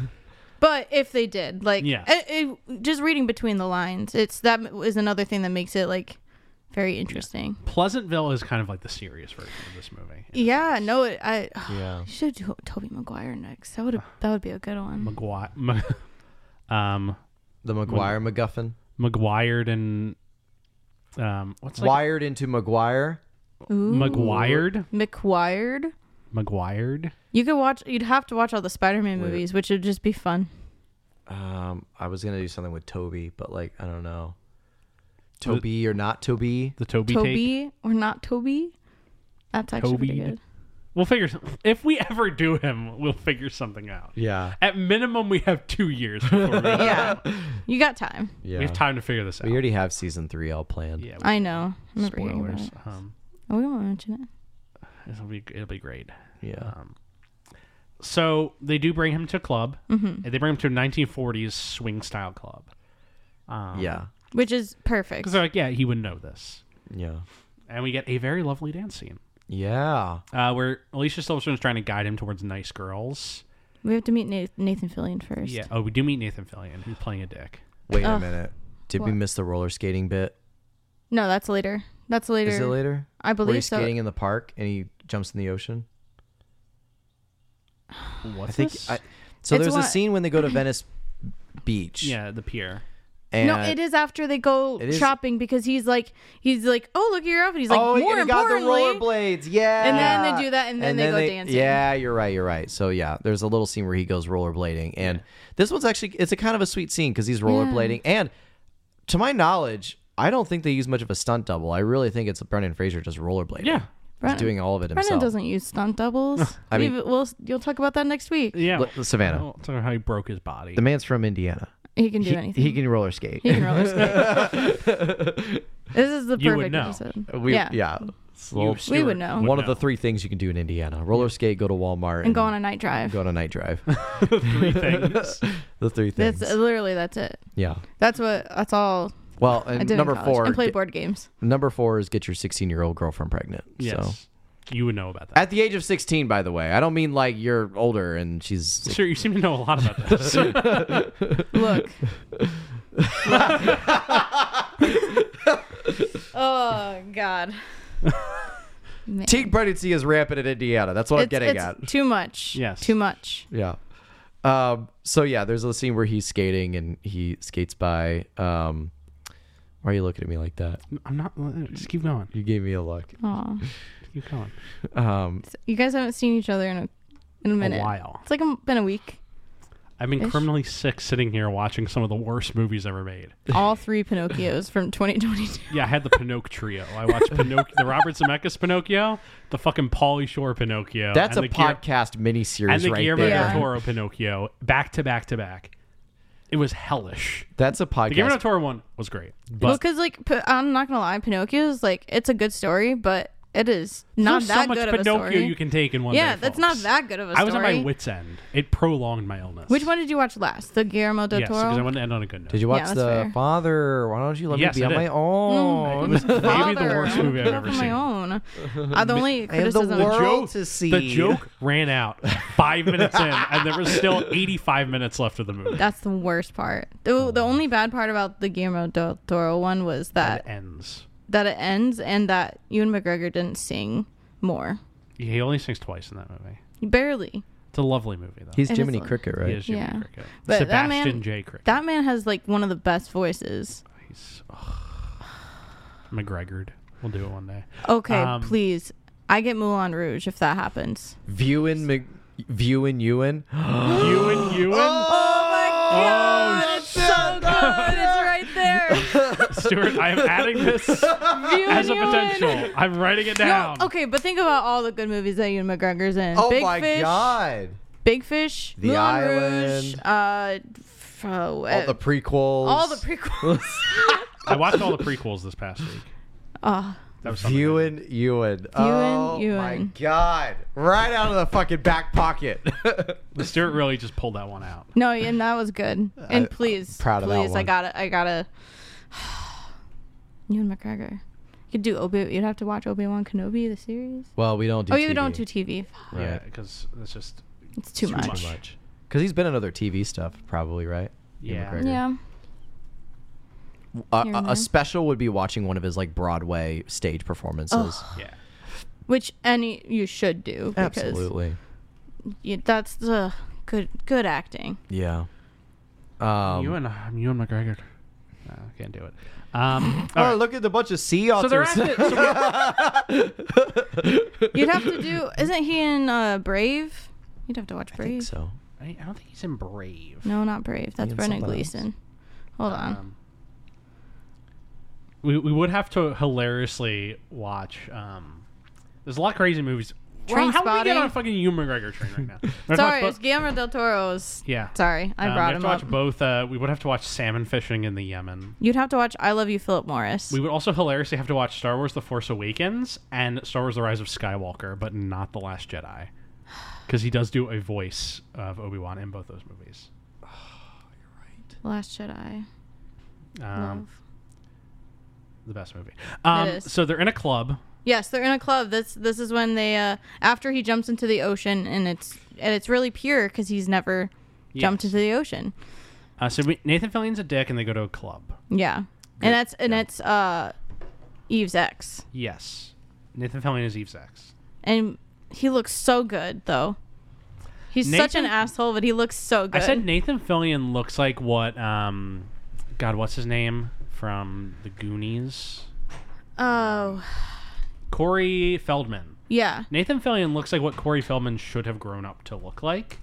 Speaker 2: But if they did, like,
Speaker 1: Yeah.
Speaker 2: it, it- just reading between the lines, it's that is another thing that makes it like very interesting.
Speaker 1: Pleasantville is kind of like the serious version of this movie.
Speaker 2: Yeah, no, it, I
Speaker 3: Yeah.
Speaker 2: you should do Toby Maguire next. That would that would be a good one.
Speaker 1: McGuire, M- um,
Speaker 3: The McGuire MacGuffin.
Speaker 1: McGuired and um, what's like
Speaker 3: Wired into McGuire.
Speaker 2: Ooh,
Speaker 1: McGuired,
Speaker 2: McGuired.
Speaker 1: McGuired.
Speaker 2: You could watch. You'd have to watch all the Spider-Man movies, which would just be fun.
Speaker 3: Um, I was gonna do something with Toby, but like I don't know. Toby or not Toby.
Speaker 1: The Toby, take.
Speaker 2: Toby or not Toby? That's actually pretty
Speaker 1: Tobied.
Speaker 2: good.
Speaker 1: We'll figure some- if we ever do him, we'll figure something out.
Speaker 3: Yeah.
Speaker 1: At minimum, we have two years. Before we,
Speaker 2: Yeah, you got time.
Speaker 3: Yeah.
Speaker 1: we have time to figure this out.
Speaker 3: We already have season three all planned.
Speaker 1: yeah,
Speaker 2: I know. I remember hearing about
Speaker 1: spoilers.
Speaker 2: it.
Speaker 1: Um,
Speaker 2: Oh, we don't want to mention it.
Speaker 1: it'll be it'll be great.
Speaker 3: Yeah.
Speaker 1: Um, so they do bring him to a club. And
Speaker 2: Mm-hmm.
Speaker 1: they bring him to a 1940s swing style club. Um,
Speaker 3: Yeah.
Speaker 2: Which is perfect.
Speaker 1: Because they're like, yeah, he would know this.
Speaker 3: Yeah.
Speaker 1: And we get a very lovely dance scene
Speaker 3: Yeah.
Speaker 1: uh, where Alicia Silverstone is trying to guide him towards nice girls.
Speaker 2: We have to meet Nath- Nathan Fillion first.
Speaker 1: Yeah. Oh, we do meet Nathan Fillion, who's playing a dick.
Speaker 3: Wait a
Speaker 2: Ugh.
Speaker 3: minute. Did we
Speaker 2: What?
Speaker 3: miss the roller skating bit?
Speaker 2: No, that's later. That's later.
Speaker 3: Is it later?
Speaker 2: I
Speaker 3: Where
Speaker 2: believe
Speaker 3: he's
Speaker 2: so.
Speaker 3: skating in the park and he jumps in the ocean.
Speaker 1: What's
Speaker 3: I think.
Speaker 1: this?
Speaker 3: I, so
Speaker 2: It's
Speaker 3: there's a
Speaker 2: what-
Speaker 3: scene when they go to Venice Beach.
Speaker 1: yeah, the pier.
Speaker 3: And
Speaker 2: no, it is after they go
Speaker 3: It is-
Speaker 2: shopping because he's like, he's like, oh look at your outfit. He's like,
Speaker 3: oh,
Speaker 2: more
Speaker 3: and he got the
Speaker 2: importantly,
Speaker 3: rollerblades. Yeah.
Speaker 2: And then they do that, and then they go dancing.
Speaker 3: Yeah, you're right. You're right. So yeah, there's a little scene where he goes rollerblading, and this one's actually it's a kind of a sweet scene because he's rollerblading, and to my knowledge, I don't think they use much of a stunt double. I really think it's Brendan Fraser just rollerblading.
Speaker 1: Yeah.
Speaker 3: He's
Speaker 2: Brennan-
Speaker 3: doing all of it
Speaker 2: Brennan
Speaker 3: himself.
Speaker 2: doesn't use stunt doubles.
Speaker 3: I mean-
Speaker 2: We've- we'll you'll talk about that next week.
Speaker 1: Yeah.
Speaker 3: L- Savannah.
Speaker 1: I'll tell her how he broke his body.
Speaker 3: The man's from Indiana.
Speaker 2: He can do
Speaker 3: He,
Speaker 2: anything.
Speaker 3: he can roller skate.
Speaker 2: He can roller skate. this is the perfect
Speaker 1: You would know.
Speaker 2: episode.
Speaker 3: we,
Speaker 2: yeah.
Speaker 3: yeah.
Speaker 1: You,
Speaker 2: We
Speaker 1: Stuart,
Speaker 2: would know.
Speaker 3: One of the three things you can do in Indiana: roller skate, go to Walmart, and,
Speaker 2: and go on a night drive.
Speaker 3: go on a night drive.
Speaker 1: three things.
Speaker 3: the three things.
Speaker 2: That's literally that's it.
Speaker 3: yeah.
Speaker 2: That's what that's all
Speaker 3: Well,
Speaker 2: I
Speaker 3: and
Speaker 2: did.
Speaker 3: number
Speaker 2: in college.
Speaker 3: four,
Speaker 2: I played
Speaker 3: get-
Speaker 2: board games.
Speaker 3: Number four is get your 16 year old girlfriend pregnant.
Speaker 1: yes.
Speaker 3: So.
Speaker 1: You would know about that.
Speaker 3: At the age of 16, by the way. I don't mean like you're older and she's.
Speaker 1: Sure, you seem to know a lot about this.
Speaker 2: Look. oh God. Man.
Speaker 3: Teen pregnancy is rampant in Indiana. That's what I'm
Speaker 2: It's,
Speaker 3: getting
Speaker 2: it's
Speaker 3: at.
Speaker 2: too much.
Speaker 1: Yes.
Speaker 2: Too much.
Speaker 3: Yeah. Um, so, yeah, there's a scene where he's skating and he skates by. Um, why are you looking at me like that?
Speaker 1: I'm not. Just keep going.
Speaker 3: You gave me a look.
Speaker 2: Aw.
Speaker 1: Keep going.
Speaker 3: Um,
Speaker 2: So you guys haven't seen each other in a in a minute.
Speaker 1: A while.
Speaker 2: It's like a, been a week.
Speaker 1: I've been
Speaker 2: Ish.
Speaker 1: criminally sick sitting here watching some of the worst movies ever made.
Speaker 2: All three Pinocchios from 2022.
Speaker 1: Yeah, I had the Pinocchio trio. I watched Pinocchio, the Robert Zemeckis Pinocchio, the fucking Pauly Shore Pinocchio.
Speaker 3: that's a
Speaker 1: and the Guillermo-
Speaker 3: podcast miniseries
Speaker 1: and the
Speaker 3: right
Speaker 1: Guillermo
Speaker 3: there.
Speaker 1: del
Speaker 2: Yeah.
Speaker 1: Toro Pinocchio, back to back to back. It was hellish.
Speaker 3: That's a
Speaker 1: The Guillermo
Speaker 3: podcast.
Speaker 1: del Toro one was great,
Speaker 2: well,
Speaker 1: but
Speaker 2: because like P- I'm not gonna lie, Pinocchio's like it's a good story, but it is not
Speaker 1: there's
Speaker 2: that
Speaker 1: so much
Speaker 2: good of
Speaker 1: Pinocchio
Speaker 2: a story.
Speaker 1: you can take in one.
Speaker 2: yeah,
Speaker 1: day,
Speaker 2: that's not
Speaker 1: folks.
Speaker 2: that good of a story.
Speaker 1: I was at my wits end. It prolonged my illness.
Speaker 2: Which one did you watch last? The Guillermo del
Speaker 1: Yes,
Speaker 2: Toro.
Speaker 1: because I wanted to end on a good note.
Speaker 3: Did you watch
Speaker 2: that's
Speaker 3: The
Speaker 2: fair. Mm,
Speaker 3: Father? Why don't you let
Speaker 1: Yes,
Speaker 3: me be
Speaker 1: I
Speaker 3: on
Speaker 1: did.
Speaker 3: my own?
Speaker 1: It was maybe the
Speaker 2: Father.
Speaker 1: worst
Speaker 2: I
Speaker 1: movie I've
Speaker 2: wanna
Speaker 1: ever
Speaker 2: pick
Speaker 1: seen.
Speaker 2: it up on my own. Uh, the only
Speaker 3: I have the
Speaker 2: criticism.
Speaker 3: world
Speaker 1: joke-
Speaker 3: to see.
Speaker 1: The joke ran out five minutes in, and there was still 85 minutes left of the movie.
Speaker 2: That's the worst part. The, the only bad part about the Guillermo del Toro one was
Speaker 1: It
Speaker 2: that
Speaker 1: ends.
Speaker 2: that it ends and that Ewan McGregor didn't sing more,
Speaker 1: He only sings twice in that movie.
Speaker 2: barely.
Speaker 1: It's a lovely movie, though.
Speaker 3: He's
Speaker 2: It is
Speaker 3: Jiminy
Speaker 2: a-
Speaker 3: Cricket,
Speaker 1: he
Speaker 3: right?
Speaker 1: is Jimmy
Speaker 2: Yeah.
Speaker 1: Cricket.
Speaker 2: But that
Speaker 1: Sebastian
Speaker 2: man-
Speaker 1: J. Cricket.
Speaker 2: That man has like one of the best voices.
Speaker 1: He's McGregored. We'll do it one day.
Speaker 2: Okay,
Speaker 1: Um,
Speaker 2: please. I get Moulin Rouge if that happens.
Speaker 3: Viewin Mc Viewin Oh, Ewan.
Speaker 2: Oh
Speaker 1: Ewan, Ewan, Oh,
Speaker 2: God, it's so good. It's right there.
Speaker 1: Stuart, I am adding this as a potential. I'm writing it down.
Speaker 2: okay, but think about all the good movies that Ewan McGregor's in.
Speaker 3: Oh
Speaker 2: Big Fish,
Speaker 3: god.
Speaker 2: Big Fish,
Speaker 3: The
Speaker 2: Moulin Rouge,
Speaker 3: Island.
Speaker 2: uh, f- oh,
Speaker 3: All the prequels.
Speaker 2: all the prequels.
Speaker 1: I watched all the prequels this past week.
Speaker 2: Ah,
Speaker 1: That was something.
Speaker 3: Ewan, Ewan. Oh my
Speaker 2: Ewan.
Speaker 3: god. Right out of the fucking back pocket.
Speaker 1: The Stewart really just pulled that one out.
Speaker 2: No, and that was good. And please,
Speaker 3: proud of that
Speaker 2: please, I
Speaker 3: one.
Speaker 2: gotta, I gotta. Ewan McGregor. You could do Obi. You'd have to watch Obi Wan Kenobi the series.
Speaker 3: well, we don't do
Speaker 2: oh, you don't do TV. Fuck,
Speaker 1: Yeah, because it's just
Speaker 2: It's too,
Speaker 1: too
Speaker 2: much.
Speaker 1: much.
Speaker 3: Because he's been in other TV stuff, probably, right? Ewan
Speaker 1: Yeah.
Speaker 3: McGregor.
Speaker 2: Yeah.
Speaker 3: A,
Speaker 2: Here
Speaker 3: a-
Speaker 2: and
Speaker 3: a
Speaker 2: there.
Speaker 3: special would be watching one of his like Broadway stage performances.
Speaker 1: yeah.
Speaker 2: Which any you should do because
Speaker 3: Absolutely.
Speaker 2: you- that's the good good acting.
Speaker 3: Yeah. Um,
Speaker 1: you and I'm you and McGregor. No, I can't do it. Um,
Speaker 3: oh,
Speaker 1: all right.
Speaker 3: look at the bunch of sea
Speaker 1: So they're
Speaker 3: otters.
Speaker 1: at the, so we're-
Speaker 2: You'd have to do. Isn't he in uh, Brave? You'd have to watch
Speaker 3: I
Speaker 2: Brave.
Speaker 3: think so.
Speaker 1: I I don't think he's in Brave.
Speaker 2: No, not Brave. That's
Speaker 3: in
Speaker 2: Brendan
Speaker 3: something else?
Speaker 2: Gleeson. Hold on.
Speaker 1: Um, we we would have to hilariously watch. Um, there's a lot of crazy movies. Well, how do we get
Speaker 2: Trainspotting?
Speaker 1: on a fucking Ewan McGregor train right now? We have to watch
Speaker 2: Sorry,
Speaker 1: bo-
Speaker 2: it's Guillermo del Toro's.
Speaker 1: yeah.
Speaker 2: Sorry, I
Speaker 1: Um, we
Speaker 2: brought
Speaker 1: have
Speaker 2: him
Speaker 1: to
Speaker 2: up.
Speaker 1: watch both. Uh, we would have to watch salmon fishing in the Yemen.
Speaker 2: You'd have to watch I Love You, Philip Morris.
Speaker 1: We would also hilariously have to watch Star Wars: The Force Awakens and Star Wars: The Rise of Skywalker, but not The Last Jedi, because he does do a voice of Obi Wan in both those movies.
Speaker 2: Last Jedi.
Speaker 1: Um,
Speaker 2: Love.
Speaker 1: the best movie. Um,
Speaker 2: is.
Speaker 1: So they're in a club.
Speaker 2: Yes, they're in a club. This this is when they uh after he jumps into the ocean and it's and it's really pure because he's never jumped
Speaker 1: Yes.
Speaker 2: into the ocean.
Speaker 1: Uh, so we, Nathan Fillion's a dick, and they go to a club.
Speaker 2: Yeah, and that's and it's uh Eve's ex,
Speaker 1: Yes, Nathan Fillion is Eve's ex.
Speaker 2: and he looks so good though. He's such an
Speaker 1: Nathan-
Speaker 2: asshole, but he looks so good.
Speaker 1: I said Nathan Fillion looks like what? Um, God, what's his name from The Goonies?
Speaker 2: oh
Speaker 1: Corey Feldman.
Speaker 2: yeah,
Speaker 1: Nathan Fillion looks like what Corey Feldman should have grown up to look like,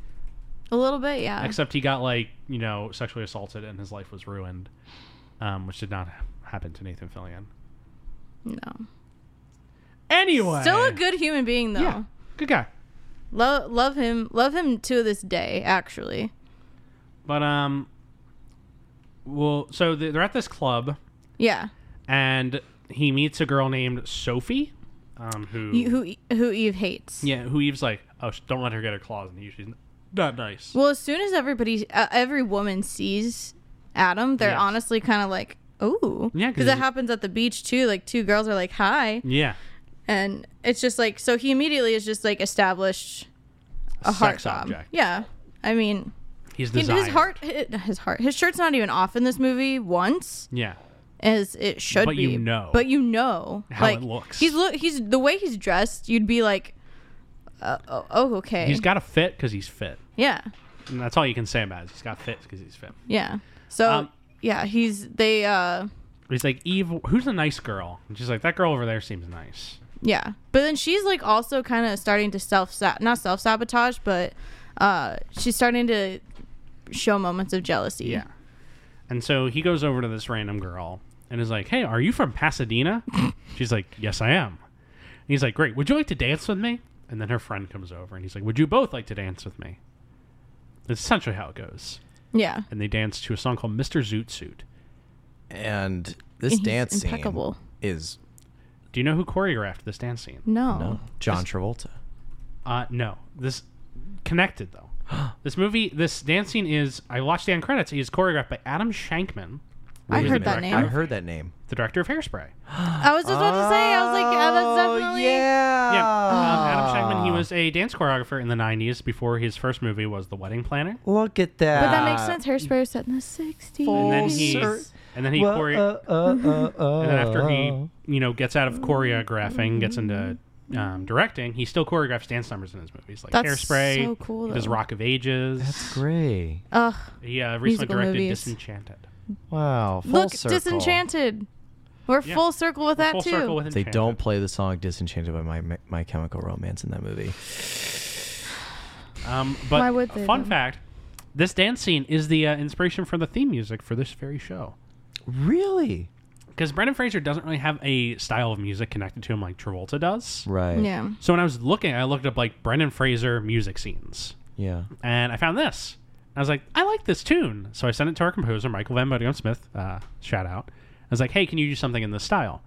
Speaker 2: a little bit. Yeah,
Speaker 1: except he got like you know sexually assaulted and his life was ruined, um, which did not ha- happen to Nathan Fillion.
Speaker 2: no,
Speaker 1: Anyway,
Speaker 2: still a good human being though.
Speaker 1: yeah, good guy.
Speaker 2: Love love him, love him to this day. Actually,
Speaker 1: But um, well, so th- they're at this club
Speaker 2: yeah.
Speaker 1: and he meets a girl named Sophie, um, who
Speaker 2: You- who who Eve hates.
Speaker 1: yeah, who Eve's like, oh, sh- don't let her get her claws in you. She's not nice.
Speaker 2: Well, as soon as everybody, uh, every woman sees Adam, they're
Speaker 1: Yes.
Speaker 2: honestly kind of like, "Ooh,"
Speaker 1: Yeah, 'cause
Speaker 2: because that
Speaker 1: it-
Speaker 2: happens at the beach too. Like two girls are like, "Hi,"
Speaker 1: yeah,
Speaker 2: and it's just like so. He immediately is just like established a heart
Speaker 1: sex
Speaker 2: job.
Speaker 1: object.
Speaker 2: Yeah, I mean,
Speaker 1: He's
Speaker 2: he-
Speaker 1: desired.
Speaker 2: his heart, his heart, his shirt's not even off in this movie once.
Speaker 1: Yeah,
Speaker 2: As it should
Speaker 1: But
Speaker 2: be,
Speaker 1: you know.
Speaker 2: But you know
Speaker 1: How
Speaker 2: like,
Speaker 1: it looks.
Speaker 2: He's look. He's the way he's dressed. You'd be like, uh, oh, oh, okay.
Speaker 1: he's got a fit because he's fit.
Speaker 2: yeah.
Speaker 1: And that's all you can say about it. is He's got fit because he's fit.
Speaker 2: Yeah. So
Speaker 1: Um,
Speaker 2: yeah, he's they uh
Speaker 1: He's like Eve. Who's a nice girl? And she's like that girl over there seems nice.
Speaker 2: yeah. But then she's like also kind of starting to self not self sabotage, but uh she's starting to show moments of jealousy.
Speaker 1: Yeah. And so he goes over to this random girl and is like, Hey, are you from Pasadena? She's like, Yes, I am. And he's like, Great. Would you like to dance with me? And then her friend comes over and he's like, Would you both like to dance with me? That's essentially how it goes.
Speaker 2: Yeah.
Speaker 1: And they dance to a song called Mr. Zoot Suit.
Speaker 3: And this
Speaker 2: He's
Speaker 3: dance scene
Speaker 2: impeccable.
Speaker 3: is
Speaker 1: Do you know who choreographed this dance scene?
Speaker 2: No.
Speaker 3: no John Travolta.
Speaker 1: Uh, no. This connected though. this movie, this dance scene is. I watched the end credits. It is choreographed by Adam Shankman,
Speaker 2: I
Speaker 1: Who's
Speaker 2: heard
Speaker 1: the
Speaker 2: that
Speaker 1: director?
Speaker 2: name.
Speaker 3: I heard that name.
Speaker 1: the director of Hairspray.
Speaker 2: I was just about to say I was like yeah, that's definitely
Speaker 3: Oh, yeah.
Speaker 1: Yeah,
Speaker 3: Oh.
Speaker 1: um, Adam Shankman. He was a dance choreographer in the '90s before his first movie was The Wedding Planner,
Speaker 3: Look at that.
Speaker 2: But that makes sense. Hairspray was set in the 60s.
Speaker 1: and then
Speaker 3: Oh,
Speaker 1: he,
Speaker 3: sir.
Speaker 1: and then he,
Speaker 3: Well,
Speaker 1: chore-
Speaker 3: uh, uh,
Speaker 2: Mm-hmm.
Speaker 3: uh, uh,
Speaker 1: and then after he,
Speaker 3: uh.
Speaker 1: you know, gets out of choreographing, gets into um, directing, he still choreographs dance numbers in his movies, like
Speaker 2: That's
Speaker 1: Hairspray.
Speaker 2: so cool,
Speaker 1: He does
Speaker 2: though.
Speaker 1: Rock of Ages.
Speaker 3: That's great.
Speaker 2: Ugh.
Speaker 1: he uh, recently
Speaker 2: Musical
Speaker 1: directed
Speaker 2: movies.
Speaker 1: Disenchanted.
Speaker 3: Wow. Full
Speaker 2: Look,
Speaker 3: circle.
Speaker 2: Disenchanted. We're
Speaker 1: Yeah.
Speaker 2: full circle with that
Speaker 1: Full
Speaker 2: too.
Speaker 1: circle with
Speaker 3: They
Speaker 1: Enchanted.
Speaker 3: don't play the song "Disenchanted" by My My Chemical Romance in that movie.
Speaker 1: Um, but
Speaker 2: Why would they,
Speaker 1: fun
Speaker 2: though?
Speaker 1: fact: this dance scene is the uh, inspiration for the theme music for this very show.
Speaker 3: Really?
Speaker 1: Because Brendan Fraser doesn't really have a style of music connected to him like Travolta does.
Speaker 3: Right.
Speaker 2: yeah.
Speaker 1: So when I was looking, I looked up like Brendan Fraser music scenes,
Speaker 3: Yeah.
Speaker 1: and I found this. I was like, I like this tune, so I sent it to our composer Michael Van Bodegum Smith. Uh, shout out. I was like, Hey, can you do something in this style?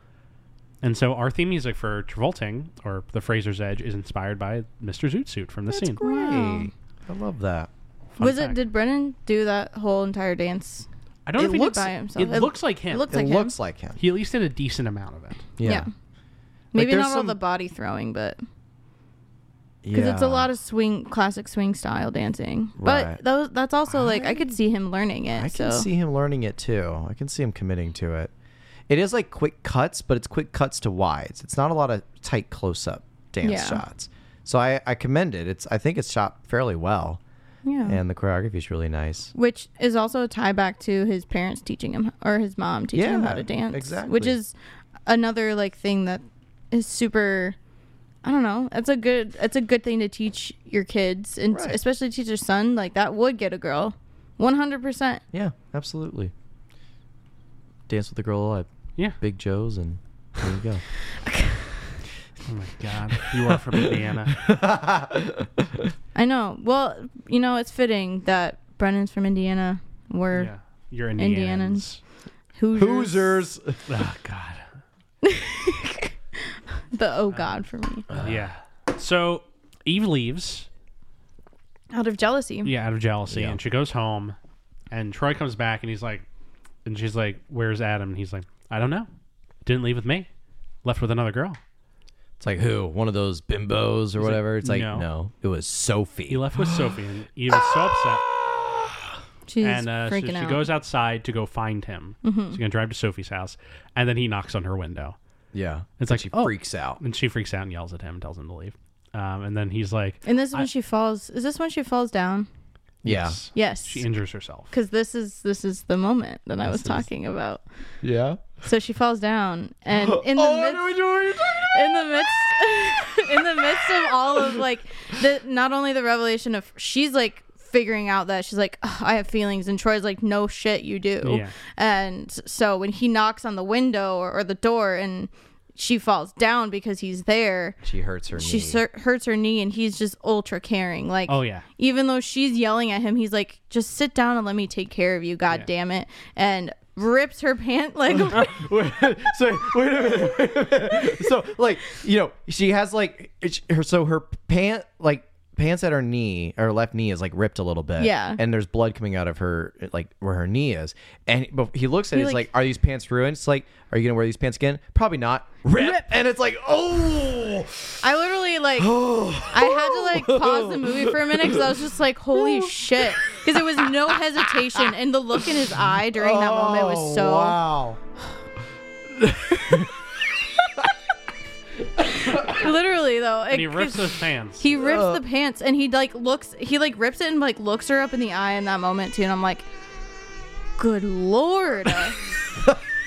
Speaker 1: And so our theme music for Travolting or The Fraser's Edge is inspired by Mr. Zoot Suit from the
Speaker 3: That's
Speaker 1: scene.
Speaker 3: great.
Speaker 2: Wow.
Speaker 3: I love that.
Speaker 1: Fun
Speaker 2: was
Speaker 1: fact.
Speaker 2: it? Did Brennan do that whole entire dance?
Speaker 1: I don't know
Speaker 3: it
Speaker 1: if he did
Speaker 3: looks-
Speaker 1: by himself. It,
Speaker 2: it-
Speaker 1: looks like him.
Speaker 2: It looks
Speaker 3: it
Speaker 2: like
Speaker 3: looks
Speaker 2: him.
Speaker 3: like him.
Speaker 1: he at least did a decent amount of it.
Speaker 3: Yeah.
Speaker 2: yeah. Maybe
Speaker 3: there's
Speaker 2: not all
Speaker 3: some-
Speaker 2: the body throwing, but because
Speaker 3: yeah.
Speaker 2: it's a lot of swing, classic swing style dancing.
Speaker 3: Right.
Speaker 2: But those, that's also like I could see him learning it.
Speaker 3: I
Speaker 2: so.
Speaker 3: can see him learning it too. I can see him committing to it. It is like quick cuts, but it's quick cuts to wides. It's not a lot of tight close up dance
Speaker 2: Yeah.
Speaker 3: shots. So I, I commend it. It's I think it's shot fairly well,
Speaker 2: Yeah.
Speaker 3: and the choreography is really nice.
Speaker 2: which is also a tie back to his parents teaching him or his mom teaching him how
Speaker 3: Yeah,
Speaker 2: to dance which
Speaker 3: exactly.
Speaker 2: is another like thing that is super i don't know that's a good that's a good thing to teach your kids and
Speaker 3: Right.
Speaker 2: especially teach your son like that would get a girl 100%
Speaker 3: Yeah, absolutely. Dance with the girl alive,
Speaker 1: Yeah.
Speaker 3: Big Joe's, and there you go.
Speaker 1: Oh my God. You are from Indiana.
Speaker 2: i know well you know it's fitting that brennan's from indiana we're
Speaker 1: Yeah. You're Indianans.
Speaker 2: Indianans. hoosiers,
Speaker 3: Hoosers.
Speaker 1: Oh, God.
Speaker 2: the oh god for me
Speaker 1: Uh-huh. Yeah. So Eve leaves.
Speaker 2: out of jealousy
Speaker 1: Yeah, out of jealousy,
Speaker 3: Yeah.
Speaker 1: and she goes home, and Troy comes back, and he's like, and she's like, "Where's Adam?" And he's like, "I don't know. Didn't leave with me. Left with another girl.
Speaker 3: It's like who? One of those bimbos or whatever. It's like
Speaker 1: no.
Speaker 3: no. it was Sophie.
Speaker 1: He left with Sophie, and he was so upset.
Speaker 2: she's
Speaker 1: and uh, so
Speaker 2: freaking
Speaker 1: she
Speaker 2: out Mm-hmm.
Speaker 1: goes outside to go find him. She's gonna drive to Sophie's house, and then he knocks on her window.
Speaker 3: yeah,
Speaker 1: It's like
Speaker 3: she
Speaker 1: "Oh."
Speaker 3: freaks out.
Speaker 1: and she freaks out and yells at him, and tells him to leave. Um, and then he's like,
Speaker 2: and this is when she falls is this when she falls down
Speaker 3: Yeah,
Speaker 2: yes
Speaker 1: She injures herself.
Speaker 2: because this is this is the moment that I was talking about.
Speaker 3: yeah.
Speaker 2: So she falls down, and in the midst, in the midst, in the midst of all of like the not only the revelation of she's like figuring out that she's like "Ugh, I have feelings, and Troy's like no shit you do,
Speaker 1: Yeah.
Speaker 2: and so when he knocks on the window or, or the door and she falls down because he's there.
Speaker 3: She hurts her.
Speaker 2: She
Speaker 3: knee.
Speaker 2: sur- hurts her knee, and he's just ultra caring. Like,
Speaker 1: Oh, yeah.
Speaker 2: even though she's yelling at him, he's like, "Just sit down and let me take care of you, god
Speaker 1: Yeah.
Speaker 2: damn it!" And rips her pant leg. away.
Speaker 3: so wait a minute, wait a minute. So like you know she has like it's- her so her pant like pants at her knee her left knee is like ripped a little bit.
Speaker 2: Yeah.
Speaker 3: And there's blood coming out of her like where her knee is. And but he looks at it,
Speaker 2: He,
Speaker 3: it's
Speaker 2: like-
Speaker 3: like, are these pants ruined? It's like, are you gonna wear these pants again? Probably not. Rip. And it's like, oh
Speaker 2: I literally like, I had to like pause the movie for a minute because I was just like, "Holy shit!" Because there was no hesitation, and the look in his eye during that moment
Speaker 1: Oh,
Speaker 2: was so.
Speaker 3: Oh, wow.
Speaker 2: Literally though, it,
Speaker 1: And he rips those pants.
Speaker 2: He rips the pants and he like looks he like rips it and like looks her up in the eye in that moment too and I'm like good lord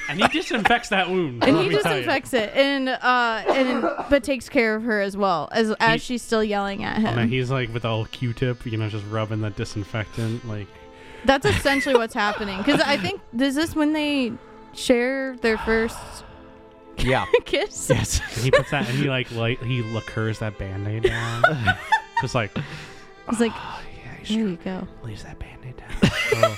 Speaker 1: and he disinfects that wound.
Speaker 2: and
Speaker 1: let
Speaker 2: he
Speaker 1: me tell you.
Speaker 2: disinfects it and uh and but takes care of her as well as as she's still yelling at him
Speaker 1: And then he's like with the old Q-tip, you know, just rubbing that disinfectant. Like,
Speaker 2: that's essentially what's happening because I think is this when they share their first
Speaker 3: Yeah.
Speaker 2: kiss
Speaker 3: yes.
Speaker 1: and he puts that, and he like, like he lacquers that band-aid down, just like
Speaker 2: it's like
Speaker 1: Oh, yeah, he
Speaker 2: there you go
Speaker 1: leaves that band-aid down.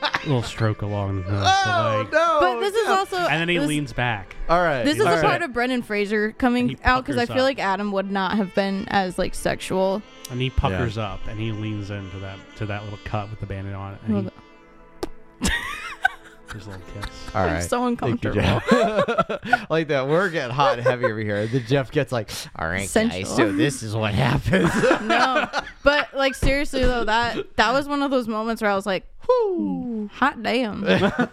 Speaker 1: A little stroke along the, the
Speaker 3: Oh
Speaker 1: leg,
Speaker 3: no.
Speaker 2: but this is
Speaker 3: no.
Speaker 2: also
Speaker 1: and then he
Speaker 2: this,
Speaker 1: leans back.
Speaker 3: all right.
Speaker 2: this is
Speaker 3: all
Speaker 2: a
Speaker 3: right.
Speaker 2: part of Brendan Fraser coming
Speaker 1: And he
Speaker 2: out because I
Speaker 1: puckers
Speaker 2: feel
Speaker 1: up.
Speaker 2: like Adam would not have been as like sexual
Speaker 1: And he puckers up, and he leans into that to that little cut with the band-aid on it, and he,
Speaker 2: Well,
Speaker 1: his little kiss.
Speaker 3: All
Speaker 2: I'm
Speaker 3: right.
Speaker 2: so
Speaker 3: Thank you,
Speaker 2: uncomfortable.
Speaker 3: Jeff. like that. We're getting hot and heavy over here. Then Jeff gets like, all right,
Speaker 2: Sensual.
Speaker 3: guys, so this is what happens.
Speaker 2: no but like seriously though that that was one of those moments where i was like "Whew, hot damn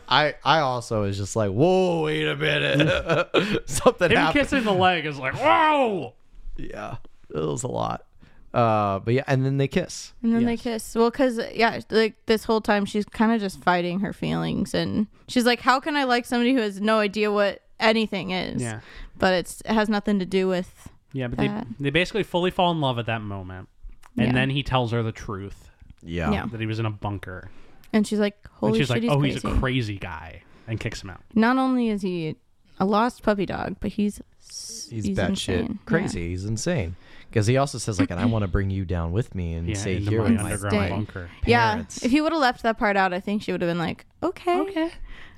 Speaker 3: I, I also was just like, whoa, wait a minute. Something
Speaker 1: Him
Speaker 3: happened.
Speaker 1: kissing the leg is like, whoa.
Speaker 3: Yeah. It was a lot. Uh, but yeah, and then they kiss.
Speaker 2: and then they kiss well because yeah like this whole time she's kind of just fighting her feelings and she's like how can i like somebody who has no idea what anything is
Speaker 1: Yeah.
Speaker 2: but it's it has nothing to do with
Speaker 1: Yeah, but
Speaker 2: that.
Speaker 1: they they basically fully fall in love at that moment, and
Speaker 2: Yeah.
Speaker 1: then he tells her the truth
Speaker 3: Yeah.
Speaker 2: Yeah.
Speaker 1: that he was in a bunker,
Speaker 2: and she's like holy
Speaker 1: and she's like,
Speaker 2: shit he's,
Speaker 1: "Oh,
Speaker 2: crazy.
Speaker 1: he's a crazy guy," and kicks him out.
Speaker 2: not only is he a lost puppy dog but he's s-
Speaker 3: He's, batshit
Speaker 2: insane.
Speaker 3: crazy. He's insane. Because he also says, like, and I want to bring you down with me and
Speaker 1: Yeah,
Speaker 3: stay
Speaker 1: into
Speaker 3: here
Speaker 1: my
Speaker 3: with my
Speaker 1: underground
Speaker 2: Stay.
Speaker 1: bunker.
Speaker 2: yeah. yeah
Speaker 3: parents.
Speaker 2: if he would have left that part out i think she would have been like okay okay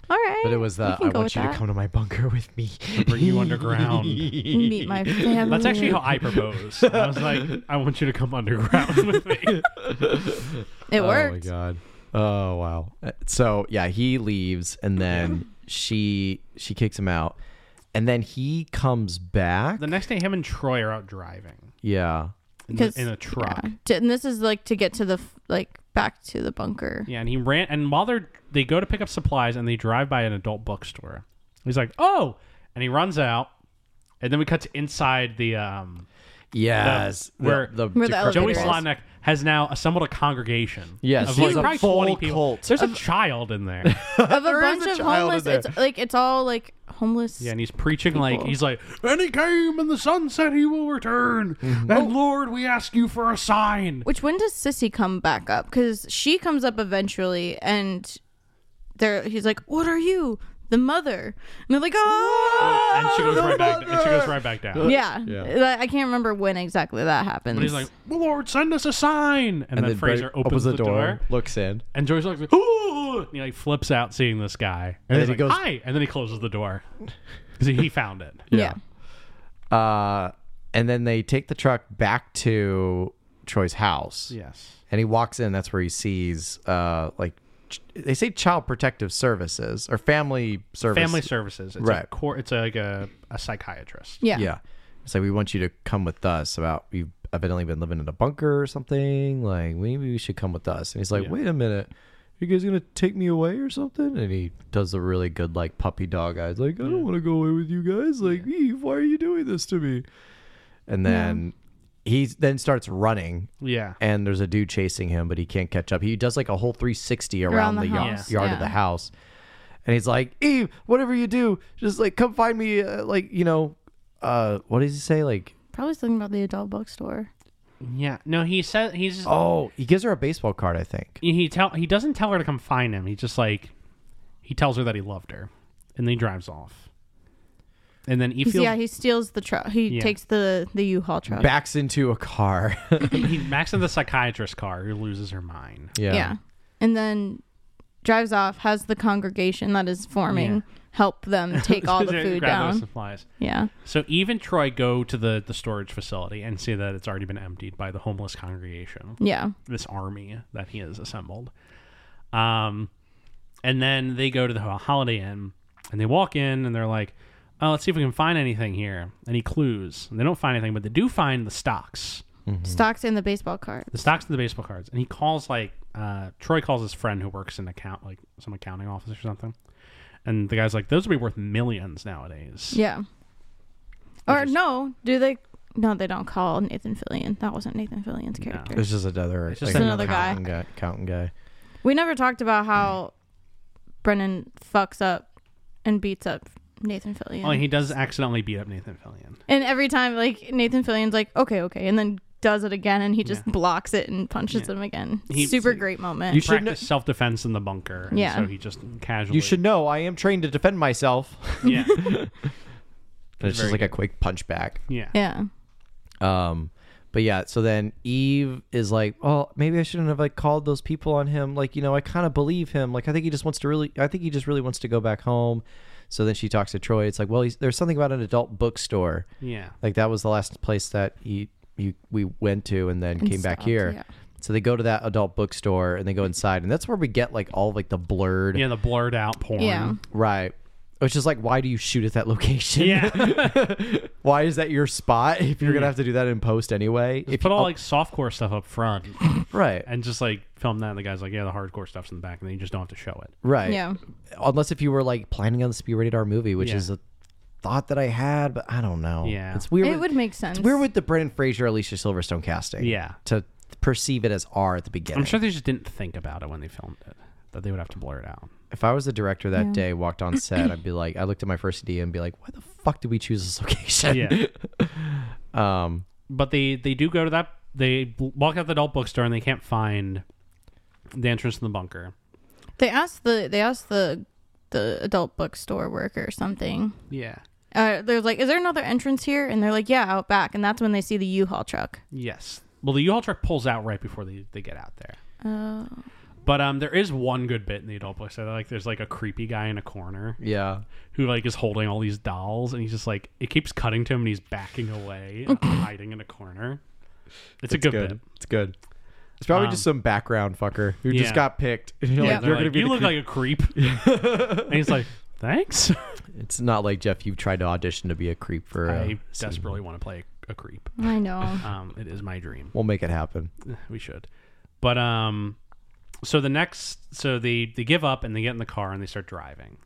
Speaker 2: All right.
Speaker 5: But it was
Speaker 2: we
Speaker 5: the
Speaker 2: can
Speaker 5: I
Speaker 2: go
Speaker 5: want
Speaker 2: with
Speaker 5: you
Speaker 2: that.
Speaker 5: to come to my bunker with me.
Speaker 1: Bring you underground.
Speaker 2: meet my family.
Speaker 1: That's actually how I proposed. I was like, I want you to come underground with me.
Speaker 2: it
Speaker 5: Oh my
Speaker 2: worked.
Speaker 5: god. Oh wow.
Speaker 3: Uh, so yeah, he leaves, and then she she kicks him out, and then he comes back.
Speaker 1: The next day, him and Troy are out driving
Speaker 3: yeah,
Speaker 1: in, the,
Speaker 2: Because-
Speaker 1: in a truck.
Speaker 2: Yeah. T- And this is like to get to the f- like back to the bunker.
Speaker 1: Yeah, and he ran. And while they're they go to pick up supplies, and they drive by an adult bookstore. He's like, "Oh!" and he runs out. And then we cut to inside the um.
Speaker 5: Yes.
Speaker 1: where-
Speaker 2: Where the elevator
Speaker 1: Joey
Speaker 2: is.
Speaker 1: Slotnick has now assembled a congregation.
Speaker 3: Yes,
Speaker 1: of like
Speaker 3: he's a
Speaker 1: probably
Speaker 3: full
Speaker 1: 20 people.
Speaker 3: cult
Speaker 1: There's a child in there.
Speaker 2: Of a
Speaker 5: There is
Speaker 2: bunch
Speaker 5: a
Speaker 2: of
Speaker 5: child in
Speaker 2: homeless.
Speaker 5: there.
Speaker 2: It's like it's all like homeless.
Speaker 1: yeah, and he's preaching like
Speaker 2: People.
Speaker 1: he's like, and he came in the sunset, he will return. And Lord, we ask you for a sign.
Speaker 2: Which when does Sissy come back up? Because she comes up eventually, and there he's like, "What are you, the mother?" And they're like, "Oh."
Speaker 1: And she goes right back. And she goes right back down.
Speaker 2: Yeah.
Speaker 5: Yeah.
Speaker 2: I can't remember when exactly that happens.
Speaker 1: And he's like, Lord, send us a sign. And, then Fraser
Speaker 5: Brett
Speaker 1: opens, the, door.
Speaker 5: looks in.
Speaker 1: And Joey's like, ooh! And he like flips out seeing this guy. And,
Speaker 5: then
Speaker 1: he's
Speaker 5: he
Speaker 1: like,
Speaker 5: goes-
Speaker 1: hi! And then he closes the door. Because he found it.
Speaker 2: yeah.
Speaker 3: Uh, and then they take the truck back to Troy's house.
Speaker 1: Yes.
Speaker 3: and he walks in. That's where he sees uh like ch- they say child protective services or family services.
Speaker 1: Family services. It's a
Speaker 3: Right.
Speaker 1: core it's like a, a psychiatrist.
Speaker 2: yeah,
Speaker 3: Yeah. It's like we want you to come with us about you've evidently been living in a bunker or something. Like maybe you should come with us. And he's like, wait a minute. You guys gonna take me away or something? And he does the really good like puppy dog eyes, like I don't want to go away with you guys. Like Eve, why are you doing this to me? And then he then starts running,
Speaker 1: Yeah.
Speaker 3: and there's a dude chasing him, but he can't catch up. He does like a whole 360 around,
Speaker 2: Around
Speaker 3: the,
Speaker 2: the
Speaker 3: ya- yard,
Speaker 2: house,
Speaker 3: of
Speaker 2: yeah.
Speaker 3: the house, and he's like, "Eve, whatever you do, just like come find me. Uh, like you know, uh, what does he say? Like,
Speaker 2: Probably something about the adult bookstore.
Speaker 1: Yeah. No, he said he's
Speaker 3: oh, he gives her a baseball card, I think.
Speaker 1: he tell he doesn't tell her to come find him. He just like he tells her that he loved her. And then he drives off. And then he
Speaker 2: He's-
Speaker 1: feels
Speaker 2: yeah, he steals the truck. He
Speaker 1: Yeah.
Speaker 2: takes the the U-Haul truck.
Speaker 3: Backs into a car.
Speaker 1: he backs in the psychiatrist car who loses her mind.
Speaker 2: yeah. and then drives off. Has the congregation that is forming help them take all the
Speaker 1: Grab
Speaker 2: food
Speaker 1: those
Speaker 2: down.
Speaker 1: supplies.
Speaker 2: Yeah,
Speaker 1: So Eve and Troy go to the, the storage facility and see that it's already been emptied by the homeless congregation,
Speaker 2: yeah.
Speaker 1: this army that he has assembled. Um, and then they go to the ho- Holiday Inn and they walk in and they're like, "Oh, let's see if we can find anything here." Any clues? And they don't find anything, but they do find the stocks,
Speaker 2: Stocks in the baseball cart.
Speaker 1: the stocks and the baseball cards. And he calls like uh, Troy calls his friend who works in account like some accounting office or something. And the guy's like, "Those would be worth millions nowadays."
Speaker 2: Yeah. Or no? Do they? No, they don't call Nathan Fillion. That wasn't Nathan Fillion's character.
Speaker 3: It's just another.
Speaker 1: It's just
Speaker 3: like,
Speaker 2: another guy.
Speaker 3: accountant guy. Counting guy.
Speaker 2: We never talked about how Brennan fucks up and beats up Nathan Fillion.
Speaker 1: Oh, he does accidentally beat up Nathan Fillion.
Speaker 2: and every time, like Nathan Fillion's like, "Okay, okay," and then does it again, and he just blocks it and punches him again.
Speaker 1: He's
Speaker 2: Super
Speaker 1: like-
Speaker 2: great moment.
Speaker 1: He
Speaker 3: You should kn-
Speaker 1: practiced self defense in the bunker. and
Speaker 2: Yeah.
Speaker 1: So he just casually.
Speaker 3: You should know I am trained to defend myself.
Speaker 1: Yeah.
Speaker 3: And it's
Speaker 1: very
Speaker 3: just like a quick punch back.
Speaker 1: Yeah.
Speaker 2: yeah.
Speaker 3: Um, but yeah, so then Eve is like, "Oh, maybe I shouldn't have like called those people on him. Like, you know, I kind of believe him. Like, I think he just wants to really. I think he just really wants to go back home." So then she talks to Troy. It's like, "Well, he's, there's something about an adult bookstore.
Speaker 1: Yeah.
Speaker 3: Like that was the last place that he, he we went to, and then came back
Speaker 2: stopped,
Speaker 3: here."
Speaker 2: yeah.
Speaker 3: So they go to that adult bookstore and they go inside, and that's where we get like all like the blurred
Speaker 1: Yeah. The blurred out porn.
Speaker 2: Yeah.
Speaker 3: right. Which is like, why do you shoot at that location?
Speaker 1: Yeah. Mm.
Speaker 3: Why is that your spot if you're gonna have to do that in post anyway? If
Speaker 1: Put
Speaker 3: you-
Speaker 1: all like softcore stuff up front
Speaker 3: right,
Speaker 1: and just like film that. And the guy's like, yeah, the hardcore stuff's in the back. And then you just don't have to show it.
Speaker 3: Right.
Speaker 2: Yeah.
Speaker 3: Unless if you were like planning on this to be a rated R movie, which
Speaker 1: Yeah.
Speaker 3: is a thought that I had, but I don't know.
Speaker 1: Yeah.
Speaker 3: It's weird.
Speaker 2: It
Speaker 3: with-
Speaker 2: would make sense.
Speaker 3: it's weird with the Brendan Fraser Alicia Silverstone casting.
Speaker 1: Yeah.
Speaker 3: To perceive it as R at the beginning.
Speaker 1: I'm sure they just didn't think about it when they filmed it, that they would have to blur it out.
Speaker 3: if I was the director that
Speaker 2: Yeah.
Speaker 3: day, walked on set, I'd be like, I looked at my first idea and be like, why the fuck did we choose this location?
Speaker 1: Yeah.
Speaker 3: Um,
Speaker 1: but they, they do go to that. They bl- walk out the adult bookstore and they can't find the entrance to the bunker.
Speaker 2: They asked the they asked the the adult bookstore worker or something.
Speaker 1: Yeah.
Speaker 2: Uh, they're like, "Is there another entrance here?" And they're like, "Yeah, out back." And that's when they see the U-Haul truck.
Speaker 1: Yes. Well, the U-Haul truck pulls out right before they, they get out there.
Speaker 2: Oh,
Speaker 1: But um, there is one good bit in the adult books. I like. There's like a creepy guy in a corner
Speaker 5: Yeah.
Speaker 1: who like is holding all these dolls, and he's just like it keeps cutting to him, and he's backing away, and hiding in a corner. It's a good, bit.
Speaker 5: It's good. It's probably
Speaker 1: Um,
Speaker 5: just some background fucker who
Speaker 1: yeah.
Speaker 5: just got picked. And you're
Speaker 1: Yeah,
Speaker 5: like,
Speaker 1: they're
Speaker 5: you're
Speaker 1: like,
Speaker 5: gonna be
Speaker 1: you
Speaker 5: the
Speaker 1: look
Speaker 5: creep."
Speaker 1: like a creep. and he's like, thanks.
Speaker 5: It's not like Jeff. You've tried to audition to be a creep for. uh,
Speaker 1: I desperately want to play a creep.
Speaker 2: I know.
Speaker 1: Um, it is my dream.
Speaker 5: we'll make it happen.
Speaker 1: We should. But um, so the next, so they they give up and they get in the car and they start driving,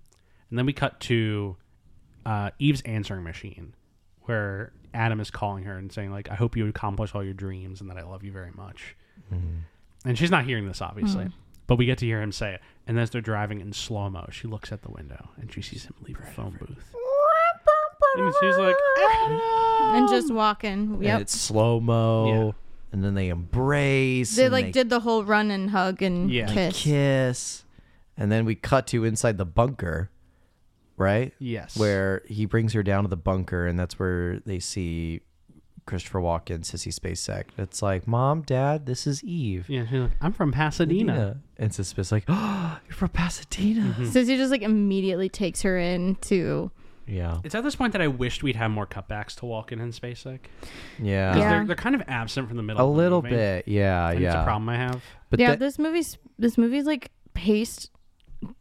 Speaker 1: and then we cut to uh, Eve's answering machine, where Adam is calling her and saying like, "I hope you accomplish all your dreams and that I love you very much." And she's not hearing this obviously, but we get to hear him say it. And as they're driving in slow mo, she looks at the window and she sees him leave her phone booth. And she's like,
Speaker 2: and just walking.
Speaker 3: And
Speaker 2: Yep.
Speaker 3: it's slow mo, and then they embrace.
Speaker 2: They
Speaker 3: and
Speaker 2: like did the whole run and hug and
Speaker 1: Yeah.
Speaker 2: kiss.
Speaker 3: kiss, and then we cut to inside the bunker, right?
Speaker 1: "Yes."
Speaker 3: Where he brings her down to the bunker, and that's where they see Christopher Walken, Sissy Spacek. It's like, Mom, Dad, this is Eve.
Speaker 1: Yeah, she's like, I'm from Pasadena.
Speaker 3: And Sissy like, Oh, you're from Pasadena.
Speaker 1: Mm-hmm.
Speaker 2: Sissy just like immediately takes her in to
Speaker 3: Yeah.
Speaker 1: It's at this point that I wished we'd have more cutbacks to Walken and Spacek.
Speaker 3: Yeah.
Speaker 2: Yeah.
Speaker 1: They're, they're kind of absent from the middle.
Speaker 3: A
Speaker 1: of the
Speaker 3: little
Speaker 1: movie,
Speaker 3: bit. Yeah.
Speaker 1: and It's
Speaker 3: yeah.
Speaker 1: a problem I have.
Speaker 3: But
Speaker 2: yeah.
Speaker 3: that-
Speaker 2: this movie's this movie's like paced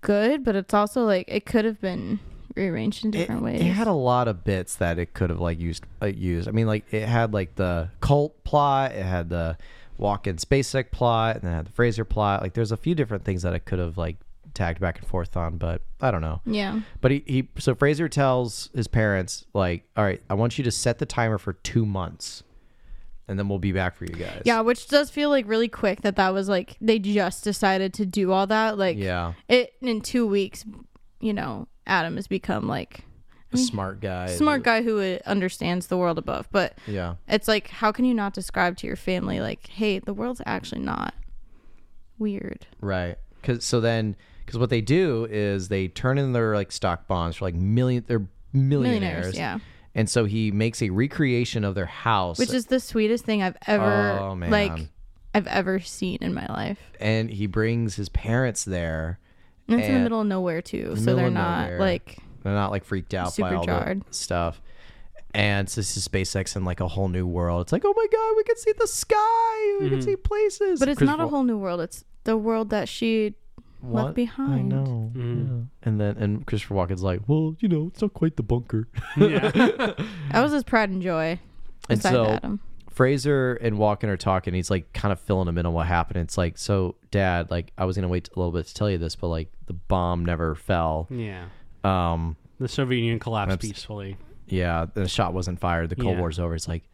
Speaker 2: good, but it's also like it could have been rearranged in
Speaker 3: it,
Speaker 2: different ways.
Speaker 3: it had a lot of bits that it could have like used uh, used. I mean, like it had like the cult plot, it had the walk-in SpaceX plot, and then it had the Fraser plot. Like, there's a few different things that it could have like tagged back and forth on, but I don't know.
Speaker 2: yeah.
Speaker 3: But he, he so Fraser tells his parents like, "All right, I want you to set the timer for two months, and then we'll be back for you guys."
Speaker 2: Yeah, which does feel like really quick that that was like they just decided to do all that. Like
Speaker 3: yeah.
Speaker 2: it in two weeks, you know, Adam has become like
Speaker 3: A smart guy.
Speaker 2: smart guy who uh, understands the world above, but
Speaker 3: Yeah.
Speaker 2: it's like how can you not describe to your family like hey the world's actually not weird
Speaker 3: Right. Cause so then, cause what they do is they turn in their like stock bonds for like million, they're millionaires.
Speaker 2: Millionaires, yeah.
Speaker 3: And so he makes a recreation of their house,
Speaker 2: which is the sweetest thing i've ever
Speaker 3: Oh, man.
Speaker 2: like i've ever seen in my life
Speaker 3: and he brings his parents there.
Speaker 2: and it's in the
Speaker 3: And-
Speaker 2: middle of nowhere too so
Speaker 3: middle
Speaker 2: they're
Speaker 3: of
Speaker 2: not
Speaker 3: nowhere.
Speaker 2: like
Speaker 3: They're not like freaked out by
Speaker 2: Super
Speaker 3: all
Speaker 2: jarred.
Speaker 3: the stuff. And so this is SpaceX in like a whole new world. It's like, oh my god, we can see the sky, we can see places.
Speaker 2: but it's
Speaker 3: Chris
Speaker 2: not a
Speaker 3: Wa-
Speaker 2: whole new world it's the world that she
Speaker 3: What?
Speaker 2: left behind
Speaker 3: I know. yeah. Mm-hmm. And then and Christopher Walken's like, well, you know, it's not quite the bunker.
Speaker 2: that was his pride and joy
Speaker 3: And
Speaker 2: besides
Speaker 3: so-
Speaker 2: adam
Speaker 3: Fraser and Walken are talking. He's like kind of filling him in on what happened. It's like, so dad, like I was gonna wait a little bit to tell you this, but like the bomb never fell.
Speaker 1: Yeah.
Speaker 3: Um,
Speaker 1: The Soviet Union collapsed peacefully.
Speaker 3: yeah, the shot wasn't fired. The Cold
Speaker 1: Yeah.
Speaker 3: War's over. It's like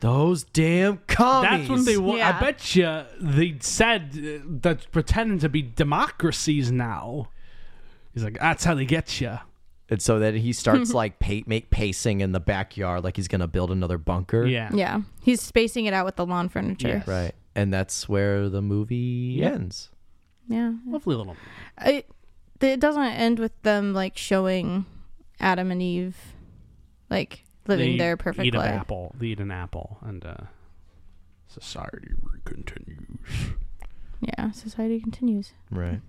Speaker 3: those damn commies.
Speaker 1: That's when they. Wa-
Speaker 2: Yeah.
Speaker 1: I bet you they said uh, that's pretending to be democracies now. He's like, that's how they get you.
Speaker 3: And so then he starts like pa- make pacing in the backyard, like he's gonna build another bunker.
Speaker 1: Yeah.
Speaker 2: yeah he's spacing it out with the lawn furniture yeah,
Speaker 3: right. And that's where the movie ends.
Speaker 1: Lovely little.
Speaker 2: It, it doesn't end with them like showing adam and eve like living
Speaker 1: They
Speaker 2: their perfect
Speaker 1: eat an
Speaker 2: life
Speaker 1: apple. They eat an apple, and uh, society continues.
Speaker 2: Yeah, society continues.
Speaker 3: Right.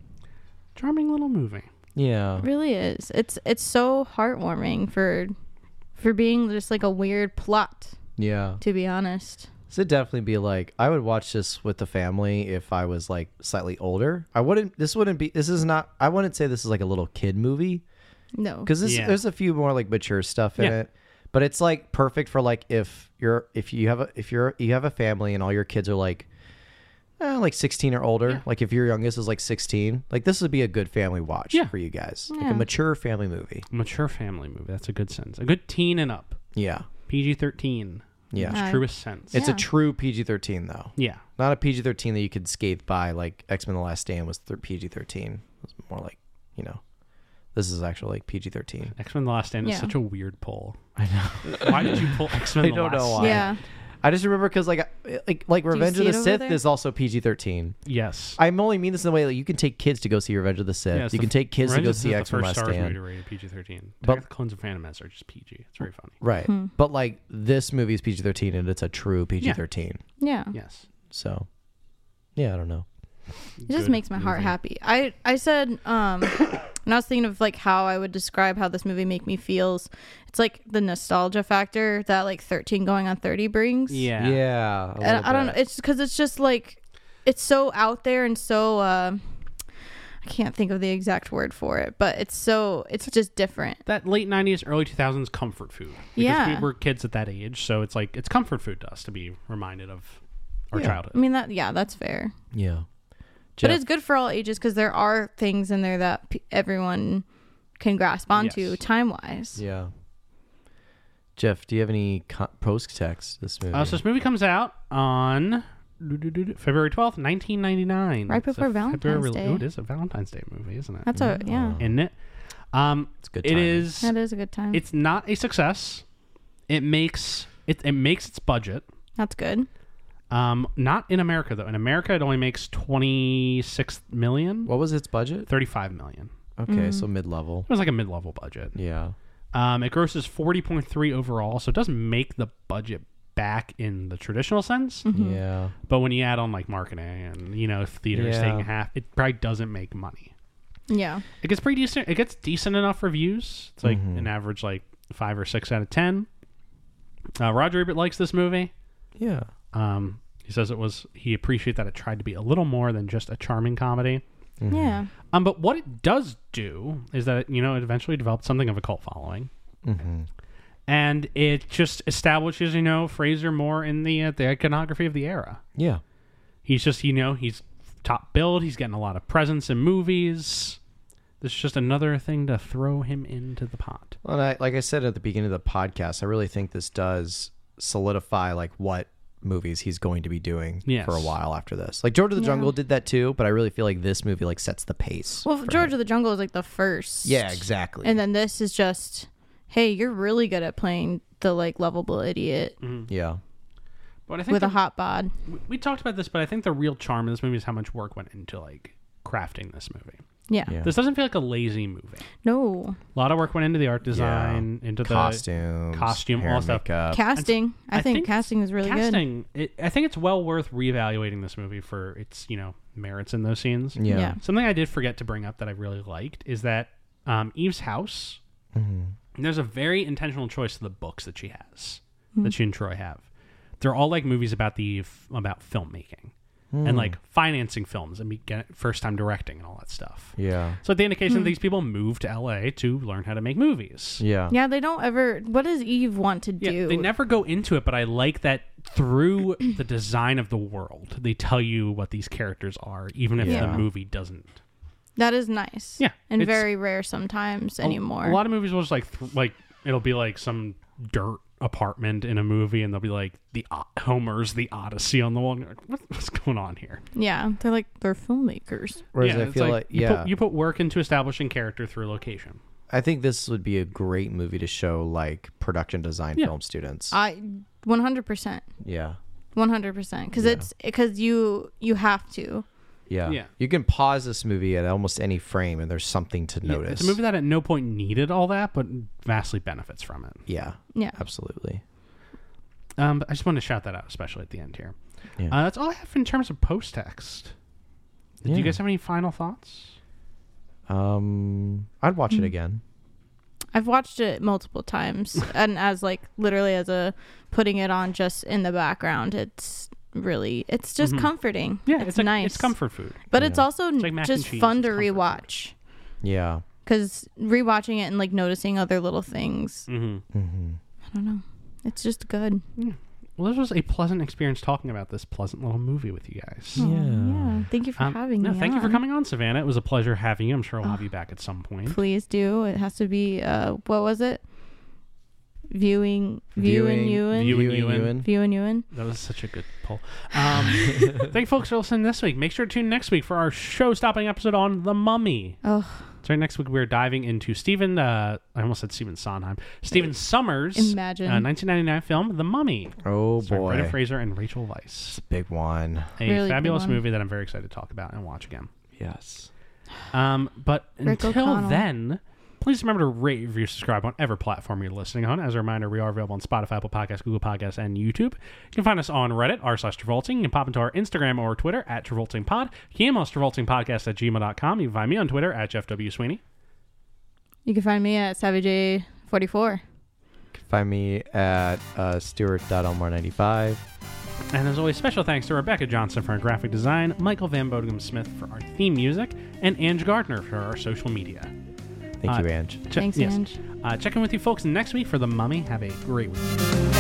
Speaker 1: Charming little movie.
Speaker 3: Yeah.
Speaker 2: It really is. It's it's so heartwarming for for being just like a weird plot,
Speaker 3: Yeah.
Speaker 2: to be honest.
Speaker 3: So it'd definitely be like I would watch this with the family if I was like slightly older. I wouldn't. This wouldn't be. This is not. I wouldn't say this is like a little kid movie
Speaker 2: No.
Speaker 3: because this
Speaker 1: Yeah.
Speaker 3: there's a few more like mature stuff in
Speaker 1: Yeah.
Speaker 3: it. But it's like perfect for like if you're if you have a if you're you have a family and all your kids are like. eh, like 16 or older like if your youngest is like 16 like this would be a good family watch
Speaker 1: Yeah.
Speaker 3: for you guys like
Speaker 2: Yeah.
Speaker 3: a mature family movie
Speaker 1: Mature family movie. That's a good sense. A good teen and up.
Speaker 3: yeah
Speaker 1: PG thirteen.
Speaker 3: Yeah.
Speaker 1: Its
Speaker 2: Aye.
Speaker 1: truest sense.
Speaker 3: it's
Speaker 2: Yeah.
Speaker 3: a true pg-13 though
Speaker 1: yeah.
Speaker 3: not a PG thirteen that you could skate by. Like X Men: The Last Stand was th- PG thirteen. It's more like you know, this is actually like PG thirteen.
Speaker 1: X Men: The Last Stand
Speaker 2: Yeah.
Speaker 1: is such a weird pull. I know. why did you pull X Men?
Speaker 3: I don't
Speaker 1: Last
Speaker 3: know why.
Speaker 2: yeah.
Speaker 3: I just remember because like I- like like Revenge
Speaker 2: see
Speaker 3: of the
Speaker 2: it over
Speaker 3: Sith
Speaker 2: there?
Speaker 3: is also PG thirteen.
Speaker 1: Yes.
Speaker 3: I'm only mean this in the way that you can take kids to go see Revenge of the Sith.
Speaker 1: Yeah, it's
Speaker 3: you
Speaker 1: the
Speaker 3: can
Speaker 1: f-
Speaker 3: take kids
Speaker 1: Revenge
Speaker 3: to go
Speaker 1: of the Sith
Speaker 3: see
Speaker 1: is the
Speaker 3: X Men:
Speaker 1: first
Speaker 3: Last
Speaker 1: Star Wars movie
Speaker 3: Stand.
Speaker 1: to rated PG-13.
Speaker 3: But-
Speaker 1: But the Clones and Phantom Menace are just PG. It's very funny.
Speaker 3: Right,
Speaker 2: Hmm.
Speaker 3: but like this movie is PG thirteen and it's a true PG thirteen.
Speaker 2: Yeah.
Speaker 1: Yes.
Speaker 3: So, yeah, I don't know.
Speaker 2: It just makes my heart happy. I I said um and I was thinking of like how I would describe how this movie make me feels. It's like the nostalgia factor that like 13 going on 30 brings.
Speaker 1: Yeah.
Speaker 3: Yeah. a
Speaker 2: And
Speaker 3: little
Speaker 2: I don't know.
Speaker 3: bit.
Speaker 2: It's because it's just like it's so out there and so uh, I can't think of the exact word for it, but it's so it's just different.
Speaker 1: That late '90s, early 2000s comfort food. Because
Speaker 2: Yeah.
Speaker 1: we were kids at that age, so it's like it's comfort food to us to be reminded of our childhood.
Speaker 2: I mean that yeah, that's fair.
Speaker 3: Yeah.
Speaker 2: But it's good for all ages because there are things in there that p- everyone can grasp onto
Speaker 1: Yes.
Speaker 2: time wise.
Speaker 3: Yeah. Jeff, do you have any co- post text this movie?
Speaker 1: Uh, so this movie comes out on February 12th, 1999.
Speaker 2: Right
Speaker 1: It's a
Speaker 2: before
Speaker 1: February
Speaker 2: Valentine's
Speaker 1: rele-
Speaker 2: Day.
Speaker 1: Ooh, it is a Valentine's Day movie, isn't it?
Speaker 2: That's a
Speaker 3: Mm-hmm.
Speaker 2: yeah.
Speaker 1: Isn't it? Um,
Speaker 3: it's good.
Speaker 1: it
Speaker 3: timing.
Speaker 1: is.
Speaker 2: That is a good time.
Speaker 1: It's not a success. It makes it. It makes its budget.
Speaker 2: That's good.
Speaker 1: Um, not in America though. In America, it only makes 26 million,
Speaker 3: What was its budget?
Speaker 1: 35 million.
Speaker 3: Okay, so
Speaker 1: Mm-hmm.
Speaker 3: mid level.
Speaker 1: It was like a mid-level budget.
Speaker 3: Yeah.
Speaker 1: Um, it grosses 40.3 overall, so it doesn't make the budget back in the traditional sense.
Speaker 3: Yeah.
Speaker 1: But when you add on like marketing and you know theater is
Speaker 3: Yeah.
Speaker 1: taking half, it probably doesn't make money.
Speaker 2: Yeah.
Speaker 1: It gets pretty decent. It gets decent enough reviews. It's like an average like five or six out of ten. Uh, Roger Ebert likes this movie.
Speaker 3: Yeah.
Speaker 1: Um, he says it was he appreciated that it tried to be a little more than just a charming comedy.
Speaker 2: Yeah.
Speaker 1: Um, but what it does do is that you know it eventually developed something of a cult following,
Speaker 3: Mm-hmm.
Speaker 1: and it just establishes you know Fraser more in the uh, the iconography of the era.
Speaker 3: Yeah.
Speaker 1: He's just you know he's top billed. He's getting a lot of presence in movies. This is just another thing to throw him into the pot.
Speaker 3: Well, and I, like I said at the beginning of the podcast, I really think this does solidify like what movies he's going to be doing
Speaker 1: Yes.
Speaker 3: for a while after this. Like George of the Jungle did that too, but I really feel like this movie like sets the pace.
Speaker 2: Well, George of the Jungle is like the first.
Speaker 3: yeah, exactly.
Speaker 2: And then this is just, hey, you're really good at playing the like lovable idiot
Speaker 3: yeah.
Speaker 1: But I think
Speaker 2: with a
Speaker 1: the-
Speaker 2: hot bod.
Speaker 1: we- we talked about this, but I think the real charm of this movie is how much work went into like crafting this movie.
Speaker 2: Yeah.
Speaker 3: Yeah.
Speaker 1: This doesn't feel like a lazy movie.
Speaker 2: No
Speaker 1: A lot of work went into the art design, into the
Speaker 3: Costumes,
Speaker 1: costume,
Speaker 3: hair
Speaker 1: all
Speaker 3: and
Speaker 1: stuff.
Speaker 3: makeup.
Speaker 2: casting. I, think, casting was really good.
Speaker 1: casting, It, I think it's well worth reevaluating this movie for its you know merits in those scenes.
Speaker 3: Yeah.
Speaker 2: Yeah.
Speaker 1: Something I did forget to bring up that I really liked is that um, Eve's house.
Speaker 3: Mm-hmm.
Speaker 1: There's a very intentional choice to the books that she has, that she and Troy have. They're all like movies about the f- about filmmaking
Speaker 3: Hmm.
Speaker 1: and like financing films and begin, first time directing and all that stuff.
Speaker 3: Yeah.
Speaker 1: So the indication that these people moved to LA to learn how to make movies.
Speaker 3: Yeah.
Speaker 2: Yeah, they don't ever. What does Eve want to do?
Speaker 1: Yeah, they never go into it, but I like that through the design of the world, they tell you what these characters are, even if the
Speaker 2: Yeah.
Speaker 1: movie doesn't.
Speaker 2: that is nice.
Speaker 1: Yeah,
Speaker 2: and
Speaker 1: it's-
Speaker 2: very rare sometimes anymore.
Speaker 1: A lot of movies will just like th- like it'll be like some dirt apartment in a movie, and they'll be like the O- Homer's the Odyssey on the wall. And you're like, what, what's going on here?
Speaker 2: yeah, they're like they're filmmakers.
Speaker 3: Whereas I
Speaker 1: it's
Speaker 3: feel like,
Speaker 1: you
Speaker 3: yeah,
Speaker 1: put, you put work into establishing character through location.
Speaker 3: I think this would be a great movie to show like production design
Speaker 1: Yeah.
Speaker 3: film students.
Speaker 2: I one hundred percent,
Speaker 3: yeah.
Speaker 2: one hundred percent, because it's because you you have to.
Speaker 3: Yeah.
Speaker 1: Yeah.
Speaker 3: You can pause this movie at almost any frame and there's something to
Speaker 1: Yeah,
Speaker 3: notice. Yeah.
Speaker 1: It's a movie that at no point needed all that, but vastly benefits from it.
Speaker 3: yeah.
Speaker 2: Yeah.
Speaker 3: Absolutely.
Speaker 1: Um, but I just wanted to shout that out, especially at the end here.
Speaker 3: Yeah.
Speaker 1: Uh, that's all I have in terms of post text. Do you
Speaker 3: Yeah.
Speaker 1: guys have any final thoughts?
Speaker 3: Um I'd watch
Speaker 1: Mm-hmm.
Speaker 3: it again.
Speaker 2: I've watched it multiple times, and as like literally as a putting it on just in the background, it's really it's just comforting.
Speaker 1: Mm-hmm. Yeah,
Speaker 2: it's,
Speaker 1: it's, like,
Speaker 2: nice.
Speaker 1: It's comfort food.
Speaker 2: but it's also
Speaker 1: like mac and
Speaker 2: just
Speaker 1: cheese,
Speaker 2: fun
Speaker 1: it's
Speaker 2: to
Speaker 1: comfort food.
Speaker 2: rewatch
Speaker 3: Yeah.
Speaker 2: because rewatching it and like noticing other little things.
Speaker 1: Mm-hmm.
Speaker 2: I don't know. It's just good.
Speaker 1: Well, this was a pleasant experience talking about this pleasant little movie with you guys.
Speaker 2: Oh, Yeah. Thank you for
Speaker 1: Um,
Speaker 2: having
Speaker 1: no,
Speaker 2: me.
Speaker 1: thank you for
Speaker 2: on.
Speaker 1: coming on, Savannah. It was a pleasure having you. I'm sure we'll have you back at some point.
Speaker 2: Oh. Please do. It has to be. Uh, what was it? Viewing, viewing, viewing,
Speaker 1: view-
Speaker 2: viewing,
Speaker 1: Ewan, Ewan.
Speaker 2: viewing, viewing.
Speaker 1: That was such a good poll. Um, thank you, folks, for listening this week. Make sure to tune next week for our show-stopping episode on The Mummy.
Speaker 2: Oh,
Speaker 1: So next week we're diving into Stephen. Uh, I almost said Stephen Sondheim. Stephen Summers.
Speaker 2: Imagine.
Speaker 1: uh, 1999 film, The Mummy.
Speaker 3: Oh
Speaker 1: starring Brendan
Speaker 3: boy.
Speaker 1: Fraser and Rachel Weisz.
Speaker 3: Big one.
Speaker 1: A
Speaker 2: Really good
Speaker 1: fabulous
Speaker 2: one.
Speaker 1: movie that I'm very excited to talk about and watch again.
Speaker 3: Yes.
Speaker 1: Um, but
Speaker 2: Rick
Speaker 1: until
Speaker 2: O'Connell.
Speaker 1: then, Please remember to rate, review, subscribe on every platform you're listening on. As a reminder, we are available on Spotify, Apple Podcasts, Google Podcasts, and YouTube. You can find us on Reddit, r slash Travolting. You can pop into our Instagram or Twitter at TravoltingPod. You can email us TravoltingPodcast at gmail.com. You can find me on Twitter at Jeff W. Sweeney.
Speaker 2: You can find me at Savage 44
Speaker 5: Find me at uh, Stuart.Elmore95.
Speaker 1: And as always, special thanks to Rebecca Johnson for our graphic design, Michael Van Bodegum Smith for our theme music, and Ange Gardner for our social media.
Speaker 5: Thank
Speaker 1: Uh,
Speaker 5: you, Ange.
Speaker 1: Che-
Speaker 2: Thanks,
Speaker 1: yes.
Speaker 2: Ange.
Speaker 1: Uh, check in with you folks next week for the mummy. Have a great week.